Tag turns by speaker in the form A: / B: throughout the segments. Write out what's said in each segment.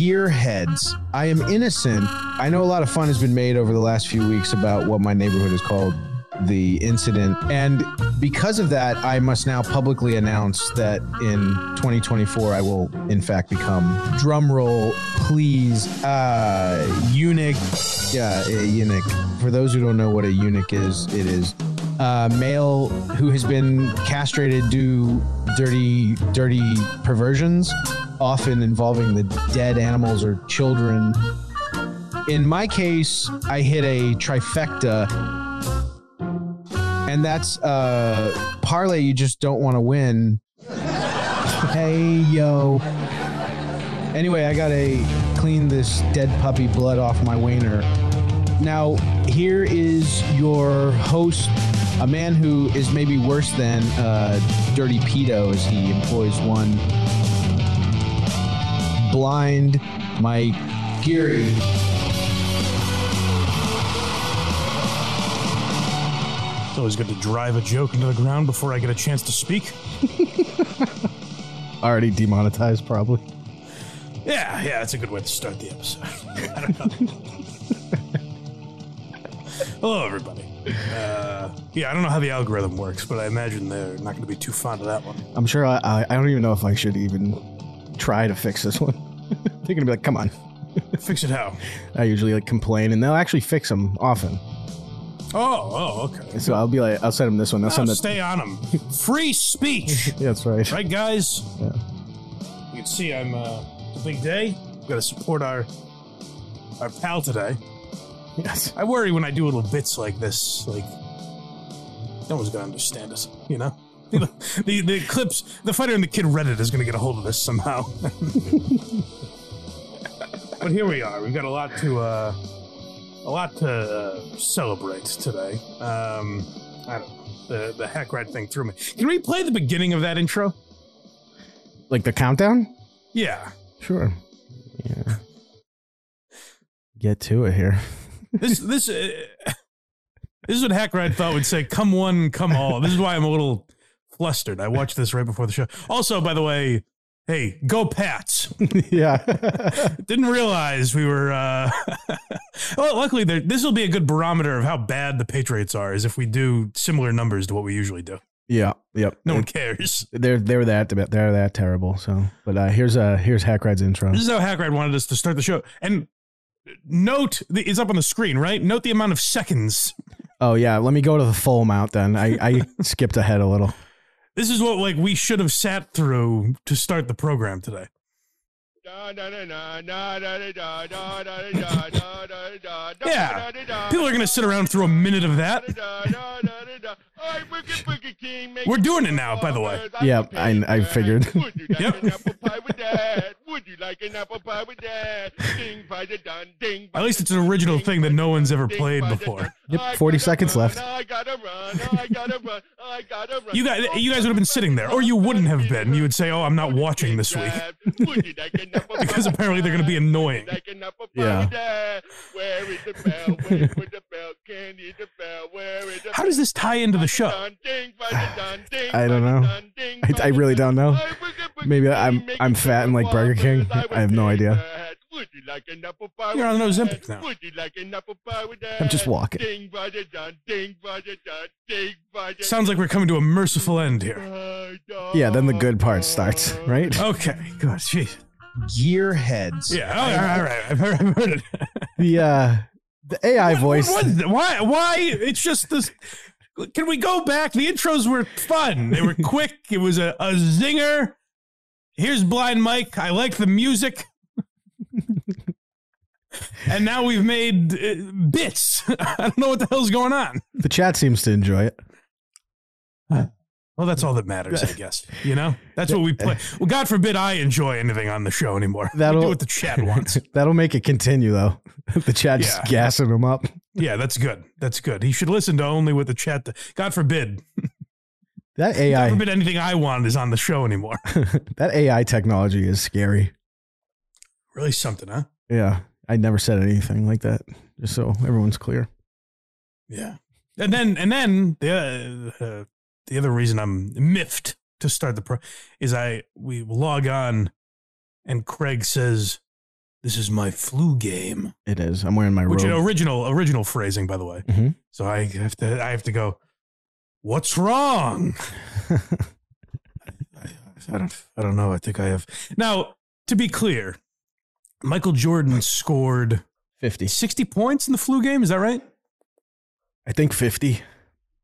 A: gearheads. I am innocent. I know a lot of fun has been made over the last few weeks about what my neighborhood is called the incident. And because of that, I must now publicly announce that in 2024, I will, in fact, become drumroll, please, uh, eunuch. Yeah, a eunuch. For those who don't know what a eunuch is, it is a uh, male who has been castrated due dirty, dirty perversions, often involving the dead animals or children. In my case, I hit a trifecta and that's uh parlay you just don't want to win hey yo anyway i gotta clean this dead puppy blood off my wiener now here is your host a man who is maybe worse than uh, dirty pedo as he employs one blind mike geary
B: It's always good to drive a joke into the ground before I get a chance to speak.
C: Already demonetized, probably.
B: Yeah, yeah, that's a good way to start the episode. I don't know. Hello, everybody. Uh, yeah, I don't know how the algorithm works, but I imagine they're not going to be too fond of that one.
C: I'm sure I, I, I don't even know if I should even try to fix this one. They're gonna be like, "Come on."
B: Fix it how?
C: I usually like complain, and they'll actually fix them often.
B: Oh, oh, okay.
C: So I'll be like, "I'll send them this one." They'll
B: Oh,
C: send that.
B: stay on them. Free speech,
C: Yeah, that's right.
B: right, guys?
C: Yeah.
B: You can see I'm uh, it's a big day. We've got to support our our pal today.
C: Yes.
B: I worry when I do little bits like this, like no one's gonna understand us, you know. the the clips, the fighter and the kid Reddit is gonna get a hold of this somehow. but here we are. We've got a lot to uh, a lot to uh, celebrate today. Um, I don't know. The the hack rat thing threw me. Can we play the beginning of that intro?
C: Like the countdown.
B: Yeah.
C: Sure. Yeah. Get to it here.
B: This this uh, this is what Hackride thought would say. Come one, come all. This is why I'm a little flustered. I watched this right before the show. Also, by the way, hey, go Pats!
C: yeah.
B: Didn't realize we were. Uh, well, luckily, there- this will be a good barometer of how bad the Patriots are. Is if we do similar numbers to what we usually do.
C: yeah. Yep.
B: No one cares.
C: They're they're that they're that terrible. So, but uh, here's uh here's Hackride's intro.
B: This is how Hackride wanted us to start the show. And note, the, it's up on the screen, right? Note the amount of seconds
C: Oh yeah, let me go to the full amount then. I, I skipped ahead a little.
B: This is what like we should have sat through to start the program today.
D: Yeah.
B: People are gonna sit around through a minute of that.
D: We're doing it now, by the way.
C: Yeah, I- I figured.
D: Would you like
B: Yep.
D: an apple pie with that? Would you like an apple pie with that? Ding, by the dun, ding, by
B: At least
D: the
B: it's an
D: dun,
B: original
D: ding,
B: thing
D: by
B: that
D: the
B: no one's ever
D: ding,
B: played
D: by the
B: before.
D: dun.
C: Yep,
D: I
C: 40
D: gotta
C: seconds
D: run,
C: left.
D: I gotta run, I gotta run, I gotta run.
B: You guys, you guys would have been sitting there, or you wouldn't have been. You would say, "Oh, I'm not watching this week," because apparently they're gonna be annoying.
C: Yeah.
D: Yeah. Where is the bell? Where is the bell? Can you the bell? Where is the
B: How does this tie into the show?
C: I don't know. I, I really don't know. Maybe I'm I'm fat and like Burger King. I have no idea.
D: Would you like an apple pie
B: You're on an
D: with
B: Ozempic now.
D: that? Would you like an apple pie with that?
C: I'm just walking.
D: Ding, by the dun, ding, by the dun, ding, by the
B: Sounds like we're coming to a merciful end here.
D: dun,
C: Yeah, then the good part starts, right?
B: Okay, good. Jeez.
A: gearheads
B: Yeah. All right. All right. I've heard, I've heard it.
C: The uh the AI voice.
B: What was it? Why? Why? It's just this. Can we go back? The intros were fun. They were quick. It was a, a zinger. Here's Blind Mike. I like the music. and now we've made uh, bits. I don't know what the hell's going on.
C: The chat seems to enjoy it.
B: Well, that's all that matters, I guess. You know, that's what we play. Well, God forbid I enjoy anything on the show anymore. we do
C: That'll-
B: what the chat wants.
C: That'll make it continue though. The chat
B: Yeah.
C: just gassing him up.
B: Yeah, that's good. That's good. He should listen to only what the chat. God forbid.
C: That
B: God
C: AI
B: forbid anything I want is on the show anymore.
C: that AI technology is scary.
B: Really something, huh?
C: Yeah. I never said anything like that. Just so everyone's clear.
B: Yeah. And then and then the uh, the other reason I'm miffed to start the pro is I we log on and Craig says This is my flu game.
C: It is. I'm wearing my
B: Which
C: robe.
B: original original phrasing, by the way.
C: Mhm.
B: So I have to I have to go. What's wrong? I, I don't I don't know. I think I have now. To be clear, Michael Jordan scored
C: 50.
B: sixty points in the flu game. Is that right?
C: I think 50.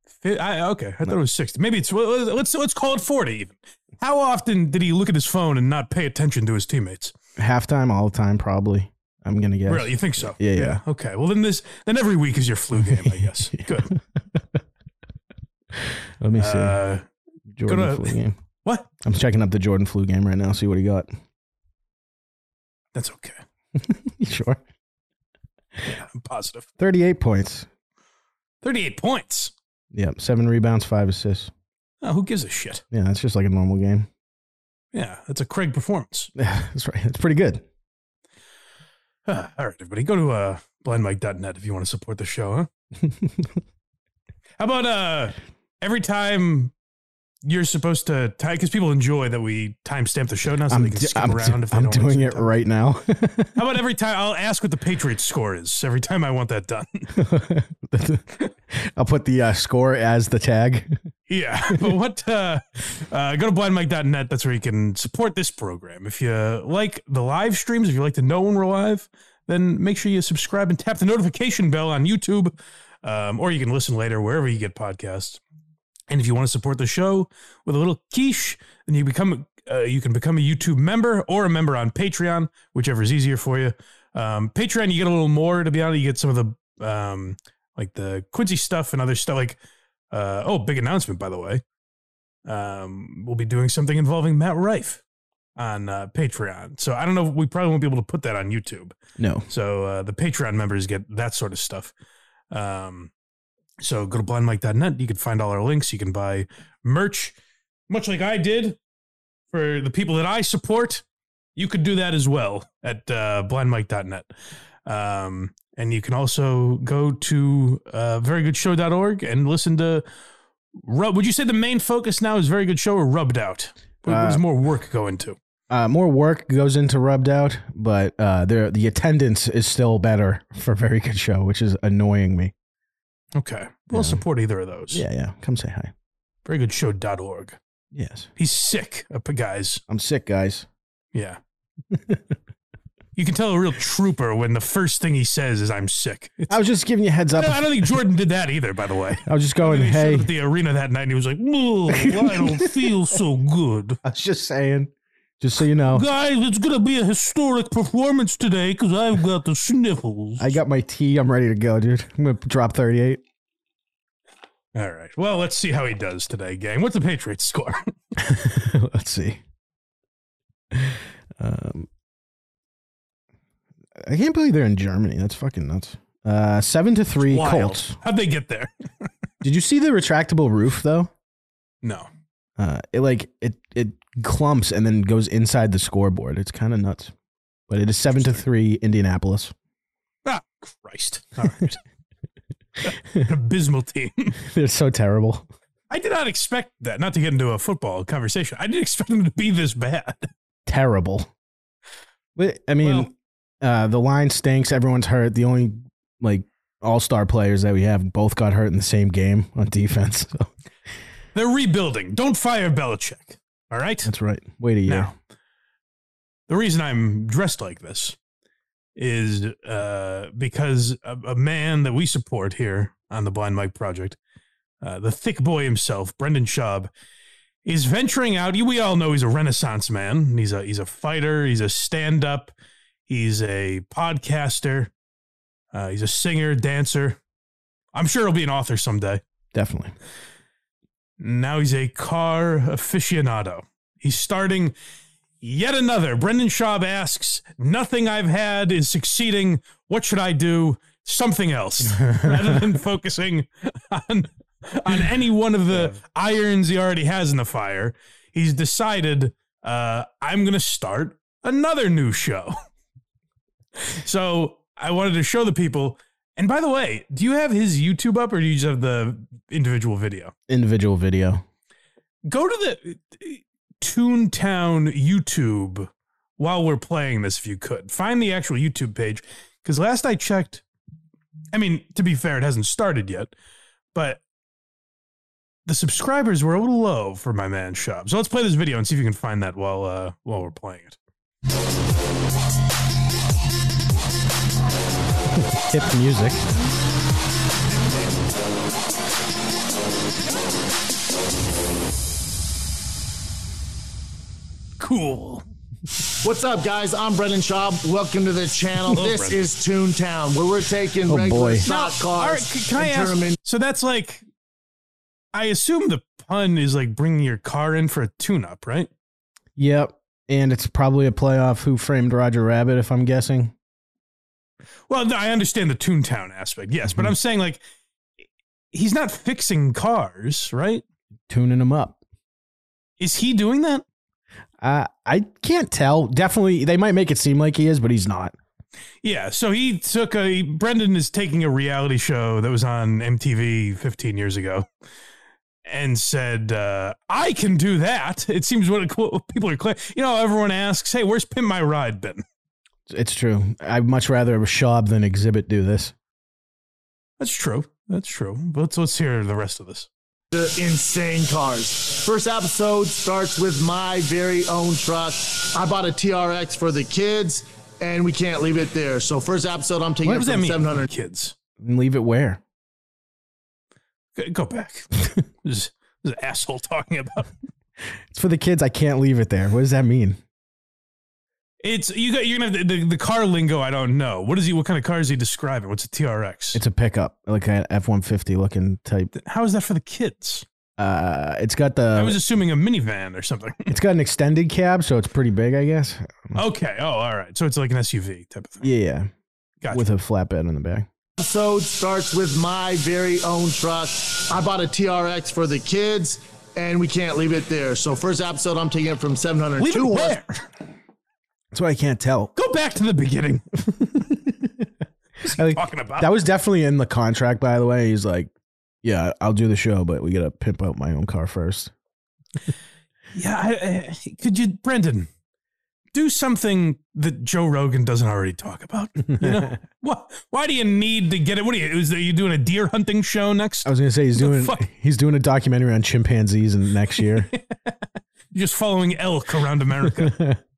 B: Fi- I, okay, I thought it was sixty. Maybe it's well, let's let's call it forty. Even. How often did he look at his phone and not pay attention to his teammates?
C: Halftime, all time, probably. I'm going to guess.
B: Really, you think so?
C: Yeah, yeah.
B: Okay. Well, then this then every week is your flu game, I guess. Good.
C: Let me see.
B: Uh,
C: Jordan
B: gonna-
C: flu game.
B: what?
C: I'm checking up the Jordan flu game right now, see what he got.
B: That's okay.
C: sure.
B: I'm positive.
C: 38 points.
B: Thirty-eight points.
C: Yep. Seven rebounds, five assists.
B: Oh, who gives a shit?
C: Yeah, that's just like a normal game.
B: Yeah, that's a Craig performance.
C: Yeah, that's right. It's pretty good.
B: Huh. All right, everybody, go to uh, blindmike.net if you want to support the show, huh? How about uh, every time you're supposed to time because people enjoy that we timestamp the show now, so
C: I'm,
B: they can
C: d-
B: skip
C: I'm, d-
B: around. if they
C: I'm
B: don't wanna
C: doing
B: skip
C: it
B: time.
C: right now.
B: How about every time I'll ask what the Patriots score is every time I want that done.
C: I'll put the uh, score as the tag.
B: Yeah, but what? Uh, uh, go to blindmike.net. That's where you can support this program. If you like the live streams, if you like to know when we're live, then make sure you subscribe and tap the notification bell on YouTube, um, or you can listen later wherever you get podcasts. And if you want to support the show with a little quiche, then you become uh, you can become a YouTube member or a member on Patreon, whichever is easier for you. Um, Patreon, you get a little more. To be honest, you get some of the um, like the Quincy stuff and other stuff like. Uh, oh, big announcement, by the way. Um, we'll be doing something involving Matt Rife on uh, Patreon. So I don't know. We probably won't be able to put that on YouTube.
C: No.
B: So uh, the Patreon members get that sort of stuff. Um, so go to blindmike.net. You can find all our links. You can buy merch, much like I did for the people that I support. You could do that as well at uh, blindmike.net. Um, and you can also go to uh, verygoodshow.org and listen to Rub. Would you say the main focus now is Very Good Show or Rubbed Out? What, what does
C: Uh,
B: more work go into?
C: Uh, more work goes into rubbed out, but uh, there the attendance is still better for very good show, which is annoying me.
B: Okay. We'll
C: yeah.
B: support either of those.
C: Yeah, yeah. Come say hi.
B: Verygoodshow.org.
C: Yes.
B: He's sick, uh, guys.
C: I'm sick, guys.
B: Yeah. you can tell a real trooper when the first thing he says is, I'm sick. It's,
C: I was just giving you a heads
B: I,
C: up.
B: don't, I don't think Jordan did that either, by the way.
C: I was just going,
B: They showed
C: hey.
B: up at the arena that night and he was like, "Whoa, I don't feel so good.
C: I was just saying, just so you know,
B: Guys, it's going to be a historic performance today because I've got the sniffles.
C: I got my tea. I'm ready to go, dude. I'm gonna drop 38.
B: All right. Well, let's see how he does today, gang. What's the Patriots score?
C: Let's see. Um, I can't believe they're in Germany. That's fucking nuts. Uh, seven to three
B: Wild.
C: Colts.
B: How'd they get there?
C: Did you see the retractable roof though?
B: No.
C: Uh, it like it it clumps and then goes inside the scoreboard. It's kind of nuts. But it is seven to three Indianapolis.
B: Ah, Christ. All right. An abysmal team.
C: They're so terrible.
B: I did not expect that. Not to get into a football conversation, I didn't expect them to be this bad.
C: terrible. But I mean, uh, the line stinks. Everyone's hurt. The only like all star players that we have both got hurt in the same game on defense. So,
B: They're rebuilding. Don't fire Belichick. All right.
C: that's right. Wait a year.
B: Now, the reason I'm dressed like this is uh, because a, a man that we support here on the Blind Mike Project, uh, the thick boy himself, Brendan Schaub, is venturing out. We all know he's a Renaissance man. He's a he's a fighter. He's a stand up. He's a podcaster. Uh, he's a singer, dancer. I'm sure he'll be an author someday.
C: Definitely.
B: Now he's a car aficionado. He's starting yet another. Brendan Schaub asks, Nothing I've had is succeeding. What should I do? Something else. Rather than focusing on, on any one of the irons he already has in the fire, he's decided, uh, I'm going to start another new show. so I wanted to show the people. And by the way, do you have his YouTube up or do you just have the individual video?
C: Individual video.
B: go to the Toontown YouTube while we're playing this if you could. Find the actual YouTube page because last I checked, I mean, to be fair, it hasn't started yet, but the subscribers were a little low for my man shop. So let's play this video and see if you can find that while uh, while we're playing it.
C: Hip music.
B: Cool.
E: What's up, guys? I'm Brendan Schaub. Welcome to the channel.
B: Hello,
E: this
B: Brendan.
E: is Toontown, where we're taking
C: Oh,
E: regular
C: boy.
E: stock
B: all right,
E: cars
B: c- can I
E: and turn
B: ask?
E: 'em in-
B: So that's like, I assume the pun is like bringing your car in for a tune-up, right?
C: Yep. And it's probably a playoff Who Framed Roger Rabbit, if I'm guessing.
B: Well, no, I understand the Toontown aspect, yes, but
C: Mhm.
B: I'm saying like, he's not fixing cars, right?
C: Tuning them up.
B: Is he doing that?
C: Uh, I can't tell. Definitely, they might make it seem like he is, but he's not.
B: Yeah. So he took a Brendan is taking a reality show that was on MTV 15 years ago, and said, uh, "I can do that." It seems what it- what people are. cla- You know, everyone asks, "Hey, where's Pimp My Ride been?"
C: It's true. I'd much rather Schaub than Exhibit do this.
B: That's true. That's true. But let's let's hear the rest of this.
E: the insane cars. First episode starts with my very own truck. I bought a TRX for the kids, and we can't leave it there. So first episode, I'm taking
B: What
E: it
B: does that
E: from
B: mean?
E: 700.
B: Kids,
C: And leave it where?
B: Go- go back. this, is- this is an asshole talking about.
C: It's for the kids. I can't leave it there. What does that mean?
B: It's you got. You're gonna have the, the, the car lingo. I don't know. What is he? What kind of car is he describing? What's a TRX?
C: It's a pickup, like an F one fifty looking type.
B: How is that for the kids?
C: Uh, it's got
B: I
C: the.
B: was assuming a minivan or something.
C: it's got an extended cab, so it's pretty big, I guess.
B: Okay. Oh, all right. So it's like an SUV type of thing.
C: Yeah, yeah.
B: Gotcha.
C: with a flatbed in the back.
E: episode starts with my very own truck. I bought a TRX for the kids, and we can't leave it there. So first episode, I'm taking it from 700
B: Leave it
E: to horse-
B: where?
C: That's why I can't tell.
B: Go back to the beginning.
C: I think-
B: Talking about
C: that was definitely in the contract, by the way. He's like, "Yeah, I'll do the show, but we gotta pimp out my own car first.
B: yeah. I, I, could you, Brendan, do something that Joe Rogan doesn't already talk about? You know what? Why do you need to get it? What are you? Is that you doing a deer hunting show next?
C: I was gonna say he's
B: The
C: doing
B: fuck?
C: he's doing a documentary on chimpanzees in next year.
B: You're just following elk around America.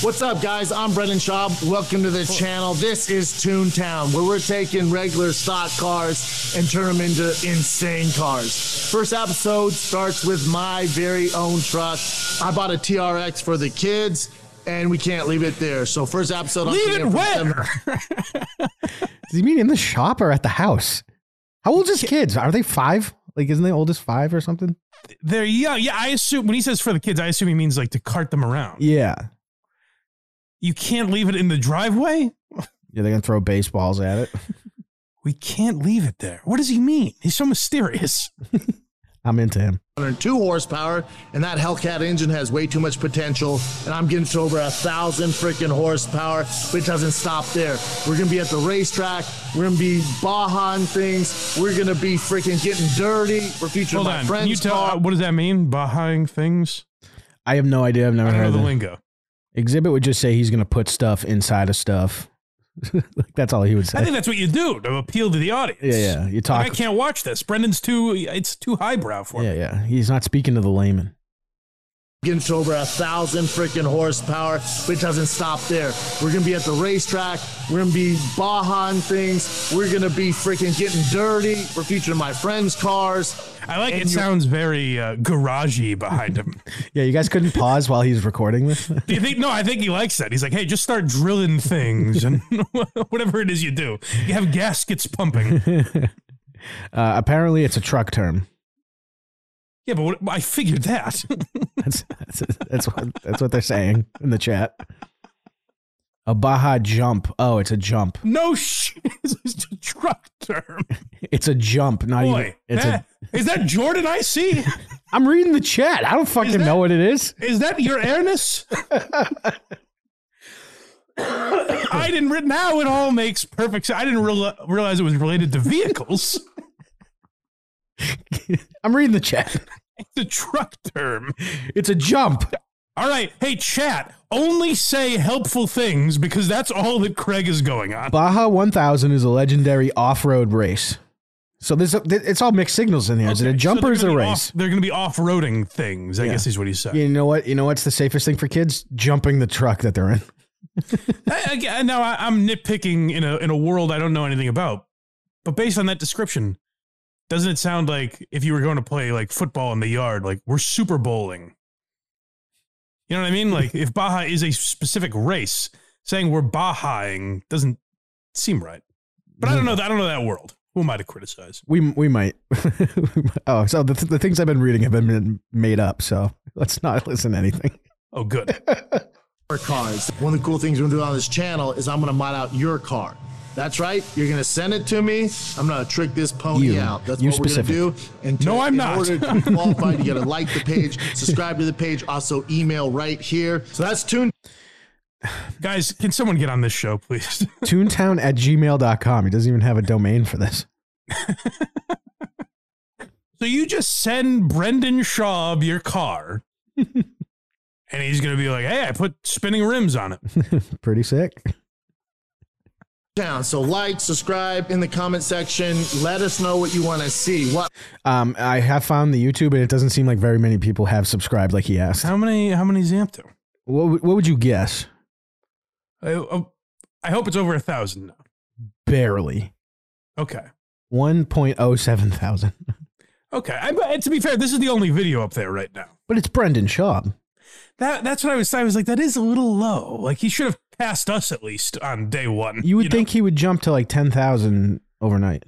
E: What's up, guys? I'm Brendan Schaub. Welcome to the channel. This is Toontown, where we're taking regular stock cars and turn them into insane cars. First episode starts with my very own truck. I bought a TRX for the kids, and we can't leave it there. So first episode, I'm
B: Leave
E: taking
B: it
E: from
B: where?
E: 700
C: Does he mean in the shop or at the house? How old is his kids? Are they five? Like, isn't the oldest five or something?
B: They're young. Yeah, I assume when he says for the kids, I assume he means like to cart them around.
C: Yeah,
B: You can't leave it in the driveway.
C: yeah. They're gonna throw baseballs at it.
B: We can't leave it there. What does he mean? He's so mysterious.
C: I'm into him.
E: 102 horsepower, and that Hellcat engine has way too much potential. And I'm getting to over a thousand freaking horsepower, but it doesn't stop there. We're gonna be at the racetrack. We're gonna be bahan things. We're gonna be freaking getting dirty. We're featuring
B: Hold
E: my
B: on.
E: friends.
B: Can you tell
E: car.
B: what does that mean? Bahaing things?
C: I have no idea. I've
B: I
C: never
B: don't know
C: heard
B: the
C: of it.
B: lingo.
C: Exhibit would just say he's gonna put stuff inside of stuff. like that's all he would
B: I
C: say.
B: think that's what you do to appeal to the audience.
C: Yeah, yeah. You
B: Like, I
C: talk.
B: can't watch this. Brendan's too. It's too highbrow for
C: Yeah,
B: me.
C: yeah. He's not speaking to the layman.
E: getting to over a thousand freaking horsepower, but it doesn't stop there. We're gonna be at the racetrack. We're gonna be bahan things. We're gonna be freaking getting dirty. We're featuring my friends' cars.
B: I like
E: And
B: it.
E: you-
B: Sounds very uh, garagey behind him.
C: Yeah, you guys couldn't pause while he's recording this.
B: do you think? No, I think he likes that. He's like, hey, just start drilling things and whatever it is you do. You have gaskets pumping.
C: Uh, apparently, it's a truck term.
B: yeah, but what, I figured that.
C: That's that's, that's what that's what they're saying in the chat. A Baja jump. Oh, it's a jump.
B: no shit. It's just a truck term.
C: It's a jump. Not even.
B: Boy,
C: It's
B: that- is that Jordan I see?
C: a. I'm reading the chat. I don't fucking
B: that-
C: know what it is.
B: Is that your airness? I didn't re- now it all makes perfect sense. I didn't real- realize it was related to vehicles.
C: I'm reading the chat.
B: it's a truck term.
C: It's a jump.
B: All right, hey chat, only say helpful things because that's all that Craig is going on.
C: Baja 1000 is a legendary off-road race. So there's a, th- it's all mixed signals in here. Is it a
B: Okay, so
C: jump or is it
B: they're
C: a
B: gonna be
C: race?
B: off- they're going to be off-roading things. I
C: Yeah.
B: guess is what he's saying.
C: You know what? You know what's the safest thing for kids? Jumping the truck that they're in.
B: I, I, now I, I'm nitpicking in a in a world I don't know anything about, but based on that description, doesn't it sound like if you were going to play like football in the yard, like we're Super Bowling? You know what I mean? Like if Baja is a specific race, saying we're Bajaing doesn't seem right. But I don't know. I don't know that world. Who am I to criticize?
C: We we might. oh, so the, the things I've been reading have been made up. So let's not listen to anything.
B: Oh, good.
E: our cars. One of the cool things we're doing on this channel is I'm gonna mod out your car. That's right. You're gonna send it to me. I'm gonna trick this pony
C: You.
E: out. That's
C: You
E: what
C: specific.
E: we're gonna do. And to-
B: No, I'm
E: in
B: not.
E: Order to qualify, you gotta like the page, subscribe to the page, also email right here. So that's tuned.
B: Guys, can someone get on this show, please?
C: Toontown at gmail.com. He doesn't even have a domain for this.
B: So you just send Brendan Schaub your car, and he's gonna be like, "Hey, I put spinning rims on it."
C: Pretty sick.
E: down. So like, subscribe in the comment section. Let us know what you want to see. What
C: Um, I have found the YouTube, and it doesn't seem like very many people have subscribed, like he asked.
B: How many? How many's he up to?
C: What, would- what would you guess?
B: I, oh, I hope it's over a thousand now.
C: Barely.
B: Okay,
C: 1.07 thousand.
B: okay. I, but to be fair, this is the only video up there right now.
C: But it's Brendan Schaub.
B: That that's what I was. I was like, that is a little low. Like he should have passed us at least on day one.
C: You would
B: know?
C: think he would jump to like 10,000 overnight.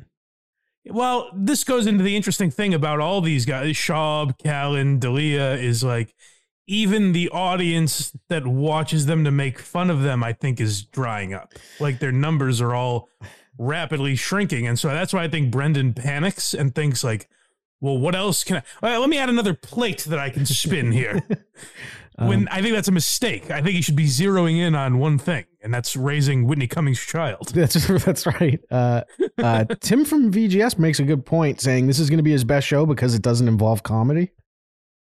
B: Well, this goes into the interesting thing about all these guys, Schaub, Callan, Dalia, is like even the audience that watches them to make fun of them, I think, is drying up. Like their numbers are all rapidly shrinking. And so that's why I think Brendan panics and thinks like, well, what else can I all right, let me add another plate that I can spin here. when I think that's a mistake. I think he should be zeroing in on one thing, and that's raising Whitney Cummings' child.
C: That's that's right. Uh, uh, Tim from VGS makes a good point saying this is going to be his best show because it doesn't involve comedy.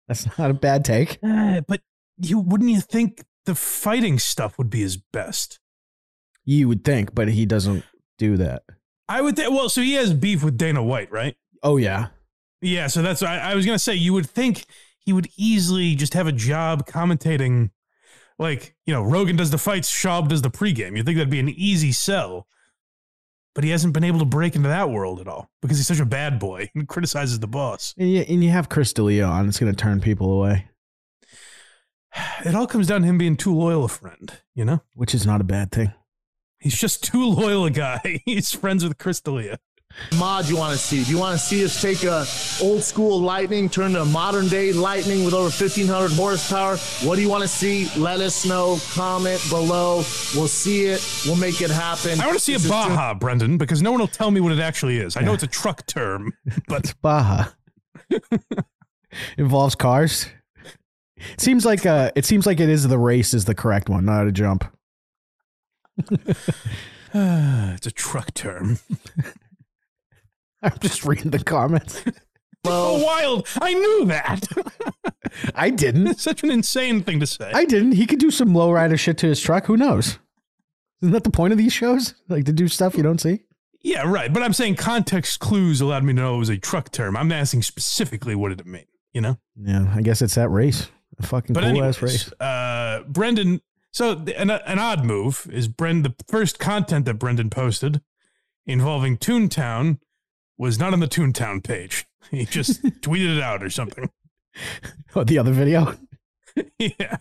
C: That's not a bad take.
B: Uh, but you wouldn't you think the fighting stuff would be his best?
C: You would think, but he doesn't do that.
B: I would think. Well, so he has beef with Dana White, right?
C: Oh yeah,
B: Yeah. So that's I, I was gonna say. You would think he would easily just have a job commentating, like you know, Rogan does the fights, Schaub does the pregame. You'd think that'd be an easy sell. But he hasn't been able to break into that world at all because he's such a bad boy and criticizes the boss.
C: and you, and you have Chris D'Elia on. It's going to turn people away,
B: It all comes down to him being too loyal a friend, you know?
C: which is not a bad thing.
B: He's just too loyal a guy. He's friends with Chris D'Elia.
E: mod you want to see? Do you want to see us take a old school lightning, turn to a modern day lightning with over 1500 horsepower? What do you want to see? Let us know. Comment below. We'll see it. We'll make it happen.
B: I want to see a
E: This is Toon-
B: Baja, Brendan, because no one will tell me what it actually is. I know it's a truck term, but
C: It's Baja. Involves cars. Seems like uh, it seems like it is the race is the correct one, not a jump.
B: it's a truck term.
C: I'm just reading the comments.
B: Oh, wild! I knew that.
C: I didn't.
B: Such an insane thing to say.
C: I didn't. He could do some lowrider shit to his truck. Who knows? Isn't that the point of these shows? Like to do stuff you don't see?
B: yeah, right. But I'm saying context clues allowed me to know it was a truck term. I'm asking specifically what did it mean. You know.
C: Yeah, I guess it's that race. A fucking
B: But
C: cool
B: anyways,
C: ass race.
B: uh, Brendan. So th- an, an odd move is Brendan. The first content that Brendan posted involving Toontown was not on the Toontown page. He just tweeted it out or something.
C: Oh, the other video.
B: yeah.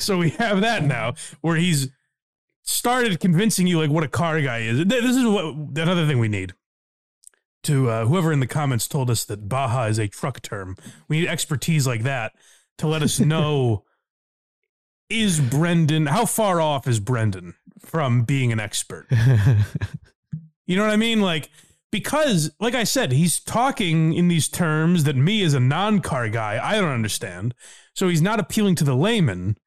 B: So we have that now where he's started convincing you like what a car guy is. Th- This is what another thing we need. To uh, whoever in the comments told us that Baja is a truck term, we need expertise like that to let us know is Brendan how far off is Brendan from being an expert? You know what I mean? Like, because, like I said, he's talking in these terms that me as a non car guy, I don't understand. So he's not appealing to the layman.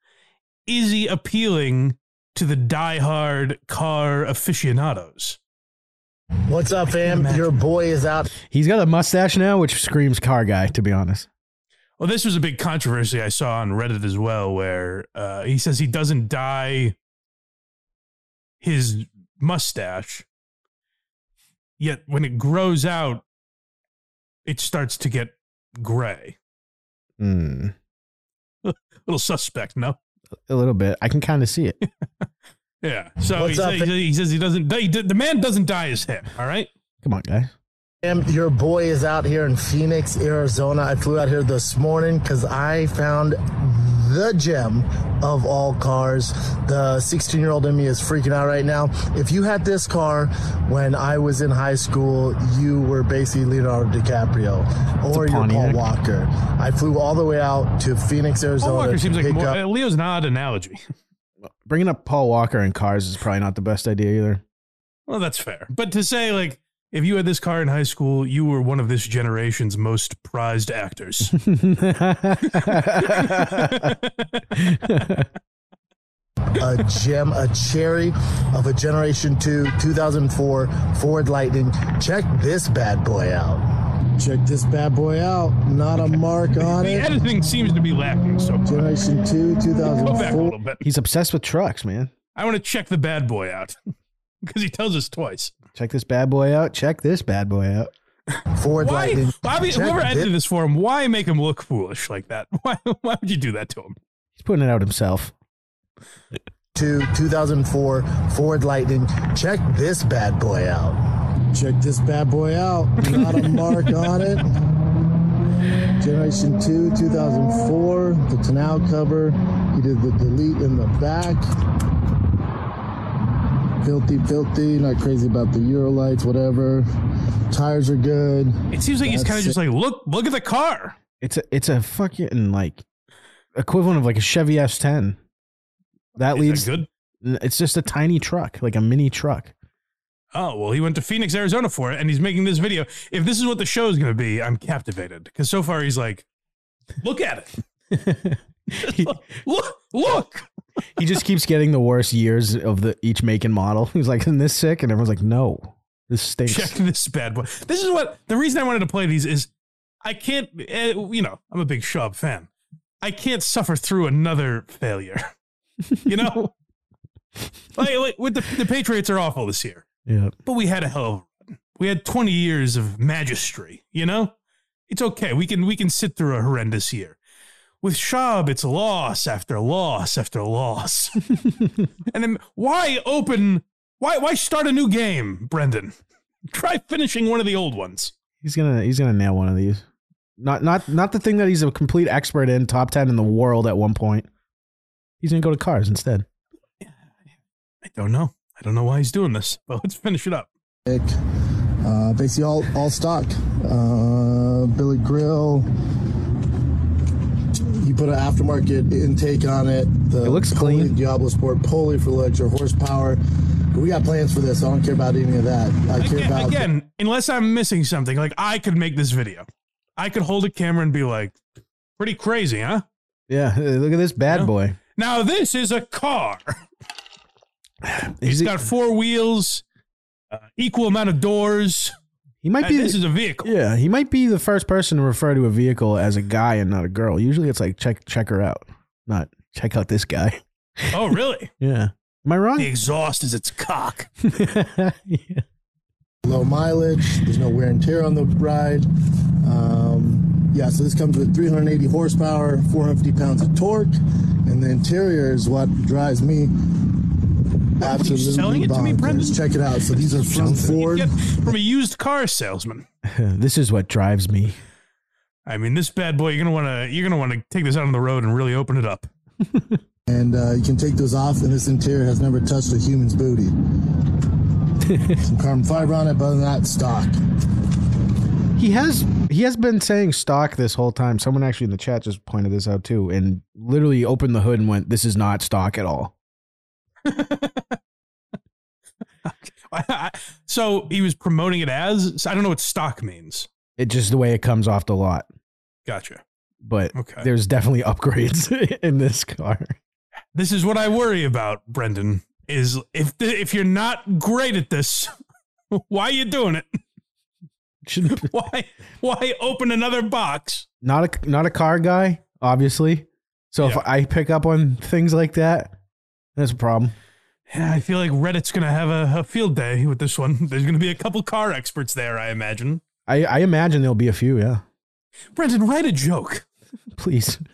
B: Is he appealing to the diehard car aficionados.
E: What's up, fam? Your boy is out.
C: He's got a mustache now, which screams car guy, to be honest.
B: Well, this was a big controversy I saw on Reddit as well, where uh, he says he doesn't dye his mustache, yet when it grows out, it starts to get gray.
C: Hmm.
B: little suspect, no?
C: a little bit. I can kind of see it.
B: Yeah. So he,
E: What's up,
B: say- he say- he says he doesn't. He, d- the man doesn't dye his hair. All right.
C: Come on, guys.
E: Fam, your boy is out here in Phoenix, Arizona. I flew out here this morning because I found the gem of all cars. The 16 year old in me is freaking out right now. If you had this car when I was in high school, you were basically Leonardo DiCaprio or you're Paul
C: Pontiac.
E: Walker. I flew all the way out to Phoenix,
B: Paul
E: Arizona
B: Walker
E: to
B: seems like
E: pick
B: more,
E: up
B: uh, Leo's an odd analogy.
C: Bringing up Paul Walker in cars is probably not the best idea either.
B: Well, that's fair. But to say like, if you had this car in high school, you were one of this generation's most prized actors.
E: a gem, a cherry of a Generation 2 2004 Ford Lightning. Check this bad boy out. Check this bad boy out. Not a mark on
B: the
E: it.
B: editing seems to be lacking. So
E: Generation
B: go
E: 2
B: back a
E: 2004.
B: little bit.
C: He's obsessed with trucks, man.
B: I want to check the bad boy out because he tells us twice.
C: Check this bad boy out. Check this bad boy out.
E: Ford
B: Why?
E: Lightning.
B: I mean,
E: Check
B: whoever
E: thi-
B: edited this for him, why make him look foolish like that? Why? Why would you do that to him?
C: He's putting it out himself.
E: to 2004 Ford Lightning. Check this bad boy out. Check this bad boy out. Not a mark on it. Generation 2, 2004. The canal cover. He did the delete in the back. Filthy, filthy. Not crazy about the Eurolights, whatever. Tires are good.
B: It seems like he's
E: That's
B: kind of just like, look, look at the car.
C: It's a it's a fucking like equivalent of like a Chevy S10. That
B: Is
C: leads.
B: that good?
C: It's just a tiny truck, like a mini truck.
B: Oh, well, he went to Phoenix, Arizona for it, and he's making this video. If this is what the show is going to be, I'm captivated because so far he's like, look at it.
C: he,
B: Look, look.
C: he just keeps getting the worst years of the each make and model. He's like, "Isn't this sick?" And everyone's like, "No, this stinks."
B: Check this bad boy. This is what the reason I wanted to play these is I can't, eh, you know, I'm a big Schaub fan. I can't suffer through another failure, you know? like, like with the, the Patriots are awful this year.
C: Yeah.
B: but we had a hell of a run. We had 20 years of magistry, you know? It's okay. We can we can sit through a horrendous year. With Schaub, it's loss after loss after loss. and then why open why why start a new game, Brendan? Try finishing one of the old ones.
C: He's gonna he's gonna nail one of these. Not not not the thing that he's a complete expert in, top ten in the world at one point. He's gonna go to cars instead.
B: I don't know. I don't know why he's doing this, but let's finish it up.
E: Nick, uh, basically all all stock. Uh, Billy Grill. You put an aftermarket intake on it. The
C: It looks
E: pulley,
C: clean.
E: Diablo Sport pulley for extra horsepower. We got plans for this. I don't care about any of that. I care
B: Again,
E: about
B: again, unless I'm missing something, like I could make this video. I could hold a camera and be like, pretty crazy, huh?
C: Yeah, look at this bad
B: Yeah.
C: boy.
B: Now this is a car.
C: He's-
B: It's got four wheels, uh, equal amount of doors.
C: he might
B: And
C: be.
B: this is a vehicle.
C: yeah, he might be the first person to refer to a vehicle as a guy and not a girl. Usually, it's like check check her out, not check out this guy.
B: Oh, really?
C: Yeah, am I
B: the
C: wrong?
B: exhaust is its cock.
C: Yeah.
E: low mileage. There's no wear and tear on the ride. Um, yeah, so this comes with 380 horsepower, 450 pounds of torque, and the interior is what drives me. Absolutely
B: selling it to me,
E: bonkers.
B: Brendan?
E: Check it out. So these are from Ford.
B: Get from a used car salesman.
C: this is what drives me.
B: I mean, this bad boy. You're gonna want to. You're gonna want to take this out on the road and really open it up.
E: and uh, you can take those off. And this interior has never touched a human's booty. Some carbon fiber on it, but other than that, stock.
C: He has he has been saying stock this whole time. Someone actually in the chat just pointed this out too, and literally opened the hood and went, "This is not stock at all."
B: so he was promoting it as. so I don't know what stock means.
C: It just the way it comes off the lot.
B: Gotcha.
C: But
B: Okay.
C: there's definitely upgrades in this car.
B: This is what I worry about, Brendan. Is if if you're not great at this, why are you doing it?
C: Shouldn't be-
B: Why why open another box?
C: not a not a car guy, obviously. So
B: Yeah.
C: if I pick up on things like that, that's a problem.
B: Yeah, I feel like Reddit's gonna have a, a field day with this one. There's gonna be a couple car experts there, I imagine.
C: I, I imagine there'll be a few, yeah.
B: Brendan, write a joke.
C: Please.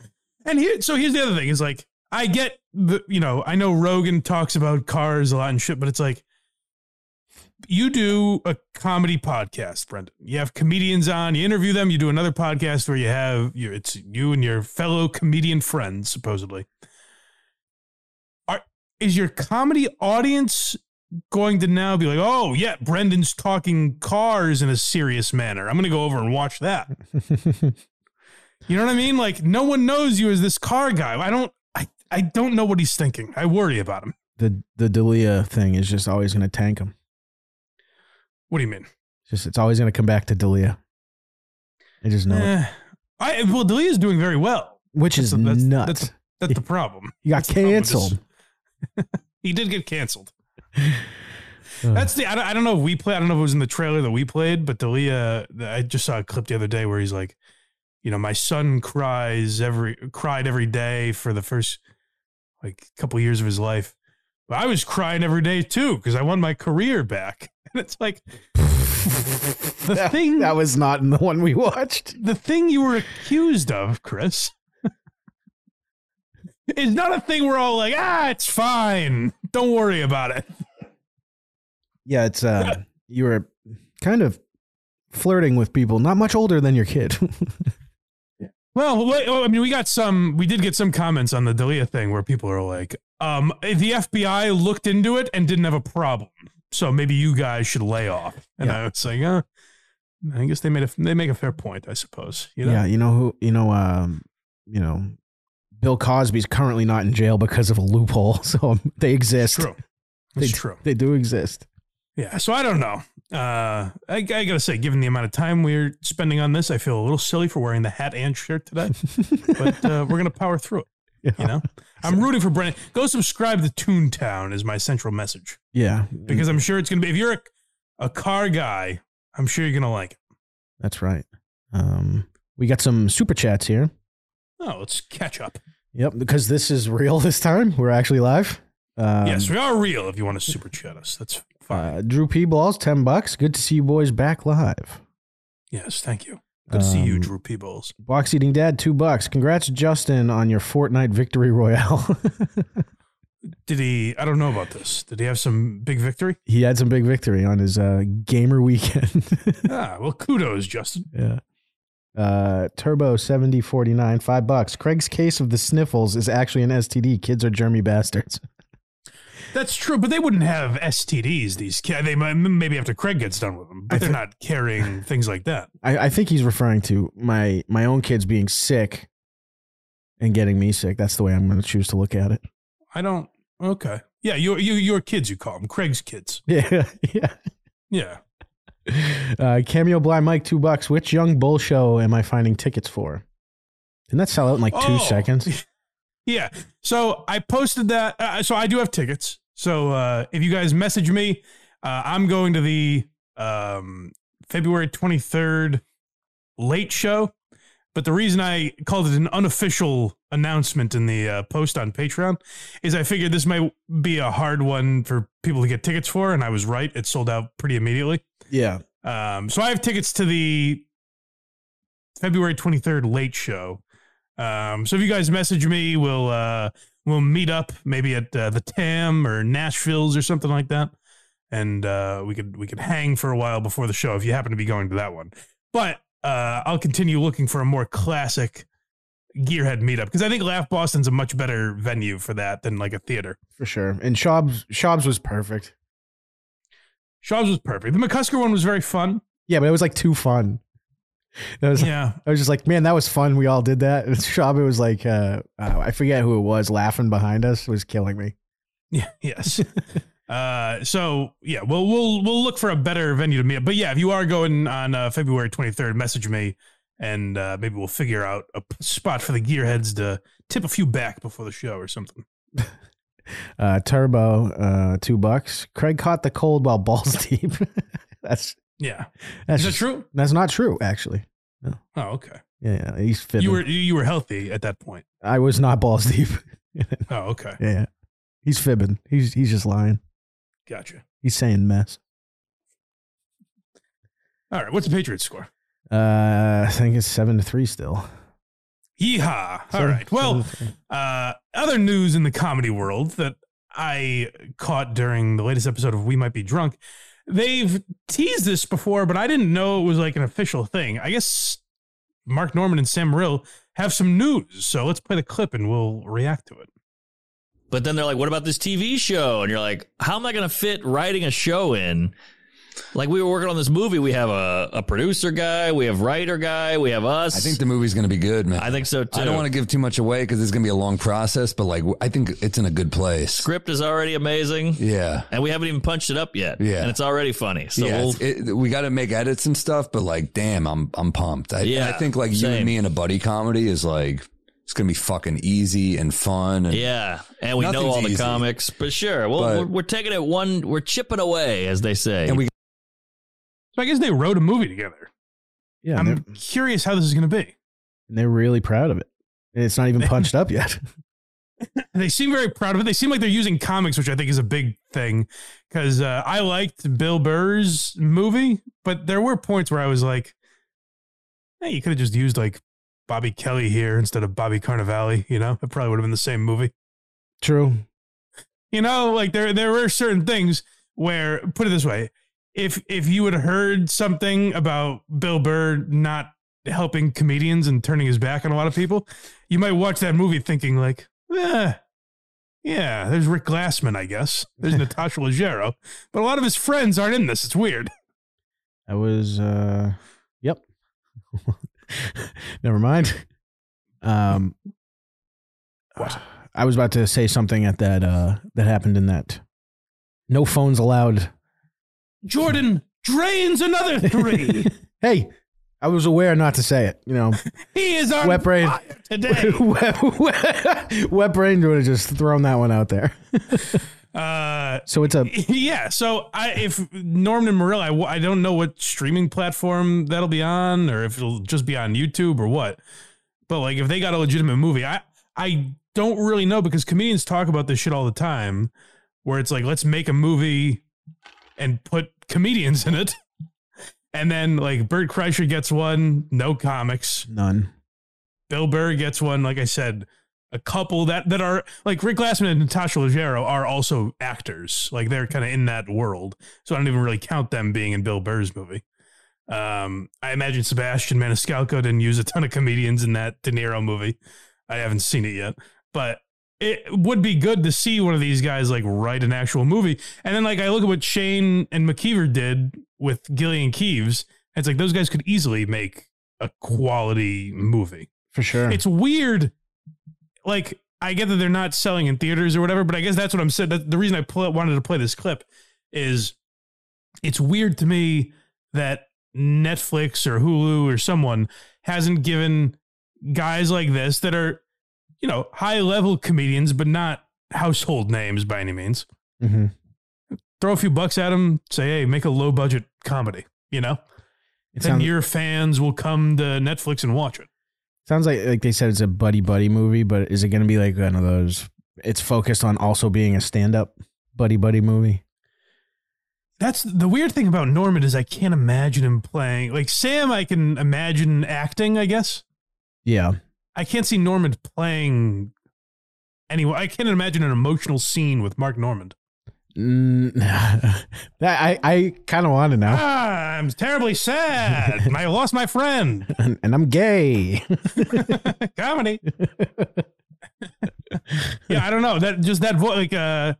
B: And here, so here's the other thing: is like I get the, you know, I know Rogan talks about cars a lot and shit, but it's like you do a comedy podcast, Brendan. You have comedians on, you interview them, you do another podcast where you have you, it's you and your fellow comedian friends, supposedly. Are is your comedy audience? Going to now be like, oh yeah, Brendan's talking cars in a serious manner. I'm gonna go over and watch that. You know what I mean? Like no one knows you as this car guy. I don't I, I don't know what he's thinking. I worry about him.
C: the the Dalia thing is just always gonna tank him.
B: What do you mean?
C: Just it's always gonna come back to Dalia. I just know it.
B: Eh, I well Delia's doing very well.
C: Which is
B: that's- that's-
C: nuts.
B: that's- That's the problem.
C: you got
B: that's the problem with this.
C: canceled.
B: He did get canceled.
C: Ugh.
B: That's the I don't, I don't know if we played I don't know if it was in the trailer that we played, but Delia I just saw a clip the other day where he's like, you know, my son cries every cried every day for the first like couple years of his life. But I was crying every day too because I won my career back. And it's like the
C: That-
B: thing
C: that was not in the one we watched.
B: the thing you were accused of, Chris, is not a thing we're all like, ah, it's fine. Don't worry about it.
C: Yeah, it's uh you were kind of flirting with people not much older than your kid.
B: Well, wait, oh, I mean, we got some, we did get some comments on the Delia thing where people are like, um, the FBI looked into it and didn't have a problem. So maybe you guys should lay off. And I was like, uh, I guess they made a, they make a fair point, I suppose. You know?
C: Yeah, you know who you know um you know Bill Cosby's currently not in jail because of a loophole, so they
B: it's
C: exist.
B: true.
C: They,
B: It's true.
C: They do exist.
B: Yeah, so I don't know. Uh, I, I gotta say, given the amount of time we're spending on this, I feel a little silly for wearing the hat and shirt today. but uh, we're gonna power through it. You know, I'm rooting for Brennan. Go subscribe to Toontown is my central message
C: Yeah,
B: because
C: Mm-hmm.
B: I'm sure it's gonna be. If you're a, a car guy, I'm sure you're gonna like it.
C: that's right. Um, we got some super chats here.
B: Oh, let's catch up.
C: Yep, because this is real this time. We're actually live. Um,
B: yes, we are real. If you want to super chat us, that's fine.
C: Uh, Drew P. Balls, ten bucks. Good to see you boys back live.
B: yes, thank you. Good to see you,
C: um,
B: Drew P. Bowles.
C: Box eating dad, two bucks. Congrats, Justin, on your Fortnite victory royale.
B: Did he? I don't know about this. Did he have some big victory?
C: he had some big victory on his uh, gamer weekend.
B: ah, well, kudos, Justin.
C: yeah. Uh, Turbo seventy forty nine, five bucks. Craig's case of the sniffles is actually an STD. Kids are germy bastards.
B: That's true, but they wouldn't have STDs. These kids, they might, maybe after Craig gets done with them, but
C: I
B: they're
C: thi-
B: not carrying things like that.
C: I, I think he's referring to my my own kids being sick and getting me sick. That's the way I'm going to choose to look at it.
B: I don't. Okay, yeah, your you, your kids, you call them Craig's kids.
C: Yeah, yeah.
B: Yeah,
C: Uh, cameo blind Mike, two bucks. Which young bull show am I finding tickets for? Didn't that sell out in like two
B: Oh.
C: seconds?
B: yeah. So I posted that. Uh, so I do have tickets. So uh, if you guys message me, uh, I'm going to the um, February 23rd late show. But the reason I called it an unofficial announcement in the uh, post on Patreon is I figured this might be a hard one for people to get tickets for, and I was right. It sold out pretty immediately.
C: Yeah.
B: Um, so I have tickets to the February 23rd late show. Um, so if you guys message me, we'll uh, we'll meet up maybe at uh, the Tam or Nashville's or something like that, and uh, we could we could hang for a while before the show if you happen to be going to that one. But uh, I'll continue looking for a more classic gearhead meetup because I think Laugh Boston's a much better venue for that than like a theater.
C: For sure. And Shob's Shob's was perfect.
B: Shaw's was perfect. The McCusker one was very fun.
C: Yeah, but it was like too fun. That was
B: Yeah,
C: I was just like, man, that was fun. We all did that. Shab, it was like, uh, uh, I forget who it was laughing behind us. It was killing me.
B: Yeah. Yes. uh. So yeah. Well, we'll we'll look for a better venue to meet. up. But yeah, if you are going on uh, February 23rd, message me, and uh, maybe we'll figure out a p- spot for the gearheads to tip a few back before the show or something.
C: Uh, Turbo, uh, two bucks. Craig caught the cold while balls deep. that's
B: Yeah.
C: that's
B: Is that
C: just-
B: true?
C: That's not true, actually.
B: Oh, okay.
C: Yeah, yeah he's fibbing.
B: You were you you were healthy at that point.
C: I was not balls deep.
B: Oh, okay.
C: yeah, yeah, he's fibbing. He's he's just lying.
B: Gotcha.
C: He's saying mess.
B: All right. What's the Patriots score?
C: Uh, I think it's seven to three still.
B: Yeehaw. All
C: Seven-
B: right. Well,
C: seven to three.
B: uh, other news in the comedy world that I caught during the latest episode of We Might Be Drunk. They've teased this before, but I didn't know it was like an official thing. I guess Mark Norman and Sam Rill have some news. So let's play the clip and we'll react to it.
F: But then they're like, what about this TV show? And you're like, how am I going to fit writing a show in? Like, we were working on this movie. We have a, a producer guy, we have writer guy, we have us.
G: I think the movie's going to be good, man.
F: I think so too.
G: I don't want to give too much away because it's going to be a long process, but like I think it's in a good place.
F: Script is already amazing,
G: Yeah.
F: and we haven't even punched it up yet.
G: Yeah.
F: And it's already funny. So
G: yeah,
F: we'll.
G: it's- it, we got to make edits and stuff, but like, damn, I'm I'm pumped. I,
F: Yeah,
G: I think like you
F: same.
G: and me in a buddy comedy is like it's gonna be fucking easy and fun. And
F: yeah, and we know
G: Nothing's
F: all the
G: easy.
F: comics, but sure, well,
G: But-
F: we're, we're taking it one, we're chipping away, as they say.
G: And we-
B: So I guess they wrote a movie together.
C: Yeah, and
B: I'm
C: they're,
B: curious how this is going to be.
C: and they're really proud of it. And It's not even punched up yet.
B: They seem very proud of it. They seem like they're using comics, which I think is a big thing. Because uh, I liked Bill Burr's movie, but there were points where I was like, "Hey, you could have just used like Bobby Kelly here instead of Bobby Carnivale." You know, it probably would have been the same movie.
C: True.
B: You know, like there there were certain things where, put it this way, if if you had heard something about Bill Burr not helping comedians and turning his back on a lot of people, you might watch that movie thinking like, eh, yeah, there's Rick Glassman, I guess. There's Natasha Leggero, but a lot of his friends aren't in this. It's weird.
C: I was uh yep. Never mind. Um I was about to say something at that uh that happened in that no phones allowed.
B: Jordan drains another three.
C: hey, I was aware not to say it, you know.
B: he is on
C: Wet brain.
B: fire today.
C: Wet wet brain would have just thrown that one out there.
B: Uh,
C: So it's a
B: yeah so i if norman and marilla I, w- I don't know what streaming platform that'll be on or if it'll just be on youtube or what but like if they got a legitimate movie i i don't really know because comedians talk about this shit all the time where it's like let's make a movie and put comedians in it and then like bert kreischer gets one no comics
C: none.
B: Bill Burr gets one. Like I said, a couple that that are like Rick Glassman and Natasha Leggero are also actors. Like they're kind of in that world, so I don't even really count them being in Bill Burr's movie. Um, I imagine Sebastian Maniscalco didn't use a ton of comedians in that De Niro movie. I haven't seen it yet, but it would be good to see one of these guys like write an actual movie. And then like I look at what Shane and McKeever did with Gillian Keeves. It's like those guys could easily make a quality movie
C: For sure.
B: it's weird. Like I get that they're not selling in theaters or whatever, but I guess that's what I'm saying. that- The reason I pl- wanted to play this clip is it's weird to me that Netflix or Hulu or someone hasn't given guys like this that are, you know, high level comedians, but not household names by any means.
C: hmm
B: Throw a few bucks at them, say, hey, make a low budget comedy, you know?
C: It
B: then
C: sounds,
B: your fans will come to Netflix and watch it.
C: sounds like like they said it's a buddy buddy movie, but is it going to be like one of those? It's focused on also being a stand up buddy buddy movie.
B: That's the weird thing about Norman is I can't imagine him playing like Sam. I can imagine acting, I guess.
C: Yeah,
B: I can't see Norman playing anyway. I can't imagine an emotional scene with Mark Norman.
C: Mm, that I I kind of want to know,
B: Ah, I'm terribly sad. I lost my friend.
C: and, and I'm gay.
B: Comedy. yeah, I don't know. That just that voice. Like, uh,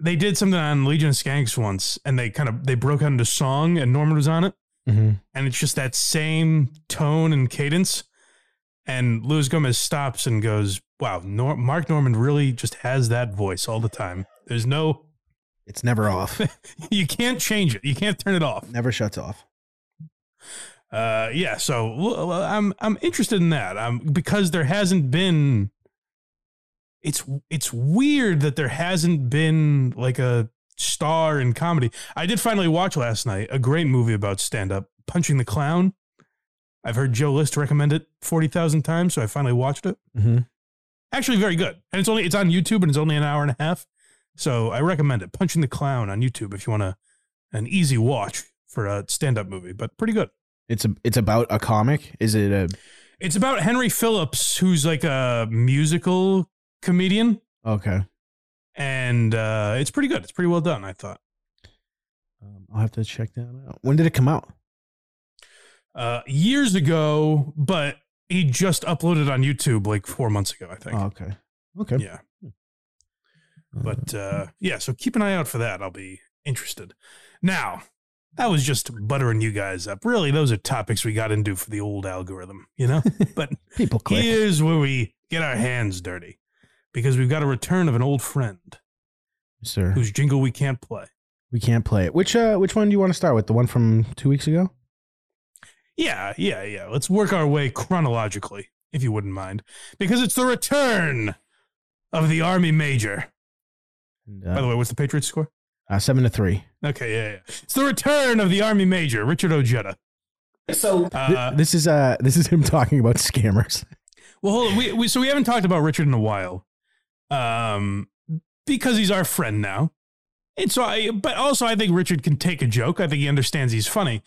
B: they did something on Legion of Skanks once, and they kind of they broke out into song, and Norman was on it.
C: Mhm.
B: and it's just that same tone and cadence. And Luis Gomez stops and goes, "Wow, Nor- Mark Norman really just has that voice all the time. There's no,
C: It's never off,
B: you can't change it. You can't turn it off.
C: never shuts off.
B: Uh, yeah. So well, I'm I'm interested in that. Um, because there hasn't been it's it's weird that there hasn't been like a star in comedy. I did finally watch last night a great movie about stand up, Punching the Clown. I've heard Joe List recommend it 40,000 times, so I finally watched it.
C: Mhm.
B: Actually very good. And it's only it's on YouTube and it's only an hour and a half. So I recommend it. Punching the Clown on YouTube if you want to an easy watch for a stand up movie, but pretty good.
C: It's a, it's about a comic. Is it a
B: It's about Henry Phillips who's like a musical comedian.
C: okay?
B: and uh, it's pretty good. It's pretty well done, I thought.
C: Um, I'll have to check that out. When did it come out?
B: Uh, years ago, but he just uploaded on YouTube like four months ago, I think.
C: Oh, okay, okay.
B: Yeah. But uh, yeah, so keep an eye out for that. I'll be interested. Now, that was just buttering you guys up. Really, those are topics we got into for the old algorithm, you know? But
C: people click.
B: here's where we get our hands dirty because we've got a return of an old friend
C: sir.
B: whose jingle we can't play.
C: We can't play it. Which uh, which one do you want to start with? The one from two weeks ago?
B: Yeah, yeah, yeah. Let's work our way chronologically, if you wouldn't mind, because it's the return of the Army Major.
C: And,
B: By the
C: uh,
B: way, what's the Patriots score?
C: uh, seven to three.
B: Okay, yeah, yeah. It's the return of the Army Major, Richard Ojeda. So,
C: Th-
B: uh,
C: this is uh this is him talking about scammers.
B: well, hold on. We, we, so we haven't talked about Richard in a while, um, because he's our friend now, and so I. But also, I think Richard can take a joke. I think he understands he's funny.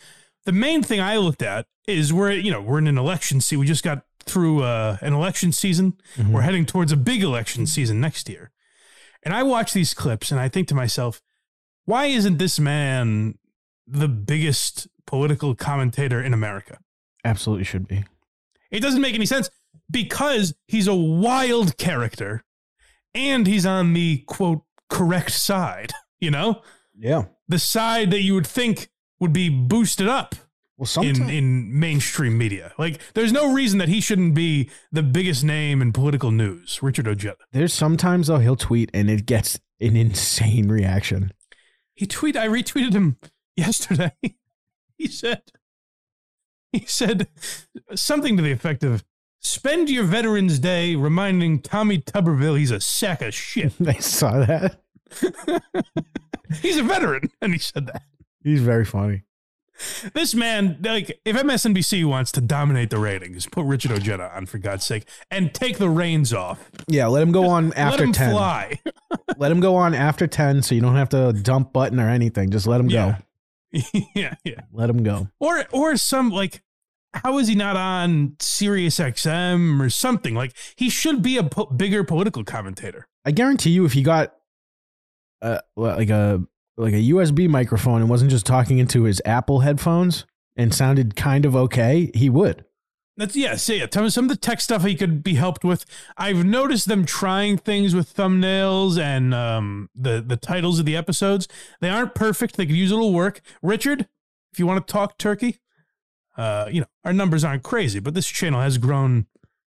B: The main thing I looked at is we're you know we're in an election. See, we just got through uh, an election season. We're heading towards a big election season next year. And I watch these clips and I think to myself, why isn't this man the biggest political commentator in America?
C: Absolutely should be.
B: It doesn't make any sense because he's a wild character and he's on the quote correct side, you know?
C: Yeah.
B: The side that you would think would be boosted up
C: Well,
B: in,
C: sometimes
B: in mainstream media. Like there's no reason that he shouldn't be the biggest name in political news, Richard Ojeda.
C: there's sometimes though he'll tweet and it gets an insane reaction.
B: he tweet I retweeted him yesterday. he said he said something to the effect of spend your veterans day reminding Tommy Tuberville he's a sack of shit.
C: I saw that.
B: he's a veteran and he said that.
C: He's very funny.
B: This man like if MSNBC wants to dominate the ratings, put Richard Ojeda on for God's sake and take the reins off.
C: Yeah, let him go on after
B: Let him
C: ten.
B: fly.
C: Let him go on after ten, so you don't have to dump button or anything. Just let him
B: Yeah.
C: go.
B: yeah, yeah.
C: Let him go.
B: or or some like how is he not on Sirius XM or something like he should be a po- bigger political commentator
C: I guarantee you, if he got uh, like a like a USB microphone and wasn't just talking into his Apple headphones and sounded kind of okay, he would.
B: that's yeah see yeah, tell me some of the tech stuff he could be helped with i've noticed them trying things with thumbnails and um the the titles of the episodes they aren't perfect they could use a little work richard if you want to talk turkey uh you know our numbers aren't crazy but this channel has grown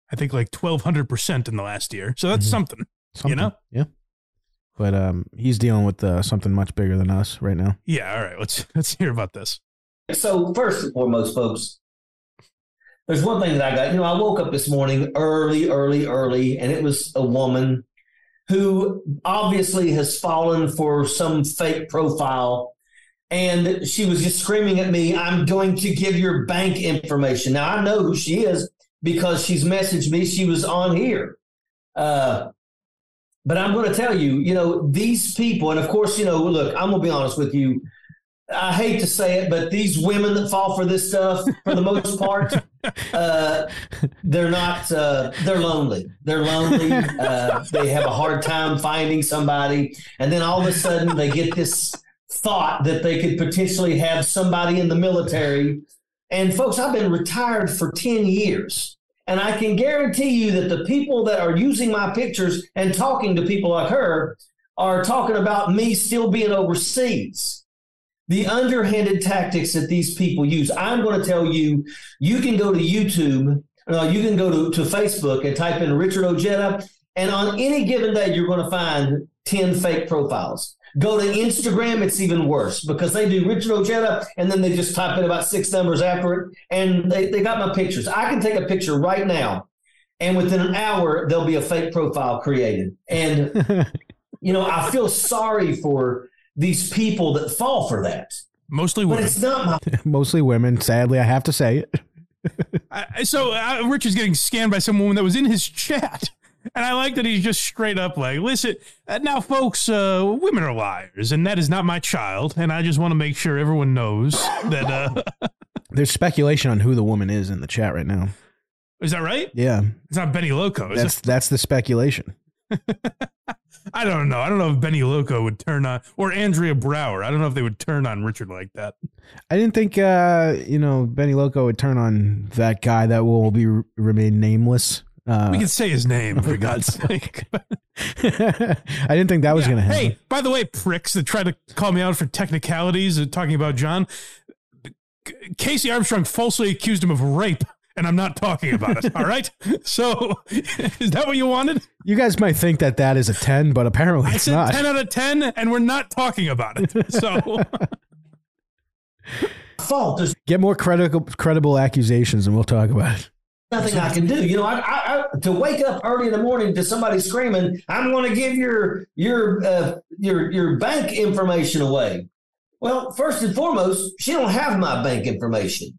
B: i think like 1200% in the last year so that's
C: Mhm.
B: something
C: Something.
B: know?
C: yeah. But um, he's dealing with uh, something much bigger than us right now.
B: yeah all right let's let's hear about this
H: So first and foremost, folks, there's one thing that I got. You know, I woke up this morning early, early, early, and it was a woman who obviously has fallen for some fake profile. And she was just screaming at me, I'm going to give your bank information. Now I know who she is because she's messaged me. She was on here. Uh, but I'm going to tell you, you know, these people, and of course, you know, look, I'm going to be honest with you. I hate to say it, but these women that fall for this stuff, for the most part, uh, they're not. Uh, they're lonely. They're lonely. Uh, they have a hard time finding somebody, and then all of a sudden they get this thought that they could potentially have somebody in the military. And folks, I've been retired for ten years, and I can guarantee you that the people that are using my pictures and talking to people like her are talking about me still being overseas the underhanded tactics that these people use. I'm going to tell you, you can go to YouTube, uh, you can go to, to Facebook and type in Richard Ojeda, and on any given day, you're going to find 10 fake profiles. Go to Instagram, it's even worse because they do Richard Ojeda and then they just type in about six numbers after it, and they, they got my pictures. I can take a picture right now and within an hour there'll be a fake profile created. And you know, I feel sorry for these people that fall for that.
B: Mostly
H: But
B: women.
H: it's not my
C: Mostly women. Sadly, I have to say it.
B: I, I- so uh, Richard's getting scanned by some woman that was in his chat. And I like that he's just straight up like, listen, uh, now, folks, uh, women are liars, and that is not my child. And I just want to make sure everyone knows that. Uh,
C: There's speculation on who the woman is in the chat right now.
B: is that right?
C: Yeah,
B: It's not Benny Loco. Is it?
C: that's that's the speculation.
B: I don't know. I don't know if Benny Loco would turn on or Andrea Brower. I don't know if they would turn on Richard like that.
C: I didn't think uh, you know Benny Loco would turn on that guy that will be remain nameless.
B: We
C: Uh,
B: can say his name for
C: for
B: God's
C: God's
B: sake.
C: I didn't think that was
B: Yeah.
C: going to happen.
B: Hey, by the way, pricks that try to call me out for technicalities and talking about John, C- Casey Armstrong falsely accused him of rape, and I'm not talking about it. All right. So, is that what you wanted?
C: You guys might think that that is a ten, but apparently
B: I
C: it's
B: said
C: not.
B: 10 out of 10, and we're not talking about it. So,
H: fault. There's
C: Get more credible credible accusations, and we'll talk about it.
H: nothing I can do. You know, I, I, I to wake up early in the morning to somebody screaming, "I'm going to give your your uh, your your bank information away." Well, first and foremost, she don't have my bank information.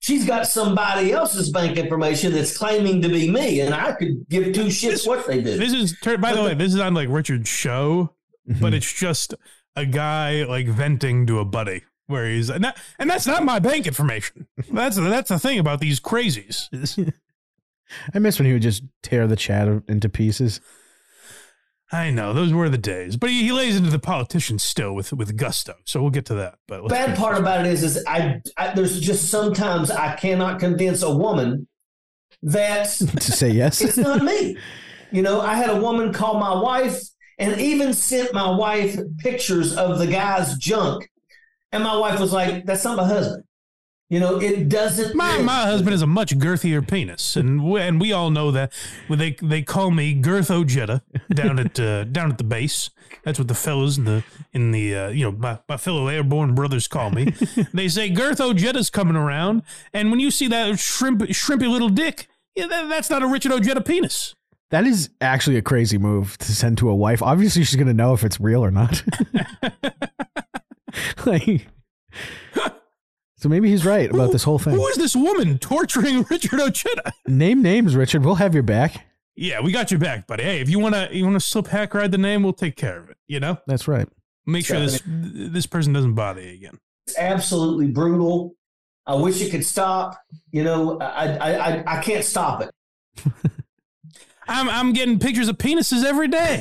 H: She's got somebody else's bank information that's claiming to be me, and I could give two shits what they do.
B: this is, tur- by the way, this is on like Richard's show,
C: Mm-hmm.
B: but it's just a guy like venting to a buddy. Where he's and, that, and that's not my bank information. That's that's the thing about these crazies.
C: I miss when he would just tear the chat into pieces.
B: I know those were the days, but he, he lays into the politicians still with with gusto. So we'll get to that. But let's
H: bad part about it is, is I, I there's just sometimes I cannot convince a woman that
C: To say yes,
H: it's not me. You know, I had a woman call my wife and even sent my wife pictures of the guy's junk. And my wife was like, that's not my husband. You know, it doesn't.
B: my my husband is a much girthier penis, and we, and we all know that. Well, they they call me Girth Ojeda down at uh, down at the base. That's what the fellas in the in the uh, you know my, my fellow airborne brothers call me. they say Girth Ojeda's coming around, and when you see that shrimp shrimpy little dick, yeah, that, that's not a Richard Ojeda penis.
C: that is actually a crazy move to send to a wife. Obviously, she's going to know if it's real or not. like, so maybe he's right about this whole
B: Who
C: thing.
B: is this woman torturing Richard Ojeda?
C: Name names, Richard. We'll have your back.
B: Yeah, we got your back, buddy. Hey, if you wanna you wanna slip hack ride the name, we'll take care of it. You know,
C: That's right.
B: make sure this this person doesn't bother you again.
H: It's absolutely brutal. I wish it could stop. You know, I, I, I, I can't stop it.
B: I'm I'm getting pictures of penises every day.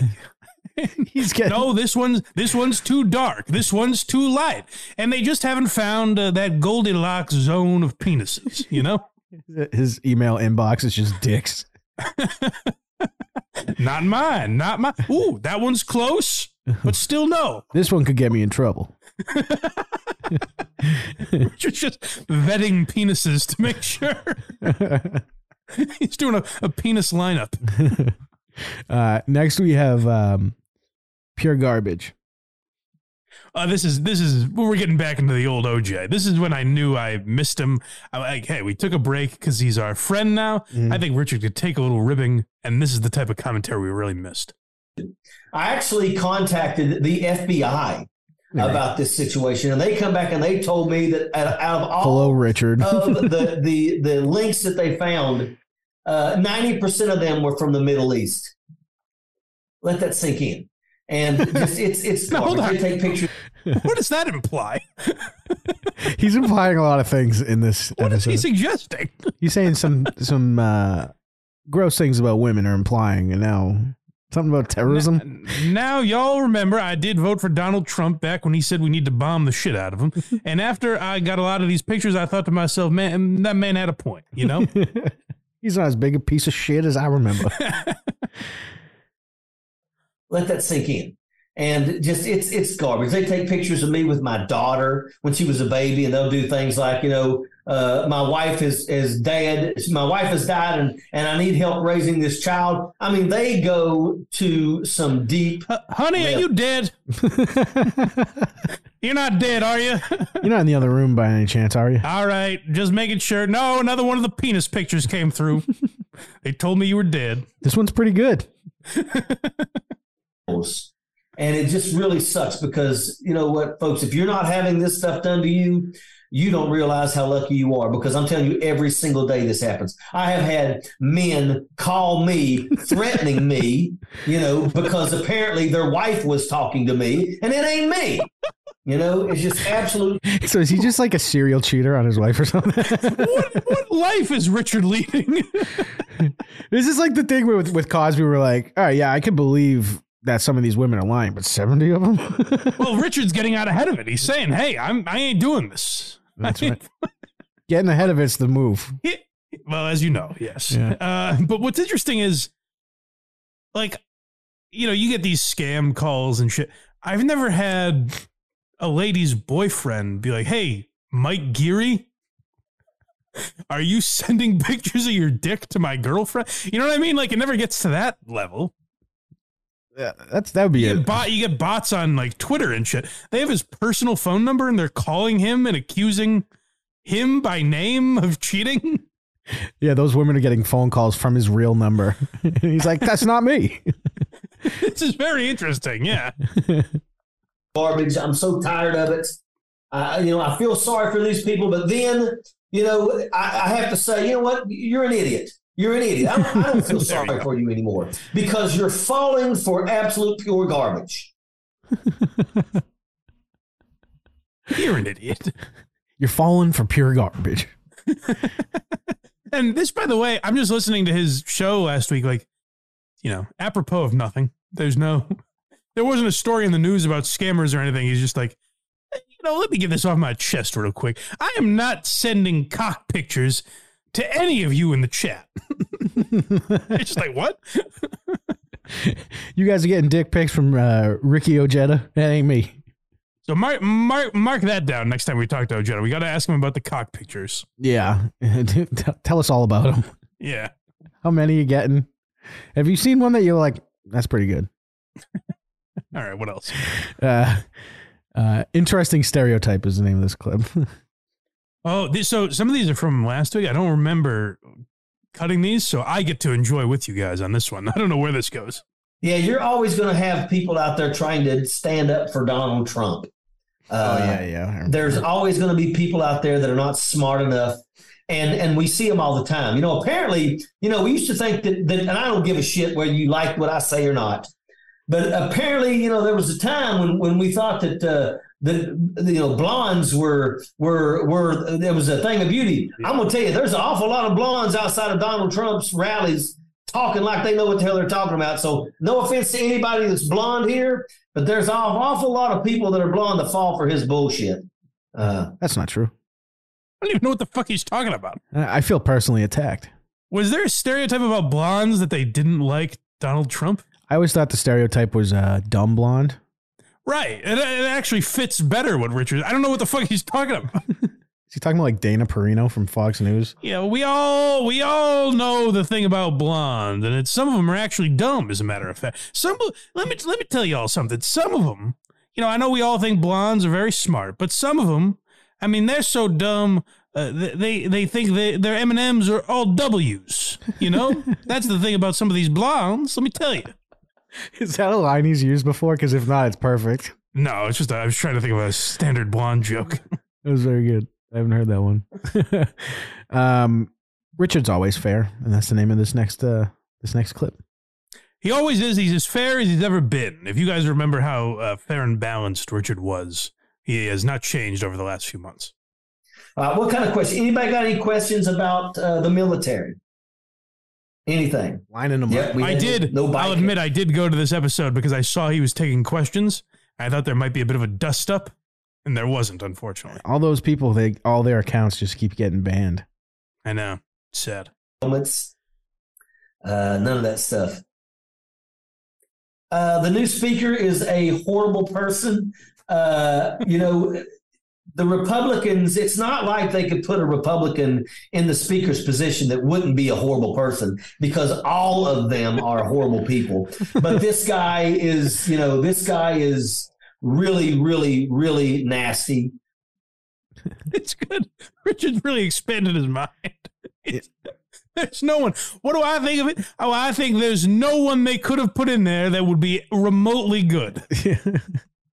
C: He's getting
B: No, this one's this one's too dark. This one's too light, and they just haven't found uh, that Goldilocks zone of penises. You know,
C: his email inbox is just dicks.
B: not mine, not mine. Ooh, that one's close, but still no.
C: This one could get me in trouble.
B: Just just vetting penises to make sure he's doing a, a penis lineup.
C: Uh, next, we have um, pure garbage.
B: Uh, this is this is we're getting back into the old OJ. This is when I knew I missed him. I like, hey, we took a break because he's our friend now. I think Richard could take a little ribbing, and this is the type of commentary we really missed.
H: I actually contacted the FBI about this situation, and they come back and they told me that out out of all
B: Oh.
C: Hello, Richard.
B: Uh,
H: of the, the the links that they found, uh, ninety percent of them were from the Middle East. Let that sink in, and just, it's it's
B: No, hold
H: garbage.
B: on.
H: They take pictures.
B: What does that imply?
C: He's implying a lot of things in this
B: What is
C: episode.
B: he suggesting?
C: He's saying some some uh, gross things about women are implying, and now something about terrorism.
B: Uh, Now y'all remember I did vote for Donald Trump back when he said we need to bomb the shit out of him. And after I got a lot of these pictures, I thought to myself, man, that man had a point. You know,
C: He's not as big a piece of shit as I remember.
H: Let that sink in, and just it's it's garbage. They take pictures of me with my daughter when she was a baby, and they'll do things like you know. Uh, my wife is is dead. My wife has died, and and I need help raising this child. I mean, they go to some deep
B: H- honey, are
H: Yeah.
B: you dead? You're not dead, are you?
C: You're not in the other room by any chance, are you?
B: All right, just making sure. No, another one of the penis pictures came through. They told me you were dead.
C: This one's pretty good.
H: animals. And it just really sucks because you know what, folks, if you're not having this stuff done to you, you don't realize how lucky you are because I'm telling you, every single day this happens. I have had men call me threatening me, you know, because apparently their wife was talking to me and it ain't me. You know, it's just absolute
C: So is he just like a serial cheater on his wife or something?
B: what, what life is Richard leading?
C: this is like the thing with with Cosby. We're like, all right, yeah, I can believe that some of these women are lying, but seventy of them.
B: well, Richard's getting out ahead of it. He's saying, "Hey, I'm I ain't doing this."
C: That's right. Getting ahead of it's the move.
B: Well, as you know, yes.
C: Yeah.
B: Uh, but what's interesting is, like, you know, you get these scam calls and shit. I've never had a lady's boyfriend be like, "Hey, Mike Geary." Are you sending pictures of your dick to my girlfriend? You know what I mean? Like it never gets to that level.
C: Yeah, that's that would be
B: You
C: it.
B: get bot, you get bots on like Twitter and shit. They have his personal phone number and they're calling him and accusing him by name of cheating.
C: Yeah, those women are getting phone calls from his real number. He's like, that's not me.
B: this is very interesting. Yeah,
H: garbage. I'm so tired of it. I you know, I feel sorry for these people, but then, you know, I, I have to say, you know what? You're an idiot. You're an idiot. I don't, I don't feel sorry for you anymore because you're falling for absolute pure garbage.
B: you're an idiot.
C: You're falling for pure garbage.
B: And this, by the way, I'm just listening to his show last week. Like, you know, apropos of nothing. There's no, there wasn't a story in the news about scammers or anything. He's just like, you know, let me get this off my chest real quick. I am not sending cock pictures to any of you in the chat. it's just like what?
C: You guys are getting dick pics from uh, Ricky Ojeda. That ain't me.
B: So mark mark mark that down next time we talk to Ojeda. We got to ask him about the cock pictures.
C: Yeah, T- tell us all about him.
B: Yeah,
C: How many you getting? Have you seen one that you're like, that's pretty good?
B: all right. What else?
C: Uh, uh, interesting stereotype is the name of this clip.
B: Oh, th- so some of these are from last week. I don't remember cutting these, so I get to enjoy with you guys on this one. I don't know where this goes.
H: Yeah, you're always going to have people out there trying to stand up for Donald Trump.
A: Oh,
H: Uh,
C: Oh, yeah.
H: there's always going to be people out there that are not smart enough and and we see them all the time you know apparently you know we used to think that, that and i don't give a shit whether you like what i say or not but apparently you know there was a time when when we thought that uh that you know blondes were were were there was a thing of beauty i'm going to tell you there's an awful lot of blondes outside of donald trump's rallies talking like they know what the hell they're talking about so no offense to anybody that's blonde here but there's an awful lot of people that are blonde that fall for his bullshit uh,
C: That's not true.
B: I don't even know what the fuck he's talking about.
C: I I feel personally attacked.
B: Was there a stereotype about blondes that they didn't like Donald Trump?
C: I always thought the stereotype was uh, dumb blonde.
B: Right. It, it actually fits better what Richard. I don't know what the fuck he's talking about.
C: Is he talking about like Dana Perino from Fox News?
B: yeah, we all we all know the thing about blondes, and it's, some of them are actually dumb. As a matter of fact, some let me let me tell you all something. Some of them, you know, I know we all think blondes are very smart, but some of them, I mean, they're so dumb. Uh, th- they they think they, their M and M's are all W's. You know, that's the thing about some of these blondes. Let me tell you.
C: Is that a line he's used before? Because if not, it's perfect.
B: No, it's just I was trying to think of a standard blonde joke.
C: It was very good. I haven't heard that one. um, Richard's always fair, and that's the name of this next uh, this next clip.
B: He always is. He's as fair as he's ever been. If you guys remember how uh, fair and balanced Richard was, he has not changed over the last few months.
H: Uh, what kind of question? Anybody got any questions about uh, the military? Anything?
C: Lining them
H: Yep, we
B: I
H: had
B: did.
H: No
B: I'll
H: biking.
B: admit, I did go to this episode because I saw he was taking questions. I thought there might be a bit of a dust up, and there wasn't, unfortunately.
C: All those people, they all their accounts just keep getting banned.
B: I know. Sad.
H: helmets, uh, none of that stuff. Uh, the new speaker is a horrible person. Uh, you know, the Republicans, it's not like they could put a Republican in the speaker's position that wouldn't be a horrible person because all of them are horrible people. But this guy is, you know, this guy is really, really, really nasty.
B: It's good. Richard's really expanded his mind. He's- There's no one. What do I think of it? Oh, I think there's no one they could have put in there that would be remotely good.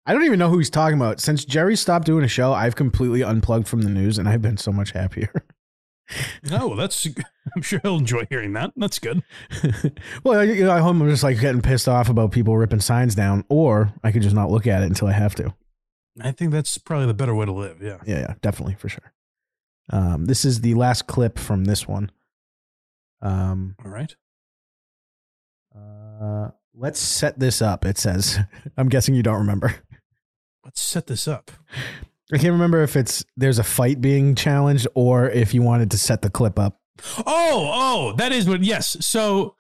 C: I don't even know who he's talking about. Since Jerry stopped doing a show, I've completely unplugged from the news and I've been so much happier.
B: No, Oh, that's. I'm sure he'll enjoy hearing that. That's good.
C: well, you know, at home I'm just like getting pissed off about people ripping signs down, or I could just not look at it until I have to.
B: I think that's probably the better way to live. Yeah.
C: Yeah, yeah, definitely for sure. Um, this is the last clip from this one. Um,
B: All right.
C: uh, let's set this up. It says, I'm guessing you don't remember.
B: Let's set this up.
C: I can't remember if it's there's a fight being challenged or if you wanted to set the clip up.
B: Oh, oh, that is what. Yes. So,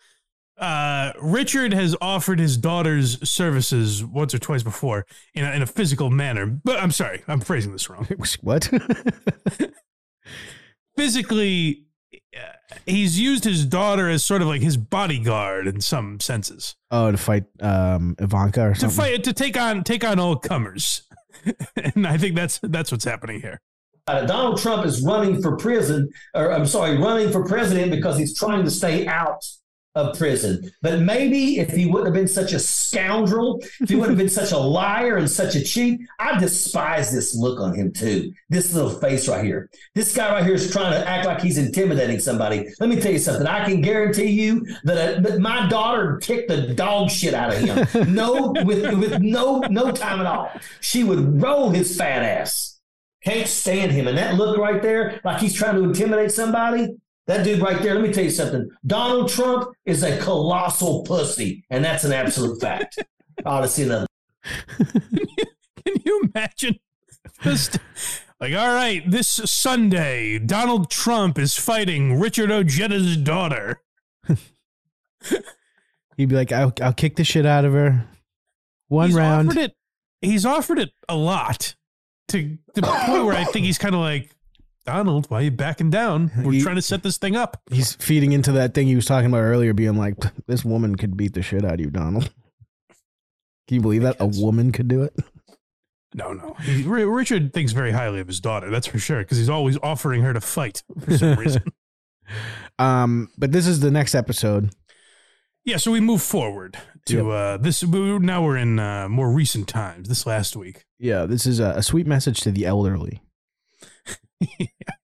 B: uh, Richard has offered his daughter's services once or twice before in a, in a physical manner. But I'm sorry, I'm phrasing this wrong.
C: What?
B: Physically, uh, he's used his daughter as sort of like his bodyguard in some senses
C: oh, to fight um, Ivanka or
B: to
C: something.
B: fight to take on take on all comers. and I think that's that's what's happening here.
H: Uh, Donald Trump is running for prison, or I'm sorry, running for president because he's trying to stay out of prison. But maybe if he wouldn't have been such a scoundrel, if he wouldn't have been such a liar and such a cheat, I despise this look on him too. This little face right here. This guy right here is trying to act like he's intimidating somebody. Let me tell you something. I can guarantee you that, uh, that my daughter kicked the dog shit out of him. No, with with no no time at all. She would roll his fat ass. Can't stand him. And that look right there, like he's trying to intimidate somebody. That dude right there, let me tell you something. Donald Trump is a colossal pussy, and that's an absolute fact. Odyssey another.
B: Can you imagine? Just like, all right, this Sunday, Donald Trump is fighting Richard Ojeda's daughter.
C: He'd be like, I'll, I'll kick the shit out of her. One
B: he's
C: round.
B: Offered it, he's offered it a lot to to the point where I think he's kind of like, Donald, why are you backing down? We're
C: He-
B: trying to set this thing up.
C: He's feeding into that thing he was talking about earlier, being like, this woman could beat the shit out of you, Donald. Can you believe that? A woman could do it?
B: No, no. He, Ri- Richard thinks very highly of his daughter, that's for sure, because he's always offering her to fight for some reason.
C: Um, but this is the next episode.
B: Yeah, so we move forward to uh, this. we- Now we're in uh, more recent times. This last week.
C: Yeah, this is a, a sweet message to the elderly.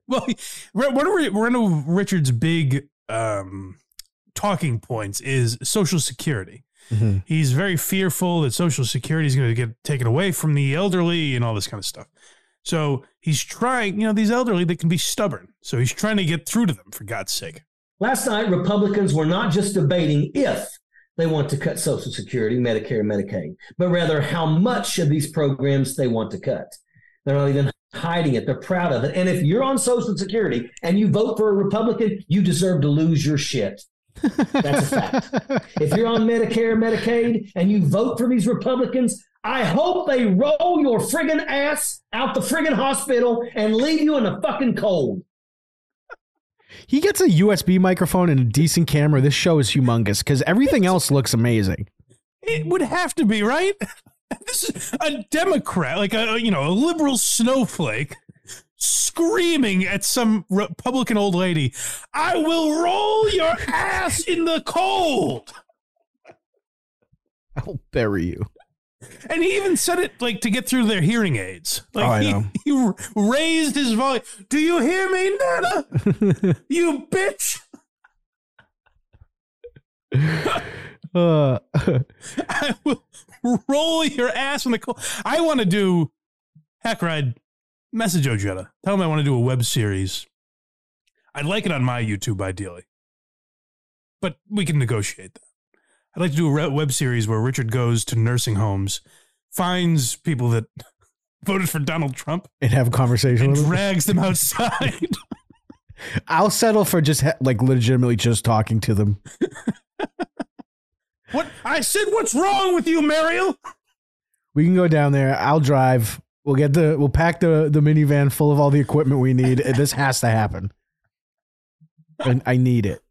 B: Well, he- re- one of, Ri- one of Richard's big um, talking points is Social Security.
C: Mhm.
B: He's very fearful that Social Security is going to get taken away from the elderly and all this kind of stuff. So he's trying, you know, these elderly, they can be stubborn. So he's trying to get through to them, for God's sake.
H: Last night, Republicans were not just debating if they want to cut Social Security, Medicare, and Medicaid, but rather how much of these programs they want to cut. They're not even hiding it. They're proud of it. And if you're on Social Security and you vote for a Republican, you deserve to lose your shit. That's a fact. If you're on Medicare, Medicaid, and you vote for these Republicans, I hope they roll your friggin' ass out the friggin' hospital and leave you in the fucking cold.
C: He gets a USB microphone and a decent camera. This show is humongous because everything else looks amazing.
B: It would have to be, right? This is a Democrat, like a you know, a liberal snowflake screaming at some Republican old lady, "I will roll your ass in the cold."
C: I'll bury you.
B: And he even said it like to get through their hearing aids. Like
C: Oh, I
B: he,
C: know.
B: he r- raised his volume. Do you hear me, Nana? you bitch.
C: Uh,
B: I will roll your ass in the cold. I want to do heck ride. Message Ojeda. Tell him I want to do a web series. I'd like it on my YouTube ideally, but we can negotiate that. I'd like to do a re- web series where Richard goes to nursing homes, finds people that voted for Donald Trump,
C: and have a conversation
B: and
C: with him.
B: drags them outside.
C: I'll settle for just ha- like legitimately just talking to them.
B: what I said? What's wrong with you, Mariel?
C: We can go down there. I'll drive. We'll get the we'll pack the the minivan full of all the equipment we need. this has to happen. And I need it.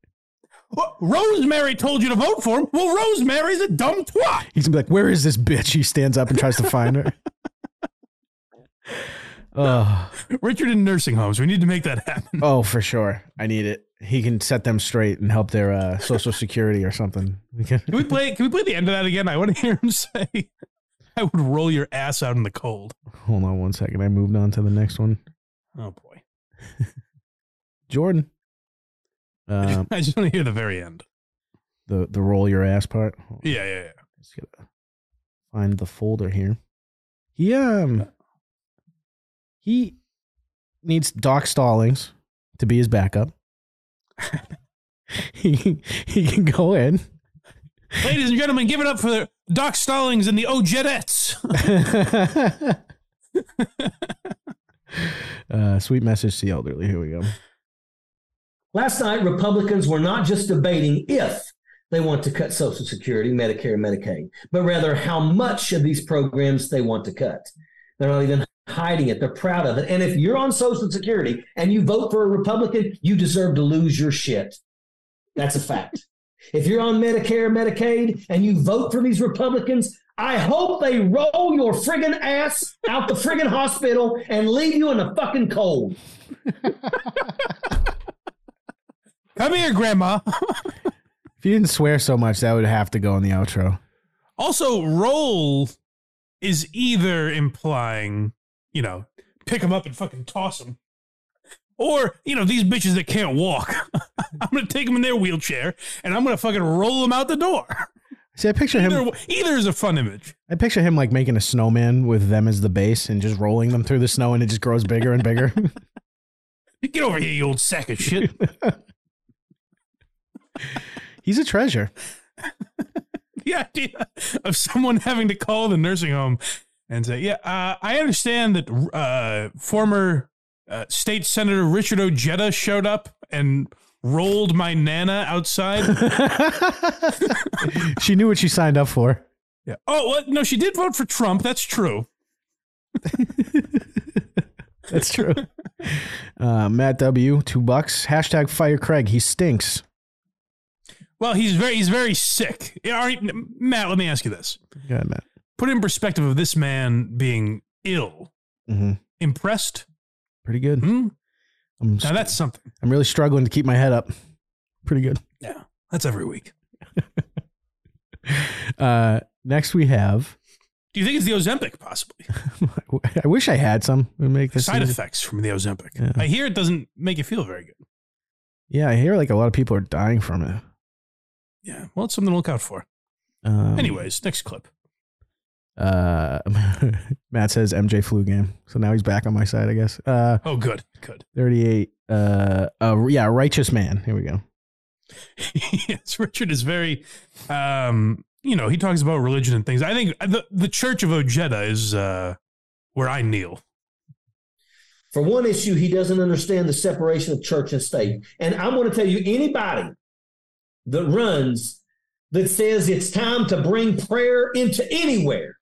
B: Well, Rosemary told you to vote for him. Well, Rosemary's a dumb twat.
C: He's gonna be like, "Where is this bitch?" He stands up and tries to find her. Ugh.
B: Richard in nursing homes. We need to make that happen.
C: oh, for sure. I need it. He can set them straight and help their uh, social security or something. We can-
B: Can we play? Can we play the end of that again? I want to hear him say, "I would roll your ass out in the cold."
C: Hold on one second. I moved on to the next one.
B: Oh boy,
C: Jordan. Um,
B: I just want to hear the very end.
C: the the roll your ass part. Hold on.
B: Yeah, yeah, yeah.
C: Just gotta find the folder here. He um he needs Doc Stallings to be his backup. he he can go in.
B: Ladies and gentlemen, give it up for Doc Stallings and the Ojettes.
C: uh, sweet message to the elderly. Here we go.
H: Last night, Republicans were not just debating if they want to cut Social Security, Medicare, and Medicaid, but rather how much of these programs they want to cut. They're not even hiding it, they're proud of it. And if you're on Social Security and you vote for a Republican, you deserve to lose your shit. That's a fact. if you're on Medicare, Medicaid, and you vote for these Republicans, I hope they roll your friggin' ass out the friggin' hospital and leave you in the fucking cold.
B: Come here, Grandma.
C: If you didn't swear so much, that would have to go in the outro.
B: Also, roll is either implying, you know, pick them up and fucking toss them, or, you know, these bitches that can't walk, I'm going to take them in their wheelchair and I'm going to fucking roll them out the door.
C: See, I picture him.
B: Either, either is a fun image.
C: I picture him like making a snowman with them as the base and just rolling them through the snow, and it just grows bigger and bigger.
B: Get over here, you old sack of shit.
C: He's a treasure.
B: the idea of someone having to call the nursing home and say, "Yeah, uh, I understand that uh, former uh, state senator Richard Ojeda showed up and rolled my nana outside."
C: she knew what she signed up for.
B: yeah. Oh, well, no, she did vote for Trump. That's true.
C: That's true. Uh, Matt W, two bucks. Hashtag fire Craig. He stinks.
B: Well, he's very he's very sick. Yeah, all right, Matt, let me ask you this:
C: Go ahead, Matt.
B: Put in perspective of this man being ill,
C: hmm
B: impressed.
C: Pretty good.
B: Hmm?
C: I'm,
B: Now that's something.
C: I'm really struggling to keep my head up. Pretty good.
B: Yeah, that's every week.
C: Uh, next we have.
B: Do you think it's the Ozempic, possibly?
C: I wish I had some. We make this
B: side
C: easy.
B: effects from the Ozempic.
C: Yeah.
B: I hear it doesn't make you feel very good.
C: Yeah, I hear like a lot of people are dying from it.
B: Yeah. Well, it's something to look out for.
C: Um,
B: Anyways, next clip.
C: uh, Matt says MJ flu game, so now he's back on my side, I guess. Uh,
B: Oh, good. Good.
C: thirty-eight. Uh, uh, yeah, righteous man. Here we go.
B: yes. Richard is very, um, you know, he talks about religion and things. I think the, the Church of Ojeda is uh, where I kneel.
H: For one issue, he doesn't understand the separation of church and state. And I'm going to tell you anybody that runs that says it's time to bring prayer into anywhere,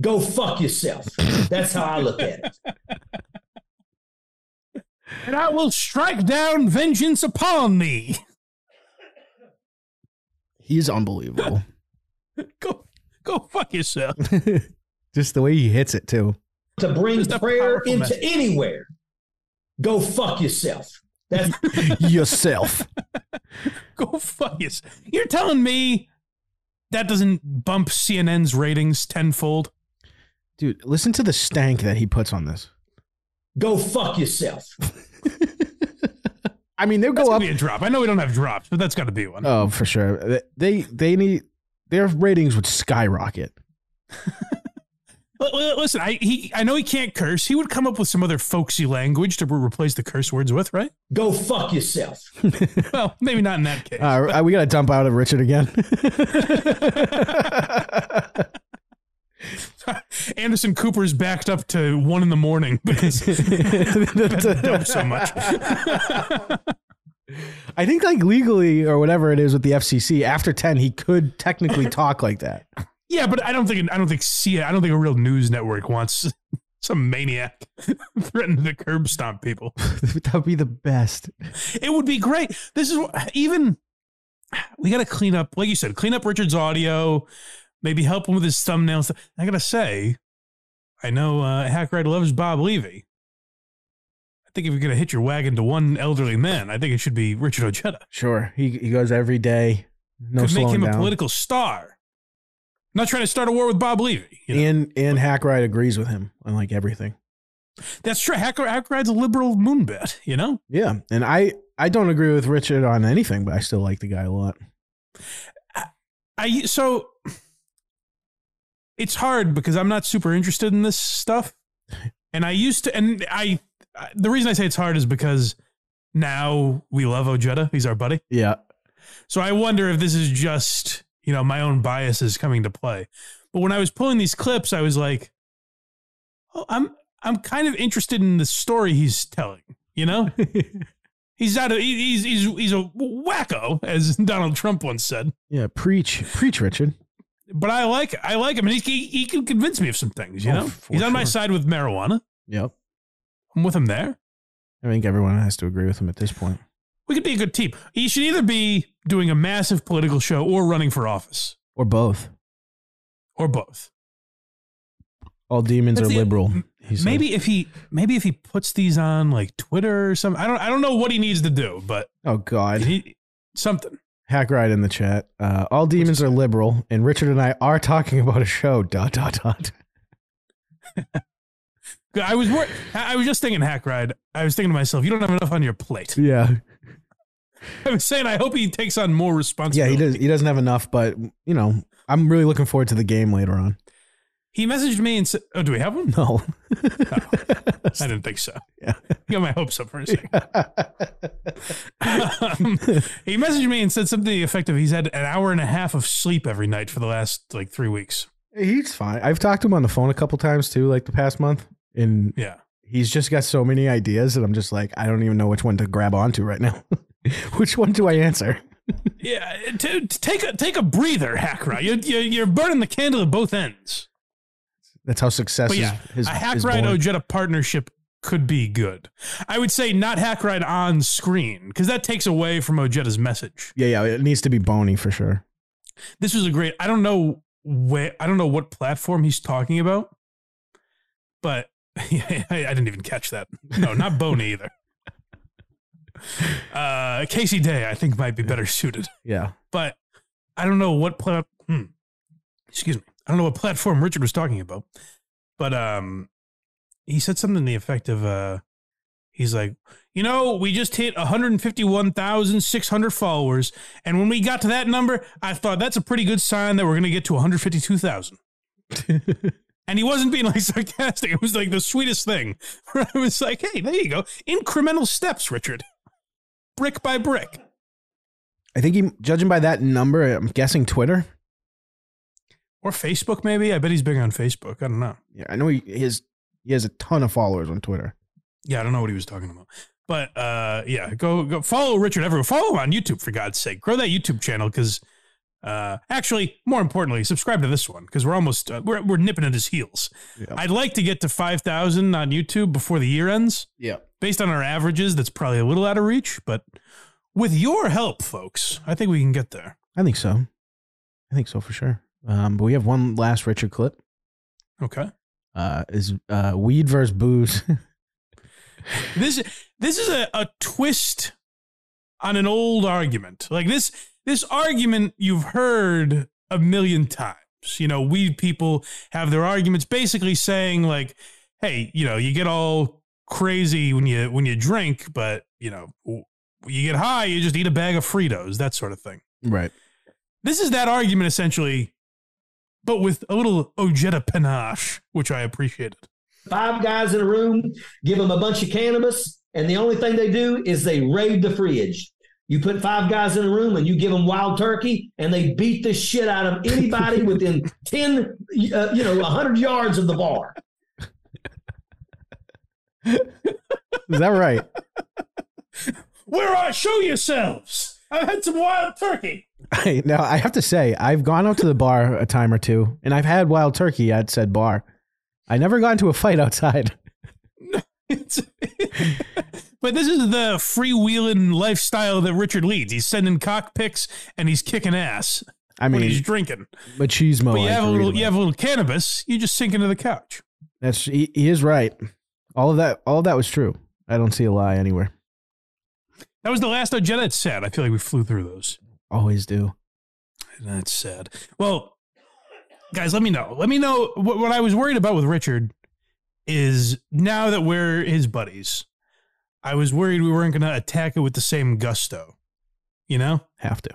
H: go fuck yourself. That's how I look at it.
B: And I will strike down vengeance upon thee.
C: He's unbelievable.
B: Go, go fuck yourself.
C: Just the way he hits it too.
H: To bring
B: Just a
H: prayer
B: powerful
H: into
B: message.
H: anywhere, go fuck yourself. That's
C: Yourself.
B: Go fuck yourself. You're telling me that doesn't bump CNN's ratings tenfold?
C: Dude, listen to the stank that he puts on this.
H: go fuck yourself.
C: I mean, they'll
B: That's
C: go
B: gotta
C: up.
B: be a drop. I know we don't have drops, but that's got to be one.
C: Oh, for sure. They- They they need their ratings would skyrocket.
B: L- l- Listen, I he I know he can't curse. He would come up with some other folksy language to re- replace the curse words with, right?
H: Go fuck yourself.
B: Well, maybe not in that case.
C: Uh, we got to dump out of Richard again.
B: Anderson Cooper's backed up to one in the morning because he had dumped so much.
C: I think like legally or whatever it is with the FCC, after ten he could technically talk like that.
B: yeah, but I don't think I don't think see I don't think a real news network wants some maniac threatening to curb stomp people.
C: that would be the best.
B: It would be great. This is wh- even we got to clean up, like you said, clean up Richard's audio, maybe help him with his thumbnails. I gotta say, I know uh, Hackride loves Bob Levy. I think if you're going to hit your wagon to one elderly man, I think it should be Richard Ojeda.
C: Sure. He, he goes every day. No
B: Could make
C: slowing
B: him
C: down.
B: a political star. I'm not trying to start a war with Bob Levy. you know?
C: and and Hackride agrees with him on like everything.
B: That's true. Hacker, Hackride's a liberal moonbat, you know?
C: Yeah, and I I don't agree with Richard on anything, but I still like the guy a lot.
B: I so it's hard because I'm not super interested in this stuff, and I used to, and I I- the reason I say it's hard is because now we love Ojeda. He's our buddy.
C: Yeah,
B: So I wonder if this is just you know my own biases coming to play. But when I was pulling these clips, I was like, oh, I'm I'm kind of interested in the story he's telling. You know, he's out of he- he's he's he's a wacko, as Donald Trump once said
C: yeah. Preach, preach, Richard.
B: but I like I like him, and he, he, he can convince me of some things. You
C: Oh,
B: know,
C: for
B: he's on my
C: sure.
B: side with marijuana.
C: Yep.
B: I'm with him there.
C: I think everyone has to agree with him at this point.
B: We could be a good team. He should either be doing a massive political show or running for office
C: Or both.
B: or both.
C: All demons
B: That's
C: are
B: the-
C: liberal.
B: m-
C: He said.
B: Maybe if he maybe if he puts these on like Twitter or something. I don't I don't know what he needs to do, but
C: Oh God.
B: he something.
C: Hack right in the chat. Uh, all demons are liberal, and Richard and I are talking about a show. Dot dot dot.
B: I was wor- I I was just thinking hack ride. I was thinking to myself, you don't have enough on your plate.
C: Yeah.
B: I was saying I hope he takes on more
C: Yeah.
B: responsibility.
C: He does. He doesn't have enough, but you know, I'm really looking forward to the game later on.
B: He messaged me and said, "Oh, do we have one?
C: No.
B: I didn't think so.
C: Yeah.
B: You got my hopes up for a second. Um, he messaged me and said something to the effect of he's had an hour and a half of sleep every night for the last like three weeks.
C: He's fine. I've talked to him on the phone a couple times too, like the past month, and
B: Yeah.
C: he's just got so many ideas that I'm just like, I don't even know which one to grab onto right now. which one do I answer?
B: Yeah. To, to take a take a breather, Hackra. You, you, you're burning the candle at both ends.
C: That's how success
B: But yeah,
C: is. is
B: a Hack oh,
C: is
B: Ride
C: born.
B: Ojeda partnership could be good. I would say not Hack Ride on screen because that takes away from Ojeda's message.
C: Yeah, yeah, it needs to be bony for sure.
B: This was a great. I don't know where. I don't know what platform he's talking about, but I, I didn't even catch that. No, not Boney either. Uh, Casey Day, I think, might be better suited,
C: Yeah,
B: but I don't know what plat. Hmm. Excuse me. I don't know what platform Richard was talking about, but um, he said something to the effect of uh, he's like, you know, we just hit 151,600 followers. And when we got to that number, I thought that's a pretty good sign that we're going to get to 152,000. and he wasn't being like sarcastic. It was like the sweetest thing. Where I was like, hey, there you go. Incremental steps, Richard. Brick by brick.
C: I think he, judging by that number, I'm guessing Twitter.
B: Or Facebook, maybe. I bet he's big on Facebook. I don't know.
C: Yeah, I know he his he has a ton of followers on Twitter.
B: Yeah, I don't know what he was talking about. But uh, yeah, go go follow Richard everywhere. Follow him on YouTube for God's sake. Grow that YouTube channel because uh, actually, more importantly, subscribe to this one because we're almost uh, we're we're nipping at his heels.
C: Yeah.
B: I'd like to get to five thousand on YouTube before the year ends.
C: Yeah.
B: Based on our averages, that's probably a little out of reach, but with your help, folks, I think we can get there.
C: I think so. I think so for sure. Um, but we have one last Richard clip.
B: Okay.
C: Uh, is uh, weed versus booze?
B: this this is a, a twist on an old argument. Like this this argument you've heard a million times. You know, weed people have their arguments basically saying like, hey, you know, you get all crazy when you when you drink, but you know, w- you get high, you just eat a bag of Fritos, that sort of thing.
C: right.
B: This is that argument essentially, but with a little Ojeda panache, which I appreciated.
H: Five guys in a room, give them a bunch of cannabis, and the only thing they do is they raid the fridge. You put five guys in a room and you give them wild turkey, and they beat the shit out of anybody within 10, uh, you know, 100 yards of the bar.
C: Is that right?
B: Where are show yourselves? I've had some wild turkey.
C: I, now I have to say I've gone out to the bar a time or two, and I've had wild turkey at said bar. I never got into a fight outside.
B: It's- but this is the freewheeling lifestyle that Richard leads. He's sending cock pics and he's kicking ass
C: I
B: when he's
C: mean,
B: drinking.
C: machismo.
B: But you
C: I
B: have a
C: can read
B: little,
C: about.
B: you have a little cannabis. You just sink into the couch.
C: That's he, he is right. All of that all of that was true. I don't see a lie anywhere.
B: That was the last agenda. It's sad. I feel like we flew through those.
C: Always do.
B: That's sad. Well, guys, let me know. Let me know what, what I was worried about with Richard is now that we're his buddies, I was worried we weren't going to attack it with the same gusto, you know?
C: Have to.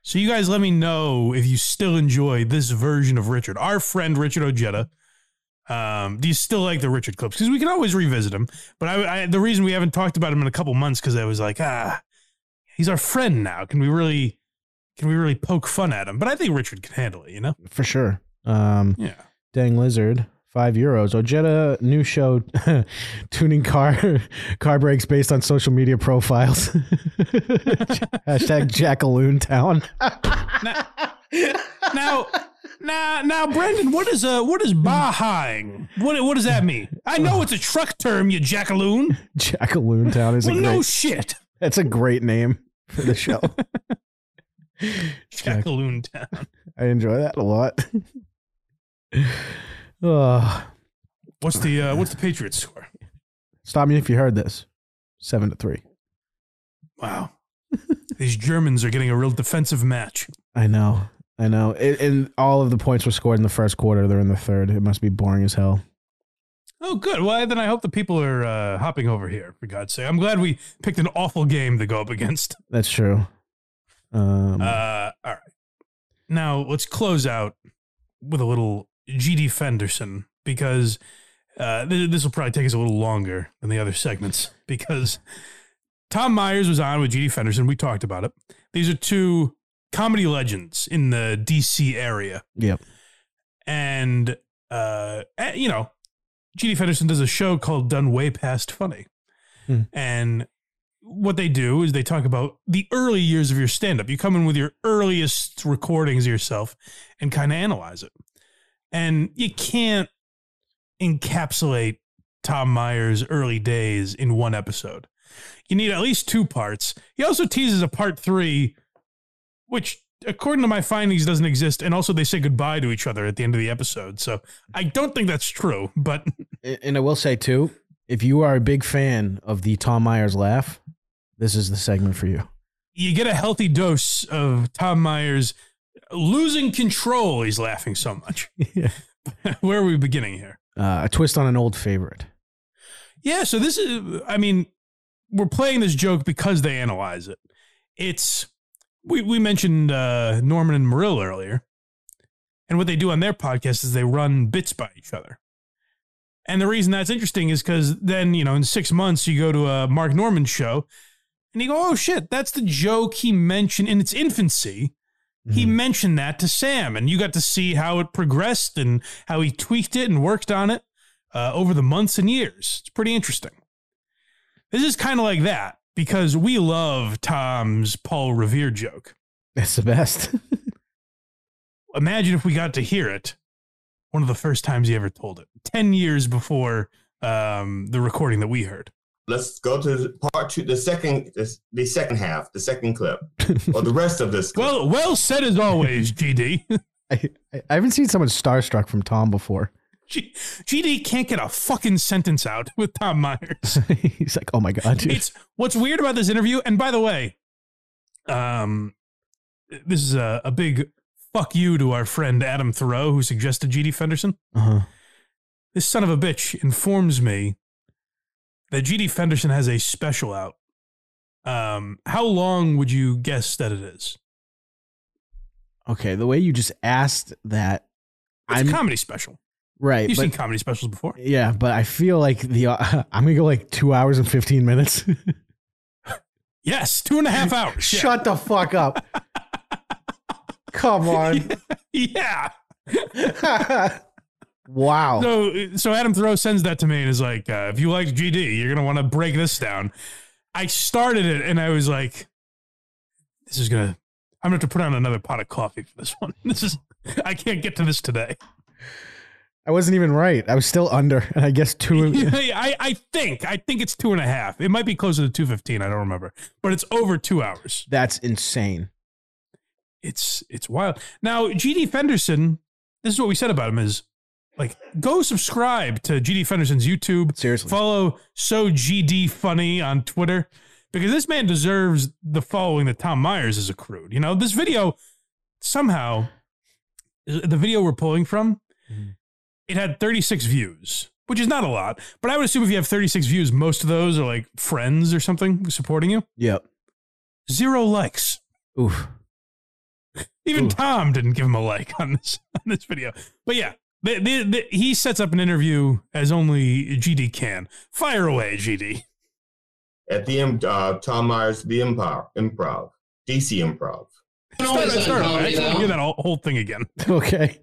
B: So you guys let me know if you still enjoy this version of Richard, our friend Richard Ojeda. Um, do you still like the Richard clips? Because we can always revisit him. But I, I, the reason we haven't talked about him in a couple months because I was like, ah, he's our friend now. Can we really, can we really poke fun at him? But I think Richard can handle it. You know?
C: For sure. Um
B: Yeah.
C: Dang Lizard, five euros. Ojeda new show tuning car car brakes based on social media profiles. Hashtag Jackaloon Town.
B: Now, now, now, Brendan, what is uh, what is
C: Hmm.
B: bahaing? What what does that mean? I know it's a truck term, you jackaloon.
C: Jackaloon Town is
B: Well,
C: a great
B: no shit,
C: that's a great name for the show.
B: jackaloon town.
C: I enjoy that a lot. oh,
B: What's the uh, what's the Patriots score?
C: stop me if you heard this. Seven to three.
B: Wow, these Germans are getting a real defensive match.
C: I know. I know. It, and all of the points were scored in the first quarter. They're in the third. It must be boring as hell.
B: Oh, good. Well, then I hope the people are uh, hopping over here. For God's sake, I'm glad we picked an awful game to go up against.
C: That's true. Um,
B: Uh, all right. Now let's close out with a little GD Fenderson because uh, th- this will probably take us a little longer than the other segments because Tom Myers was on with GD Fenderson. We talked about it. These are two comedy legends in the DC area.
C: Yep.
B: And, uh, eh, you know, GD Fenderson does a show called Done Way Past Funny.
C: Hmm.
B: And what they do is they talk about the early years of your stand up. You come in with your earliest recordings of yourself and kind of analyze it. And you can't encapsulate Tom Myers' early days in one episode. You need at least two parts. He also teases a part three, which, according to my findings, doesn't exist. And also, they say goodbye to each other at the end of the episode. So I don't think that's true, but
C: A- and I will say too, if you are a big fan of the Tom Myers laugh, this is the segment for you.
B: you get a healthy dose of Tom Myers losing control. He's laughing so much.
C: Yeah.
B: Where are we beginning here?
C: Uh, a twist on an old favorite.
B: Yeah, so this is I mean, we're playing this joke because they analyze it. It's we we mentioned uh Norman and Marill earlier. And what they do on their podcast is they run bits by each other. And the reason that's interesting is because then, you know, in six months you go to a Mark Norman show and you go, Oh shit, that's the joke he mentioned in its infancy. He mentioned that to Sam, and you got to see how it progressed and how he tweaked it and worked on it uh, over the months and years. It's pretty interesting. This is kind of like that because we love Tom's Paul Revere joke.
C: That's the best.
B: Imagine if we got to hear it one of the first times he ever told it, 10 years before um, the recording that we heard.
D: Let's go to the part two, the second, this- the second half, the second clip, or the rest of this. clip.
B: Well, well said as always, GD.
C: I, I I haven't seen someone starstruck from Tom before.
B: G- GD can't get a fucking sentence out with Tom Myers.
C: He's like, oh my god, dude.
B: it's what's weird about this interview and by the way um this is a, a big fuck you to our friend adam thoreau who suggested gd fenderson
C: Uh-huh.
B: this son of a bitch informs me that gd fenderson has a special out um how long would you guess that it is
C: Okay, the way you just asked that,
B: it's
C: I'm
B: a comedy special
C: right,
B: you've
C: but-
B: seen comedy specials before
C: Yeah, but I feel like the uh, I'm gonna go like two hours and fifteen minutes.
B: yes two and a half hours Yeah.
C: Shut the fuck up. Come on.
B: yeah
C: wow.
B: So, so Adam Thoreau sends that to me and is like, uh, if you like GD, you're gonna want to break this down. I started it and I was like, this is gonna. I'm gonna have to put on another pot of coffee for this one. This is. I can't get to this today.
C: I wasn't even right. I was still under, and I guess two.
B: I, I think I think it's two and a half. It might be closer to two fifteen. I don't remember, but it's over two hours.
C: That's insane.
B: It's it's wild. Now GD Fenderson. This is what we said about him: is like go subscribe to GD Fenderson's YouTube.
A: Seriously.
B: Follow so GD funny on Twitter because this man deserves the following that Tom Myers has accrued. You know, this video somehow the video we're pulling from
A: Mm-hmm.
B: it had 36 views, which is not a lot, but I would assume if you have 36 views, most of those are like friends or something supporting you.
A: Yep.
B: Zero likes.
A: Oof.
B: Even Tom didn't give him a like on this on this video. But yeah, the, the, the, he sets up an interview as only GD can. Fire away, GD.
D: At the M- uh, Tom Myers, the improv, improv, DC improv.
B: Start, start over. I just want to hear that whole- whole thing again.
A: Okay.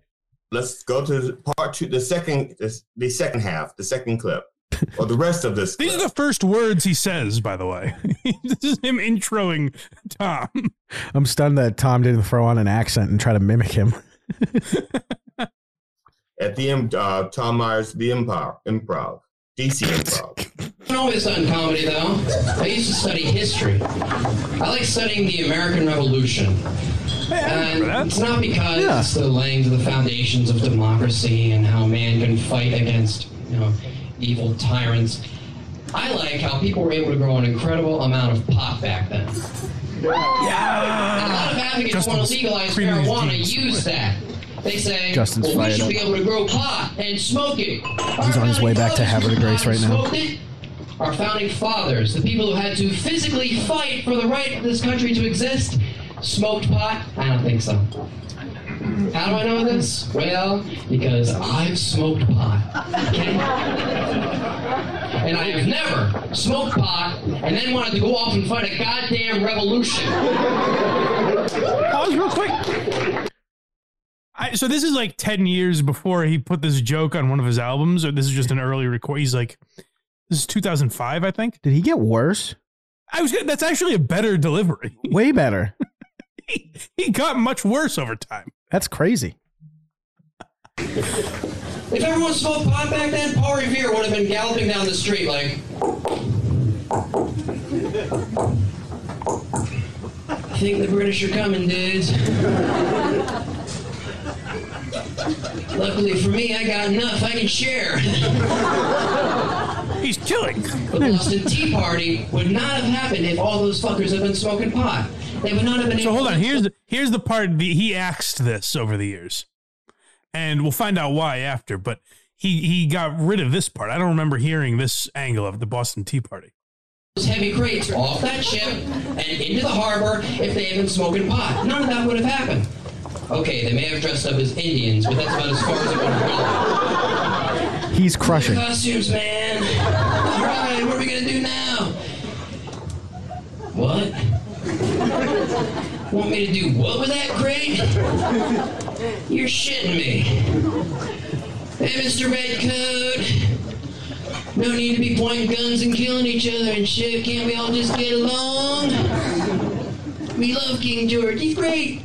D: Let's go to the part two, the second, this, the second half, the second clip, or the rest of this.
B: These
D: Clip.
B: are the first words he says, by the way. this is him introing Tom.
A: I'm stunned that Tom didn't throw on an accent and try to mimic him.
D: At the M- uh, Tom Myers, the improv, improv, DC improv.
H: I'm not always on comedy, though. I used to study history. I like studying the American Revolution.
B: remember that.
H: And it's not because it's the laying of the foundations of democracy and how man can fight against, you know, evil tyrants. I like how people were able to grow an incredible amount of pot back then. And a lot of advocates want to
B: Justin's
H: legalize
B: creaming his
H: marijuana
B: jeans.
H: use that. They say,
A: Justin's
H: well, we
A: fired
H: should
A: up.
H: be able to grow pot and smoke it.
A: He's on his way back to Havre de Grace right now.
H: now. Our founding fathers, the people who had to physically fight for the right of this country to exist, smoked pot? I don't think so. How do I know this? Well, because I've smoked pot. And I have never smoked pot and then wanted to go off and fight a goddamn revolution.
B: Pause real quick. I, so this is like ten years before he put this joke on one of his albums, or this is just an early record. He's like, this is 2005, I think.
A: Did he get worse?
B: I was gonna, that's actually a better delivery.
A: Way better.
B: He, he got much worse over time.
A: That's crazy.
H: If everyone smoked pot back then, Paul Revere would have been galloping down the street like. Think the British are coming, dudes. Luckily for me, I got enough. I can share.
B: He's killing.
H: The Boston Tea Party would not have happened if all those fuckers had been smoking pot. They would not have been.
B: So hold on. Here's here's the part the, he axed this over the years, and we'll find out why after. But he he got rid of this part. I don't remember hearing this angle of the Boston Tea Party.
H: those heavy crates off that ship and into the harbor if they had been smoking pot. None of that would have happened. Okay, they may have dressed up as Indians, but that's about as far as it would have
A: He's
H: gone.
A: crushing.
H: Costumes, man. All right, what are we gonna do now? What? Want me to do what with that crate? You're shitting me. Hey, Mr. Redcoat. No need to be pointing guns and killing each other and shit. Can't we all just get along? We love King George. He's great.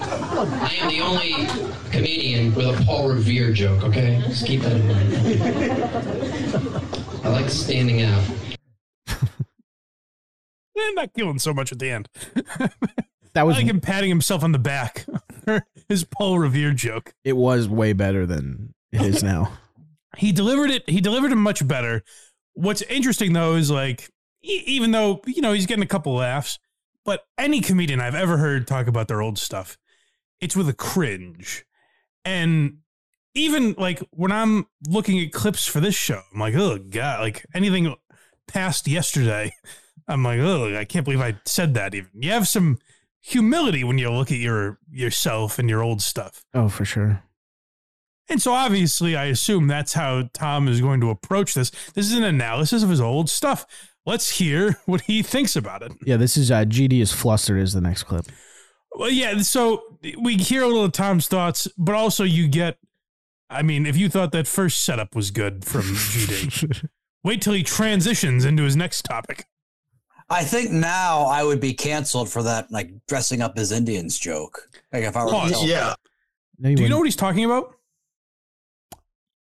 H: I am the only comedian with a Paul Revere joke, okay? Just keep that in mind. I like standing out.
B: Eh, not killing so much at the end.
A: That
B: I
A: was
B: like him patting himself on the back for his Paul Revere joke.
A: it was way better than it is now.
B: He delivered it. He delivered it much better. What's interesting though is like, e- even though you know he's getting a couple laughs, but any comedian I've ever heard talk about their old stuff, it's with a cringe, and even like when I'm looking at clips for this show, I'm like, oh god, like anything past yesterday, I'm like, oh, I can't believe I said that. Even you have some humility when you look at your yourself and your old stuff.
A: Oh, for sure.
B: And so obviously, I assume that's how Tom is going to approach this. This is an analysis of his old stuff. Let's hear what he thinks about it.
A: Yeah, this is uh, GD is flustered is the next clip.
B: Well, yeah. So we hear a little of Tom's thoughts, but also you get. I mean, if you thought that first setup was good from GD, wait till he transitions into his next topic.
E: I think now I would be canceled for that, like dressing up as Indians joke. Like if I were
B: Pause.
E: to tell-
D: Yeah,
A: No,
B: Do you know
A: wouldn't.
B: what he's talking about?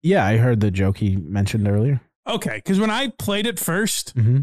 A: Yeah, I heard the joke he mentioned earlier.
B: Okay, because when I played it first,
A: Mm-hmm.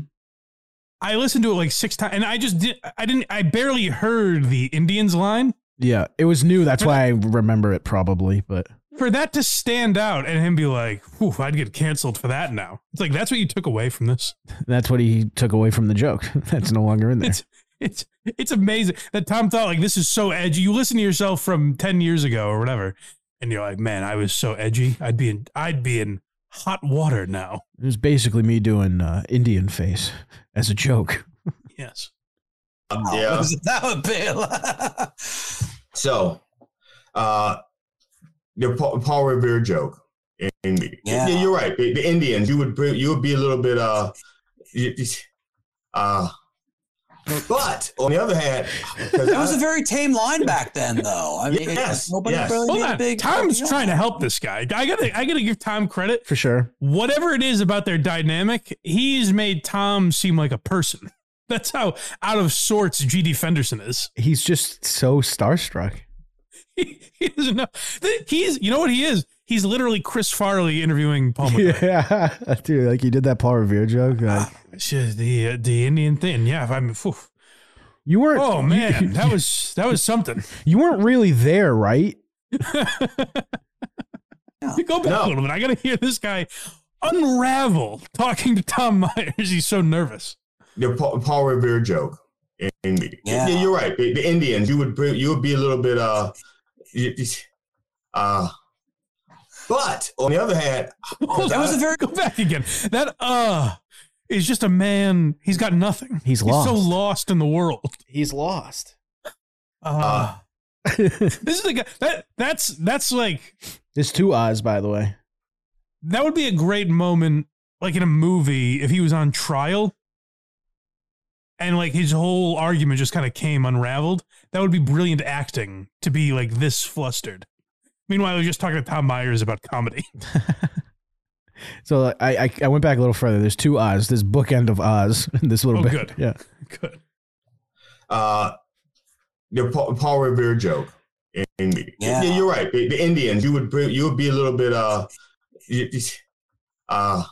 B: I listened to it like six times, and I just did. I didn't. I barely heard the Indians line.
C: Yeah, it was new. That's why I remember it probably. But
B: For that to stand out and him be like, Whew, I'd get canceled for that now. It's like, that's what you took away from this.
C: that's what he took away from the joke. That's no longer in there.
B: It's it's it's amazing that Tom thought like this is so edgy. You listen to yourself from ten years ago or whatever, and you're like, man, I was so edgy. I'd be in I'd be in hot water now.
C: It was basically me doing uh, Indian face as a joke.
B: Yes. Oh,
I: That was- that would be.
D: So, uh, the Paul, Paul Revere joke. In, in-
I: Yeah.
D: yeah, you're right. The, the Indians, you would bring, you would be a little bit uh, you- you- uh. But on the other hand, 'cause
I: it was
D: I-
I: a very tame line back then, though. I mean, it-
D: Yes,
I: nobody
D: yes.
I: really
B: Hold
I: made a
B: on.
I: big.
B: Tom's trying to help this guy. I gotta I gotta give Tom credit.
C: For sure.
B: Whatever it is about their dynamic, he's made Tom seem like a person. That's how out of sorts GD Fenderson is.
C: He's just so starstruck.
B: He, he doesn't know. th- He's you know what he is? He's literally Chris Farley interviewing Paul McCartney.
C: Yeah, dude, like you did that Paul Revere joke. Like,
B: Shit, the uh, the Indian thing. Yeah, if I'm. phew.
C: you weren't.
B: Oh
C: you-
B: man, that was that was something.
C: you weren't really there, right?
B: Go back
D: No.
B: a little bit. I got to hear this guy unravel talking to Tom Myers. He's so nervous.
D: the Paul, Paul Revere joke. In, in-
I: Yeah.
D: yeah. you're right. The, the Indians, you would bring, you would be a little bit uh, you- you- uh. But on the other hand,
B: That was a very go back again. That uh is just a man. He's got nothing.
C: He's
B: so
C: lost.
B: lost in the world.
C: He's lost.
B: Uh, this is the guy that that's that's like
C: There's two eyes, by the way.
B: that would be a great moment like in a movie if he was on trial and like his whole argument just kind of came unraveled that would be brilliant acting to be like this flustered meanwhile we are just talking to tom myers about comedy
C: So like, I, I I went back a little further. There's two Oz. This bookend of Oz. This little
B: Oh,
C: bit.
B: good.
C: Yeah.
B: good
D: uh, the Paul, Paul Revere joke. In, in-
I: Yeah.
D: yeah. you're right. The, the Indians, you would bring, you would be a little bit uh, you- you- uh.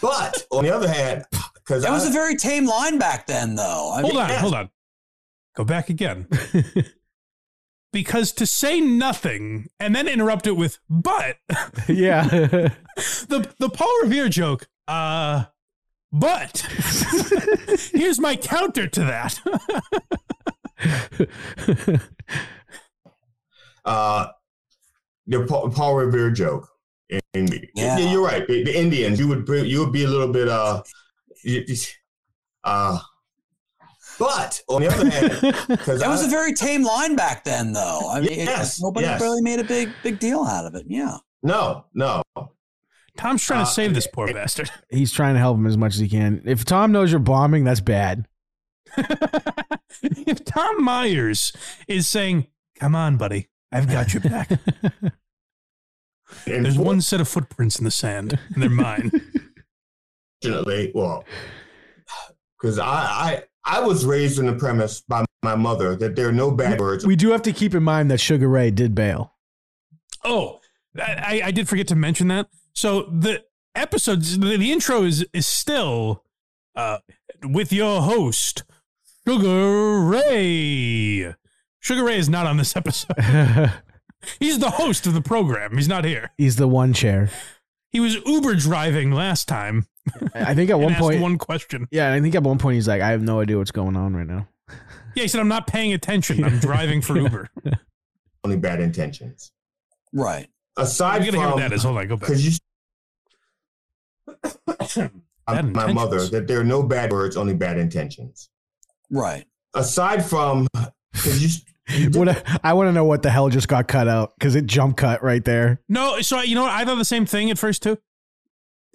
D: But on the other hand, because
I: That
D: I
I: was a very tame line back then, though. I
B: hold
I: mean,
B: on hold on go back again because to say nothing and then interrupt it with but
C: Yeah.
B: the the Paul Revere joke. Uh, but here's my counter to that.
D: uh, the Paul, Paul Revere joke. In, in-
I: Yeah.
D: yeah. you're right. The, the Indians, you would bring, you would be a little bit uh, you- you- uh. But on the other hand, because
I: That was a
D: I,
I: very tame line back then, though. I mean, it-
D: Yes,
I: nobody
D: yes.
I: really made a big big deal out of it. Yeah.
D: no, no,
B: Tom's trying
D: Uh,
B: to save this poor bastard.
C: He's trying to help him as much as he can. If Tom knows you're bombing, that's bad.
B: if Tom Myers is saying, "Come on, buddy, I've got your back,"
D: And
B: there's one set of footprints in the sand, and they're mine.
D: fortunately, well, because I, I I was raised in the premise by my mother that there are no bad words.
C: We do have to keep in mind that Sugar Ray did bail.
B: Oh, I, I- I did forget to mention that. So the episodes, the, the intro is is still uh, with your host Sugar Ray. Sugar Ray is not on this episode. He's the host of the program. He's not here.
C: He's the one chair.
B: He was Uber driving last time.
C: I I think at
B: and
C: one
B: asked
C: point.
B: one question.
C: yeah, I think at one point he's like, I have no idea what's going on right now.
B: Yeah, he said, "I'm not paying attention. I'm driving for Uber."
D: Only bad intentions.
I: Right.
B: I'm
D: Aside
B: gonna
D: from
B: hear what that is. Hold on, go back.
D: because you
B: Bad
D: my
B: intentions.
D: mother that there are no bad words, only bad intentions.
I: Right.
D: Aside from because you
C: What I, want to know what the hell just got cut out because it jump cut right there.
B: No, so you know what? I thought the same thing at first too.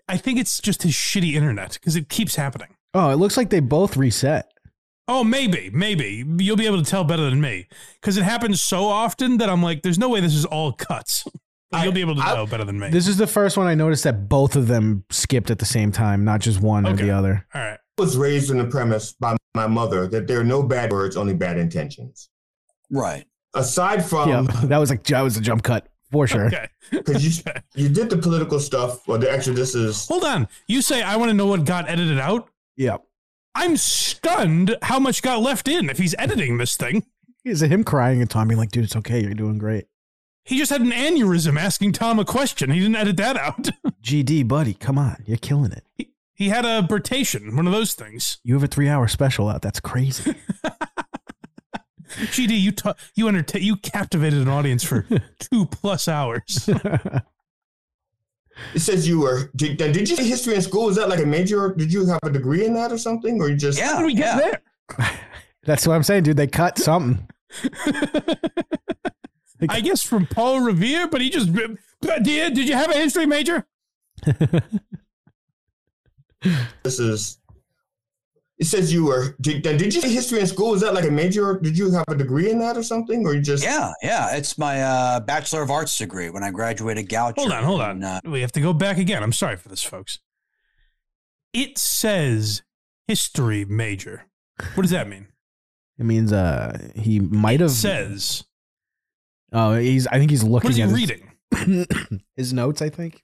B: I think it's just his shitty internet because it keeps happening.
C: Oh, it looks like they both reset.
B: Oh, maybe, maybe you'll be able to tell better than me because it happens so often that I'm like, there's no way this is all cuts. But you'll be able to
D: I-
B: know better than me.
C: This is the first one I noticed that both of them skipped at the same time, not just one
B: Okay.
C: or the other.
B: all right,
D: was raised in the premise by my mother that there are no bad words, only bad intentions.
I: Right.
D: Aside from
C: yeah, that was like that was a jump cut for sure.
B: okay.
D: because
B: Okay.
D: you you did the political stuff. Well, the actually this is
B: Hold on. You say I want to know what got edited out.
C: Yeah,
B: I'm stunned how much got left in if he's editing this thing.
C: Is it him crying and Tommy like, dude, it's okay, you're doing great.
B: He just had an aneurysm asking Tom a question. He didn't edit that out.
C: GD, buddy, come on, you're killing it.
B: He had a bertation, one of those things.
C: You have a three hour special out. That's crazy.
B: GD, you ta- you entertain, you captivated an audience for two plus hours.
D: It says you were. Did, did you say history in school? Is that like a major? Did you have a degree in that or something? Or you just.
I: Yeah, How did we get yeah. there?
C: That's what I'm saying, dude. They cut something.
B: I guess from Paul Revere, but he just did. Did you have a history major?
D: this is. It says you were. Did, did you say history in school? Is that like a major? Did you have a degree in that or something? Or you just?
I: Yeah, yeah. It's my uh, bachelor of arts degree when I graduated Goucher.
B: Hold on, hold on. And, uh, we have to go back again. I'm sorry for this, folks. It says history major. What does that mean?
C: It means uh he might have
B: says.
C: Oh, he's. I think he's looking.
B: What is he
C: at
B: reading?
C: His, his notes, I think.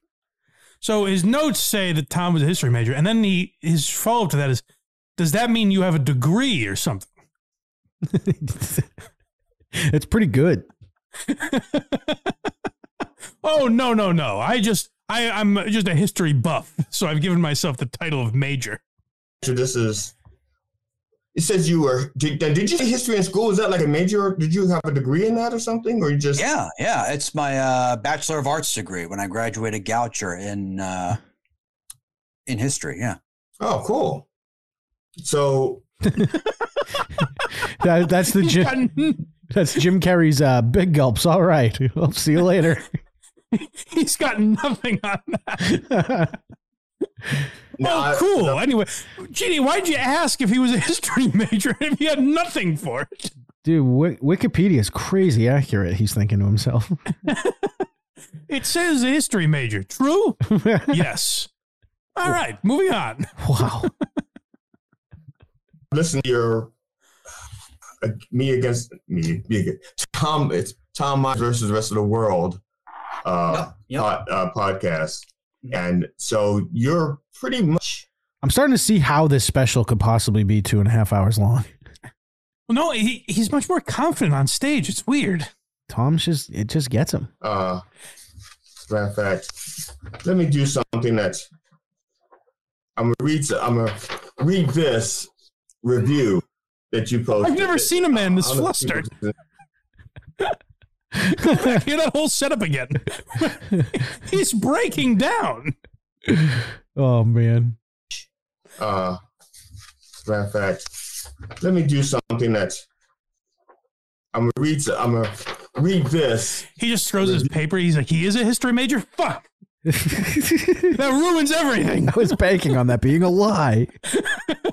B: So his notes say that Tom was a history major, and then he his follow up to that is, does that mean you have a degree or something?
C: it's pretty good.
B: oh no no no! I just I I'm just a history buff, so I've given myself the title of major.
D: So this is it says you were did, did you say history in school is that like a major did you have a degree in that or something or you just
I: yeah yeah it's my uh, bachelor of arts degree when i graduated goucher in uh, in history yeah
D: oh cool so
C: that, that's the jim that's jim carrey's uh, big gulps all right i'll see you later
B: he's got nothing on that No, oh, cool. I, no. Anyway, Jeannie, why'd you ask if he was a history major if he had nothing for it?
C: Dude, w- Wikipedia is crazy accurate, he's thinking to himself.
B: it says a history major. True? yes. All right, moving on.
C: Wow.
D: Listen to your uh, me against me, me against, Tom. It's Tom Myers versus the rest of the world uh, yep, Mm-hmm. yep. Pod, uh, podcast. And so you're pretty much.
C: I'm starting to see how this special could possibly be two and a half hours long.
B: Well, no, he, he's much more confident on stage. It's weird.
C: Tom's just, it just gets him.
D: Uh, matter of fact, let me do something that I'm gonna read. I'm gonna read this review that you posted.
B: I've never seen a man this flustered. Go back hear that whole setup again. He's breaking down.
C: Oh man.
D: Uh matter of fact, let me do something that I'm gonna read I'm gonna read this.
B: He just throws his paper, he's like, he is a history major? Fuck. that ruins everything.
C: I was banking on that being a lie.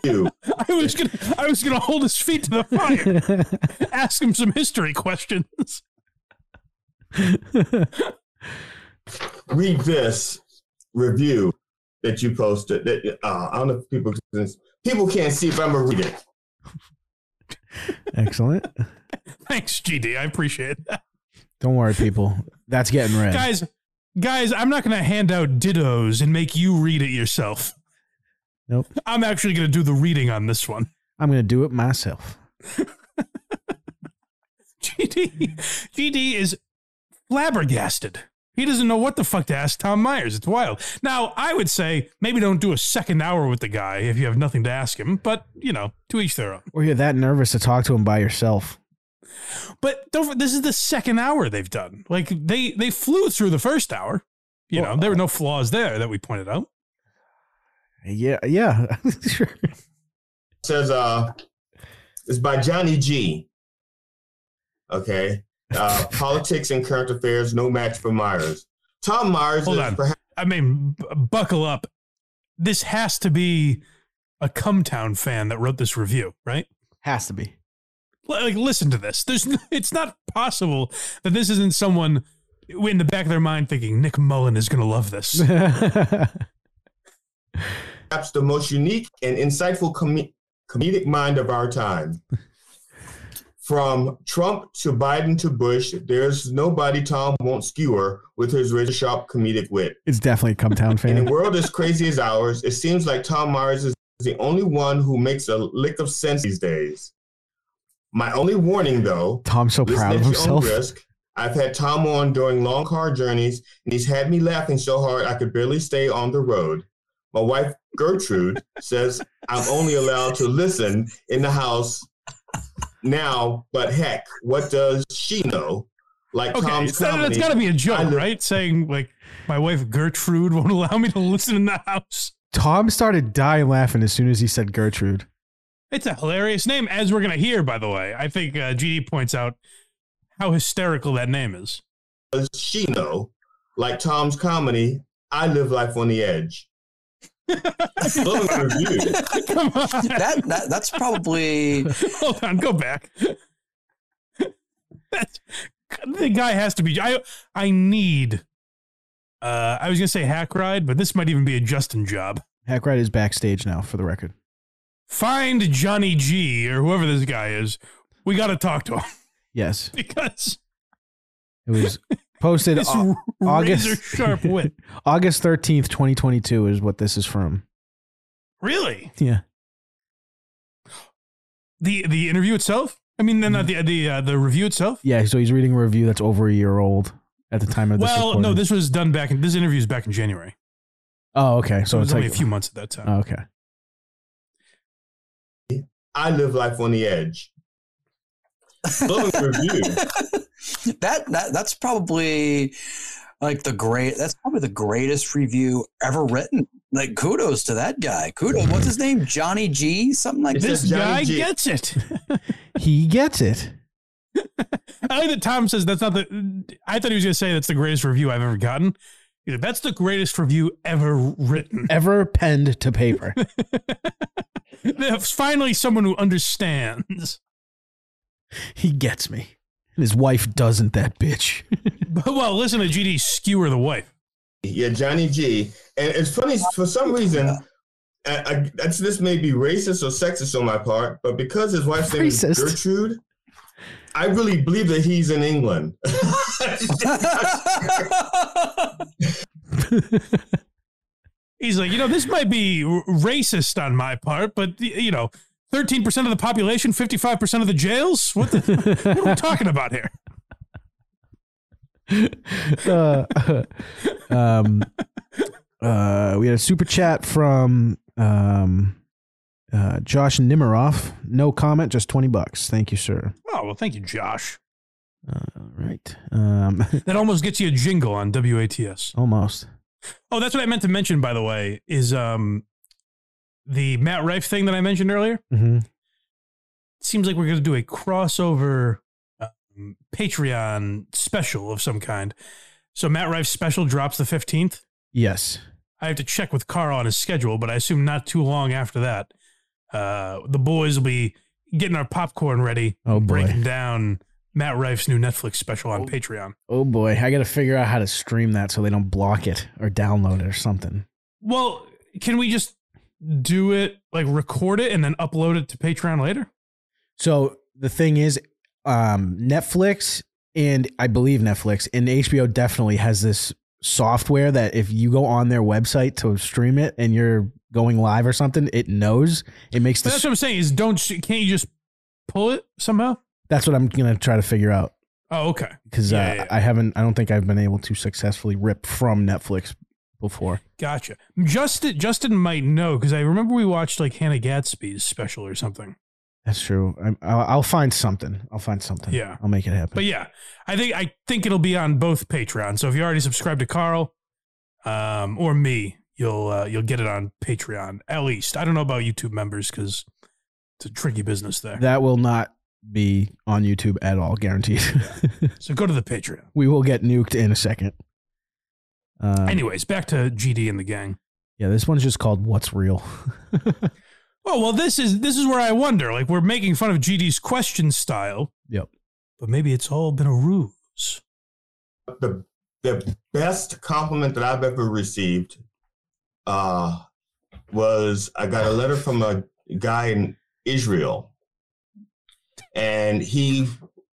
D: You.
B: I was gonna I was gonna hold his feet to the fire. Ask him some history questions.
D: read this review that you posted. That uh, I don't know if people people can't see, but I'm gonna read it.
C: Excellent.
B: Thanks, GD. I appreciate that.
C: Don't worry, people. That's getting read,
B: guys. Guys, I'm not gonna hand out dittos and make you read it yourself.
C: Nope.
B: I'm actually gonna do the reading on this one.
C: I'm gonna do it myself.
B: GD GD is flabbergasted. He doesn't know what the fuck to ask Tom Myers. It's wild. Now, I would say maybe don't do a second hour with the guy if you have nothing to ask him, but you know, to each their own.
C: Or you're that nervous to talk to him by yourself.
B: But don't this is the second hour they've done. Like they they flew through the first hour. You well, know, there were no flaws there that we pointed out.
C: Yeah, yeah. sure.
D: Says uh it's by Johnny G. Okay. Uh, politics and current affairs, no match for Myers. Tom Myers.
B: Hold on. Perhaps- I mean, b- buckle up. This has to be a Cumtown fan that wrote this review, right?
C: Has to be.
B: L- like, listen to this. There's, it's not possible that this isn't someone in the back of their mind thinking Nick Mullen is going to love this.
D: Perhaps the most unique and insightful com- comedic mind of our time. From Trump to Biden to Bush, there's nobody Tom won't skewer with his razor sharp comedic wit.
C: It's definitely a come town fan.
D: In a world as crazy as ours, it seems like Tom Myers is the only one who makes a lick of sense these days. My only warning, though,
C: Tom's so
D: listen
C: proud
D: at
C: of
D: your own
C: himself.
D: risk. I've had Tom on during long car journeys, and he's had me laughing so hard I could barely stay on the road. My wife Gertrude says I'm only allowed to listen in the house now, but heck, what does she know? Like
B: Okay,
D: Tom's
B: it's, not-
D: comedy,
B: it's got to be a joke,
D: I li-
B: right? Saying like my wife Gertrude won't allow me to listen in the house.
C: Tom started dying laughing as soon as he said Gertrude.
B: It's a hilarious name, as we're gonna hear. By the way, I think uh, GD points out how hysterical that name is.
D: does she know? Like Tom's comedy, I live life on the edge. Look at you.
B: Come on,
I: That, that that's probably
B: hold on, go back. That's- the guy has to be. I I need. Uh, I was gonna say hack ride, but this might even be a Justin job.
C: Hackride is backstage now, for the record.
B: Find Johnny G or whoever this guy is. We got to talk to him
C: Yes,
B: because
C: it was posted
B: It's
C: Au-
B: r-
C: August
B: razor sharp wit.
C: August thirteenth, twenty twenty two, is what this is from.
B: really
C: Yeah,
B: the the interview itself. I mean, then not the the uh, the review itself.
C: yeah. So he's reading a review that's over a year old at the time of this.
B: well, no,
C: recording.
B: this was done back in this interview is back in January,
C: Oh, okay.
B: so,
C: So,
B: it
C: it's
B: was only
C: like
B: a few months at that time.
C: Oh, okay.
D: I live life on the edge. Look at you.
I: that that that's probably like the great. That's probably the greatest review ever written. Like kudos to that guy. Kudos.
G: Mm-hmm.
I: What's his name? Johnny G. Something like
D: It
I: that.
D: says
B: this guy
D: Johnny G.
B: gets it.
C: He gets it.
B: I like that Tom says that's not the. I thought he was going to say that's the greatest review I've ever gotten. He's like, that's the greatest review ever written.
C: Ever penned to paper.
B: There's finally someone who understands.
C: he gets me. And his wife doesn't, that bitch.
B: But well, listen to GD skewer the wife.
D: Yeah, Johnny G. And it's funny for some reason. I, I, that's, this may be racist or sexist on my part, but because his wife's name is
C: Racist.
D: Gertrude, I really believe that he's in England.
B: He's like, you know, this might be r- racist on my part, but y- you know, thirteen percent of the population, fifty-five percent of the jails. What the, what are we talking about here?
C: Uh, um, uh, we had a super chat from um, uh, Josh Nimiroff. No comment, just 20 bucks. Thank you, sir.
B: Oh well, thank you, Josh.
C: Uh, all right. Um,
B: That almost gets you a jingle on WATS.
C: almost.
B: Oh, that's what I meant to mention, by the way, is um the Matt Rife thing that I mentioned earlier.
C: Mm-hmm.
B: seems like we're going to do a crossover um, Patreon special of some kind. So Matt Rife's special drops the 15th.
C: Yes.
B: I have to check with Carl on his schedule, but I assume not too long after that, uh, the boys will be getting our popcorn ready,
C: Oh, boy.
B: breaking down Matt Rife's new Netflix special on Patreon.
C: Oh, boy. I got to figure out how to stream that so they don't block it or download it or something.
B: Well, can we just do it, like record it and then upload it to Patreon later?
C: So the thing is, um, Netflix and I believe Netflix and HBO definitely has this software that if you go on their website to stream it and you're going live or something, it knows. It makes
B: But
C: the.
B: that's what I'm saying is don't, can't you just pull it somehow?
C: that's what I'm gonna try to figure out
B: Oh, okay.
C: because
B: Yeah,
C: uh,
B: yeah.
C: I haven't. I don't think I've been able to successfully rip from Netflix before.
B: Gotcha. Justin Justin might know because I remember we watched like Hannah Gadsby's special or something.
C: That's true. I'm, I'll, I'll find something. I'll find something.
B: Yeah.
C: I'll make it happen.
B: But yeah, I think I think it'll be on both Patreon. So if you already subscribed to Carl um, or me, you'll uh, you'll get it on Patreon at least. I don't know about YouTube members because it's a tricky business there.
C: that will not be on YouTube at all, guaranteed.
B: so go to the Patreon.
C: we will get nuked in a second. Um,
B: Anyways, back to GD and the gang.
C: Yeah, this one's just called "What's Real."
B: Oh well, this is this is where I wonder. Like we're making fun of GD's question style.
C: Yep.
B: But maybe it's all been a ruse.
D: the the best compliment that I've ever received uh, was I got a letter from a guy in Israel, and he.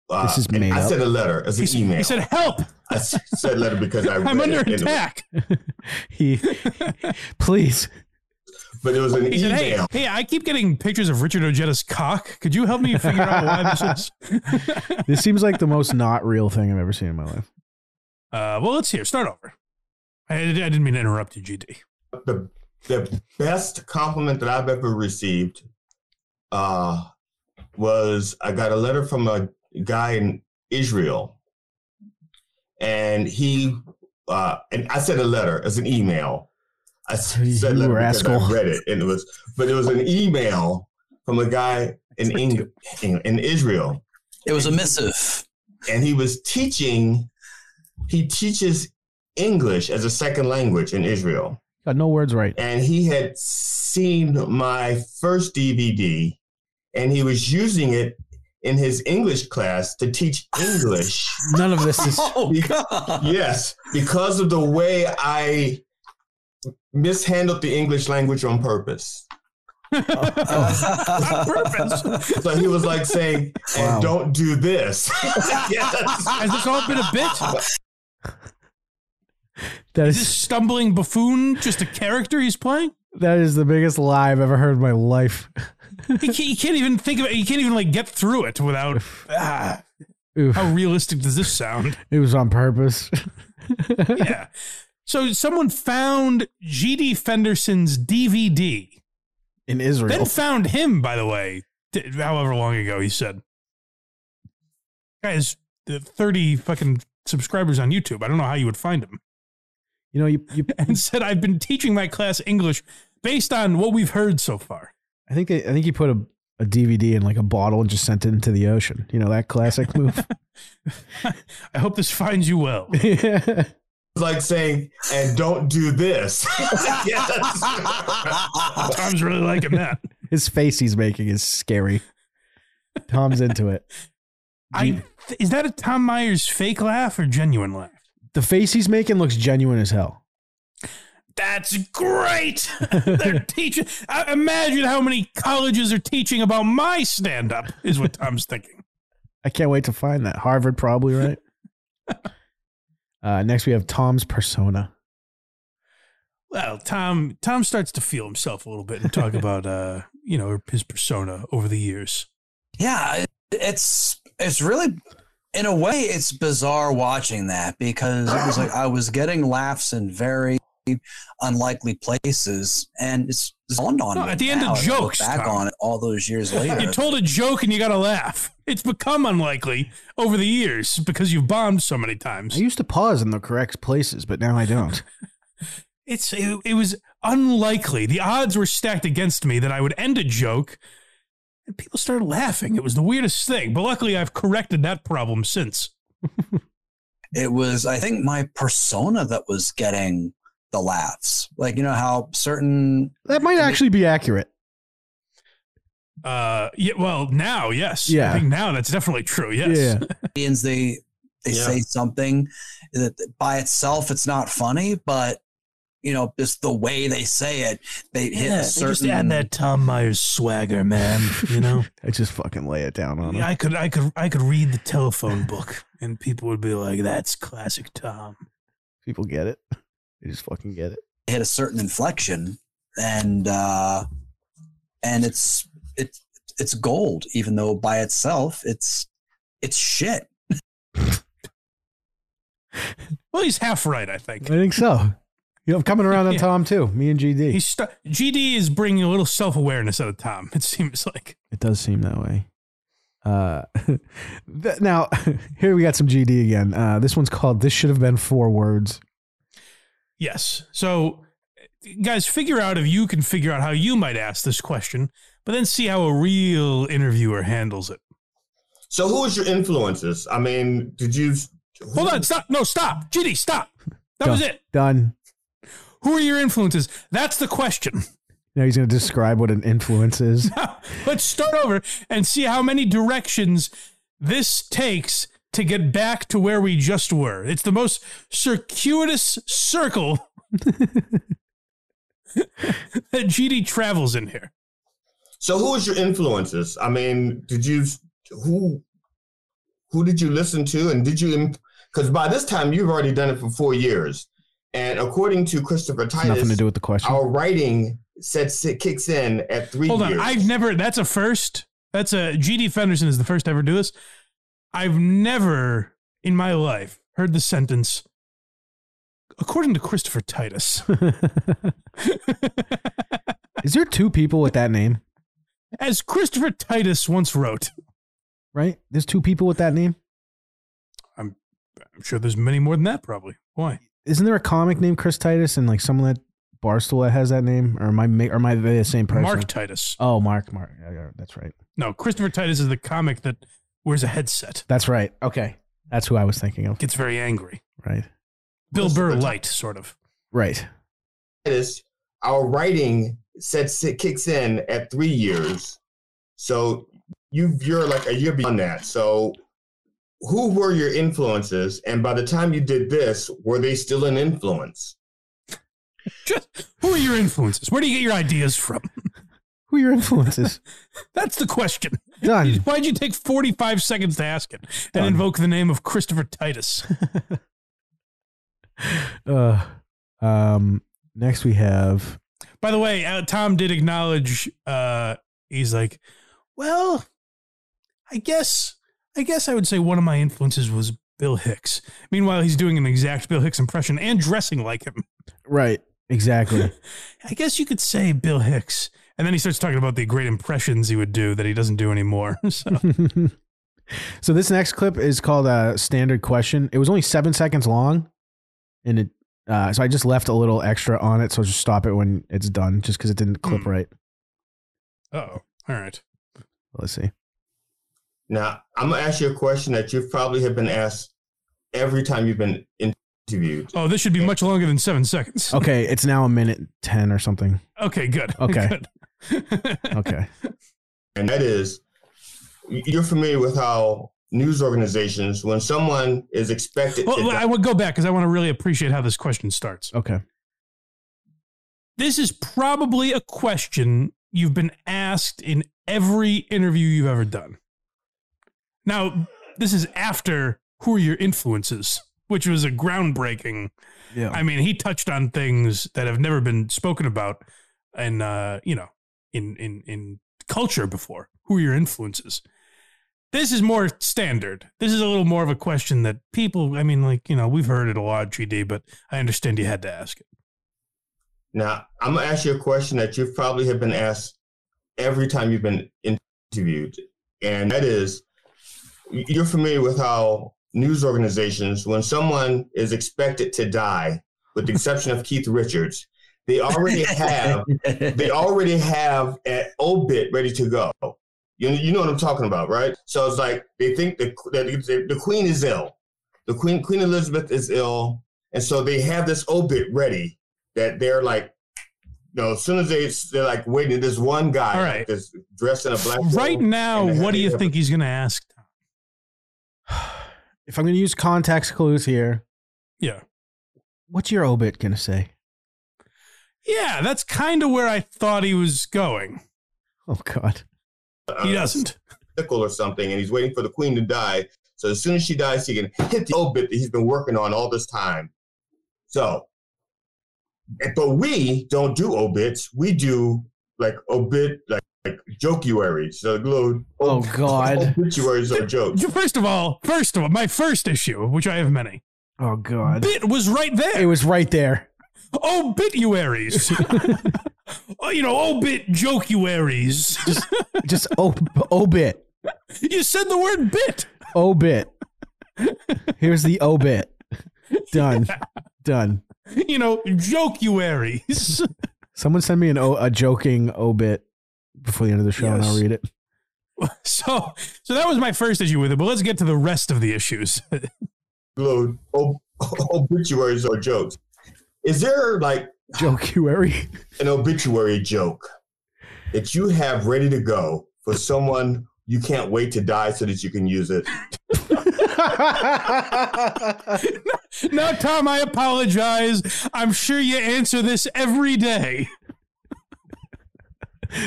D: Uh,
C: This is
D: and
C: made
D: I
C: up.
D: said a letter as an
B: He,
D: email.
B: he said, "Help!
D: I s- said letter because I
B: I'm
D: read
B: under
D: it and it was
B: attack."
C: he, please,
D: but it was an
B: He said, hey,
D: email.
B: hey, I keep getting pictures of Richard Ojetta's cock. Could you help me figure out why this is?
C: This seems like the most not real thing I've ever seen in my life.
B: Uh, well, let's hear. Start over. I, I didn't mean to interrupt you, GD.
D: the the best compliment that I've ever received uh, was I got a letter from a guy in Israel, and he uh, and I sent a letter as an email. I s- said letter because I
C: rascal.
D: read it, and it was but it was an email from a guy in England, in, in Israel.
I: It was a missive,
D: and he was teaching. He teaches English as a second language in Israel
C: Got no words right.
D: and he had seen my first DVD, and he was using it in his English class to teach English.
C: None of this is.
I: Oh God!
D: yes, because of the way I mishandled the English language on purpose. So he was like saying, "And
C: Wow.
D: don't do this." yes.
B: Has this all been a bit?
C: That
B: Is
C: is
B: this stumbling buffoon just a character he's playing?
C: that is the biggest lie I've ever heard in my life.
B: He can't, he can't even think of it. He can't even like get through it without. Ah,
C: Oof.
B: how realistic does this sound?
C: It was on purpose.
B: Yeah. So someone found GD Fenderson's DVD.
C: in Israel.
B: Then found him, by the way, t- however long ago he said. Guys, the 30 fucking subscribers on YouTube. I don't know how you would find him.
C: you know, you, you
B: And said, I've been teaching my class English based on what we've heard so far.
C: I think they, I think he put a, a DVD in like a bottle and just sent it into the ocean. You know that classic move.
B: I hope this finds you well.
C: yeah.
D: It's like saying, "And don't do this." yes.
B: Tom's really liking that.
C: His face he's making is scary. Tom's into it.
B: I, is that a Tom Myers fake laugh or genuine laugh?
C: The face he's making looks genuine as hell.
B: That's great. They're teaching. I imagine how many colleges are teaching about my stand up, is what Tom's thinking.
C: I can't wait to find that. Harvard probably, right? uh, next we have Tom's persona.
B: Well, Tom Tom starts to feel himself a little bit and talk about uh, you know, his persona over the years.
I: yeah, it- it's it's really in a way it's bizarre watching that because it was like I was getting laughs in very unlikely places, and it's, it's dawned on
B: No,
I: me
B: at the end of
I: now as I look
B: jokes,
I: Back
B: Tom.
I: on it all those years
B: You
I: later.
B: told a joke and you got to laugh. It's become unlikely over the years because you've bombed so many
C: I
B: times.
C: used to pause in the correct places, but now I don't.
B: It's it, it was unlikely. The odds were stacked against me that I would end a joke and people started laughing. It was the weirdest thing. But luckily I've corrected that problem since.
I: it was i think my persona that was getting the laughs like you know how certain
C: That might actually be accurate.
B: Uh, yeah. Well, now, yes.
C: Yeah.
B: I think now that's definitely true. Yes.
I: comedians they they
D: Yeah.
I: say something that by itself it's not funny but you know just the way they say it they hit a certain
B: Tom Myers swagger, man. You know,
C: I just fucking lay it down on him.
B: I could, I could, I could read the telephone book, and people would be like, "That's classic Tom."
C: People get it. They just fucking get it.
I: hit a certain inflection and uh and it's it's it's gold even though by itself it's it's shit
B: Well, he's half right, I think.
C: I think so. You know, I'm coming around on
B: Yeah.
C: Tom too. Me and GD.
B: He's stu GD is bringing a little self awareness out of Tom. It seems like
C: It does seem that way. Uh, th- now, here we got some GD again. Uh, this one's called "This Should Have Been Four Words."
B: yes. So, guys, figure out if you can figure out how you might ask this question, but then see how a real interviewer handles it.
D: So, who was your influences? I mean, did you?
B: Hold on, stop! No, stop, GD, stop. That
C: Done.
B: was it.
C: Done.
B: Who are your influences? That's the question.
C: Now he's going to describe what an influence is.
B: Let's start over and see how many directions this takes to get back to where we just were. It's the most circuitous circle that GD travels in here.
D: So who was your influences? I mean, did you who who did you listen to and did you because by this time you've already done it for four years. And according to Christopher
C: It's nothing to
D: Titus,
C: do with the question.
D: our writing sets it kicks in at three
B: Hold
D: years.
B: on. I've never, that's a first. That's a, GD Fenderson is the first to ever do this. I've never in my life heard the sentence, according to Christopher Titus.
C: Is there two people with that name?
B: As Christopher Titus once wrote,
C: Right? There's two people with that name.
B: I'm sure there's many more than that, probably. Why?
C: Isn't there a comic named Chris Titus and like someone that Barstool that has that name? Or am I ma- or am I the same person?
B: Mark Titus.
C: Oh, Mark. Mark. Yeah, yeah, that's right.
B: No, Christopher Titus is the comic that wears a headset,
C: That's right. Okay, that's who I was thinking of.
B: gets very angry.
C: Right.
B: Bill Burr light, sort of.
C: Right.
D: Titus, our writing sets it kicks in at three years. So you you're like a year beyond that. So who were your influences? And by the time you did this, were they still an influence?
B: Who are your influences? Where do you get your ideas from?
C: Who are your influences?
B: That's the question.
C: Done.
B: Why'd you take 45 seconds to ask it and
C: Done.
B: invoke the name of Christopher Titus?
C: Uh, um. Next we have.
B: By the way, uh, Tom did acknowledge. Uh, he's like, well, I guess, I guess I would say one of my influences was Bill Hicks. Meanwhile, he's doing an exact Bill Hicks impression and dressing like him.
C: Right. Exactly.
B: I guess you could say Bill Hicks. And then he starts talking about the great impressions he would do that he doesn't do anymore. So
C: so this next clip is called uh, standard question. It was only seven seconds long, and it. Uh, so I just left a little extra on it. So just stop it when it's done, just because it didn't clip right.
B: oh, all right.
C: Let's see.
D: Now I'm gonna ask you a question that you probably have been asked every time you've been interviewed.
B: Oh, this should be much longer than seven seconds.
C: Okay, it's now a minute ten or something.
B: Okay, good.
C: Okay.
B: Good.
C: Okay.
D: and that is you're familiar with how news organizations when someone is expected
B: Well,
D: to
B: I would go back because I want to really appreciate how this question starts.
C: Okay.
B: This is probably a question you've been asked in every interview you've ever done. Now, this is after Who Are Your Influences, which was a groundbreaking.
C: Yeah.
B: I mean, he touched on things that have never been spoken about and, uh, you know, in, in, in culture before. Who are your influences? This is more standard. This is a little more of a question that people, I mean, like, you know, we've heard it a lot, GD, but I understand you had to ask it.
D: Now, I'm gonna ask you a question that you probably have been asked every time you've been interviewed, and that is, you're familiar with how news organizations, when someone is expected to die, with the exception of Keith Richards, they already have they already have an obit ready to go. You, you know what I'm talking about, right? So it's like they think the, that the, the queen is ill. The queen Queen Elizabeth is ill, and so they have this obit ready that they're like, you know, as soon as they they're like waiting, there's one guy
B: All
D: like,
B: right.
D: that's dressed in a black
B: Right
D: robe
B: now,
D: and they
B: what do
D: have-
B: you think he's going to ask?
C: If I'm going to use context clues here,
B: Yeah.
C: what's your obit going to say?
B: Yeah, that's kind of where I thought he was going.
C: Oh God.
D: uh,
B: He doesn't.
D: sickle or something, and he's waiting for the queen to die. So as soon as she dies, he can hit the obit that he's been working on all this time. So, but we don't do obits. We do like obit, like like jocuaries, so little
C: Oh God.
D: obituaries or jokes.
B: First of all, first of all, my first issue, which I have many,
C: Oh God.
B: bit was right
C: It
B: there.
C: was right there.
B: Obituaries. oh, you know, obit jocuaries.
C: Just ob- obit.
B: you said the word bit.
C: Obit. Here's the obit. Done. Done.
B: You know, jocuaries.
C: Someone send me an o- a joking obit before the end of the show, and I'll
B: Yes.
C: read it.
B: so, so that was my first issue with it. But let's get to the rest of the issues.
D: Little ob- obituaries or jokes. Is there like
C: Jocuary.
D: an obituary joke that you have ready to go for someone you can't wait to die so that you can use it?
B: now, Tom, I apologize. I'm sure you answer this every day.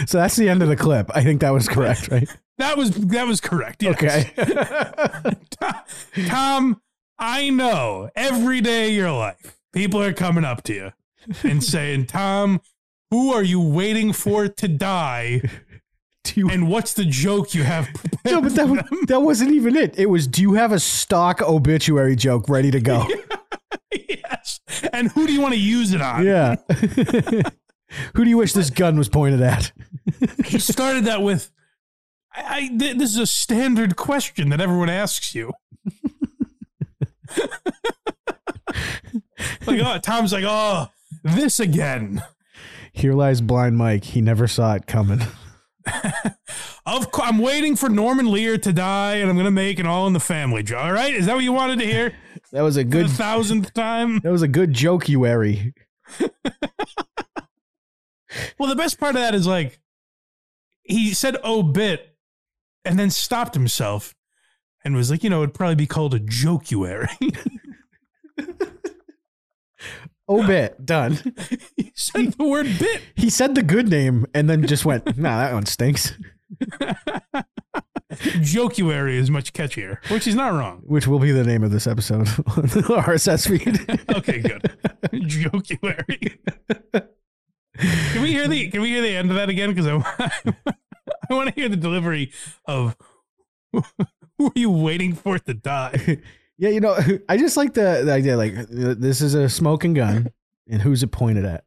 C: So that's the end of the clip. I think that was correct, right?
B: That was that was correct. Yes.
C: Okay.
B: Tom, I know every day of your life, people are coming up to you and saying, Tom, Who are you waiting for to die? and what's the joke you have?
C: No, but that, wa- that wasn't even it. It was, do you have a stock obituary joke ready to go?
B: yes. And who do you want to use it on?
C: Yeah. Who do you wish this gun was pointed at?
B: He started that with, I, I, th- this is a standard question that everyone asks you. like, oh, Tom's like, oh, this again.
C: Here lies blind Mike. He never saw it coming.
B: Of course, I'm waiting for Norman Lear to die, and I'm gonna make an All in the Family joke. All right, is that what you wanted to hear?
C: That was a good
B: the thousandth time.
C: That was a good joke you airy.
B: Well, the best part of that is like he said "oh bit," and then stopped himself and was like, you know, it'd probably be called a jocuary.
C: Obit Oh, done.
B: he said the word bit.
C: He said the good name and then just went, nah, that one stinks.
B: jocuary is much catchier, which is not wrong.
C: Which will be the name of this episode on the RSS feed.
B: Okay, good. jocuary. Can we hear the Can we hear the end of that again? Because I, I want to hear the delivery of who are you waiting for to die?
C: yeah, you know, I just like the, the idea like this is a smoking gun and who's it pointed at?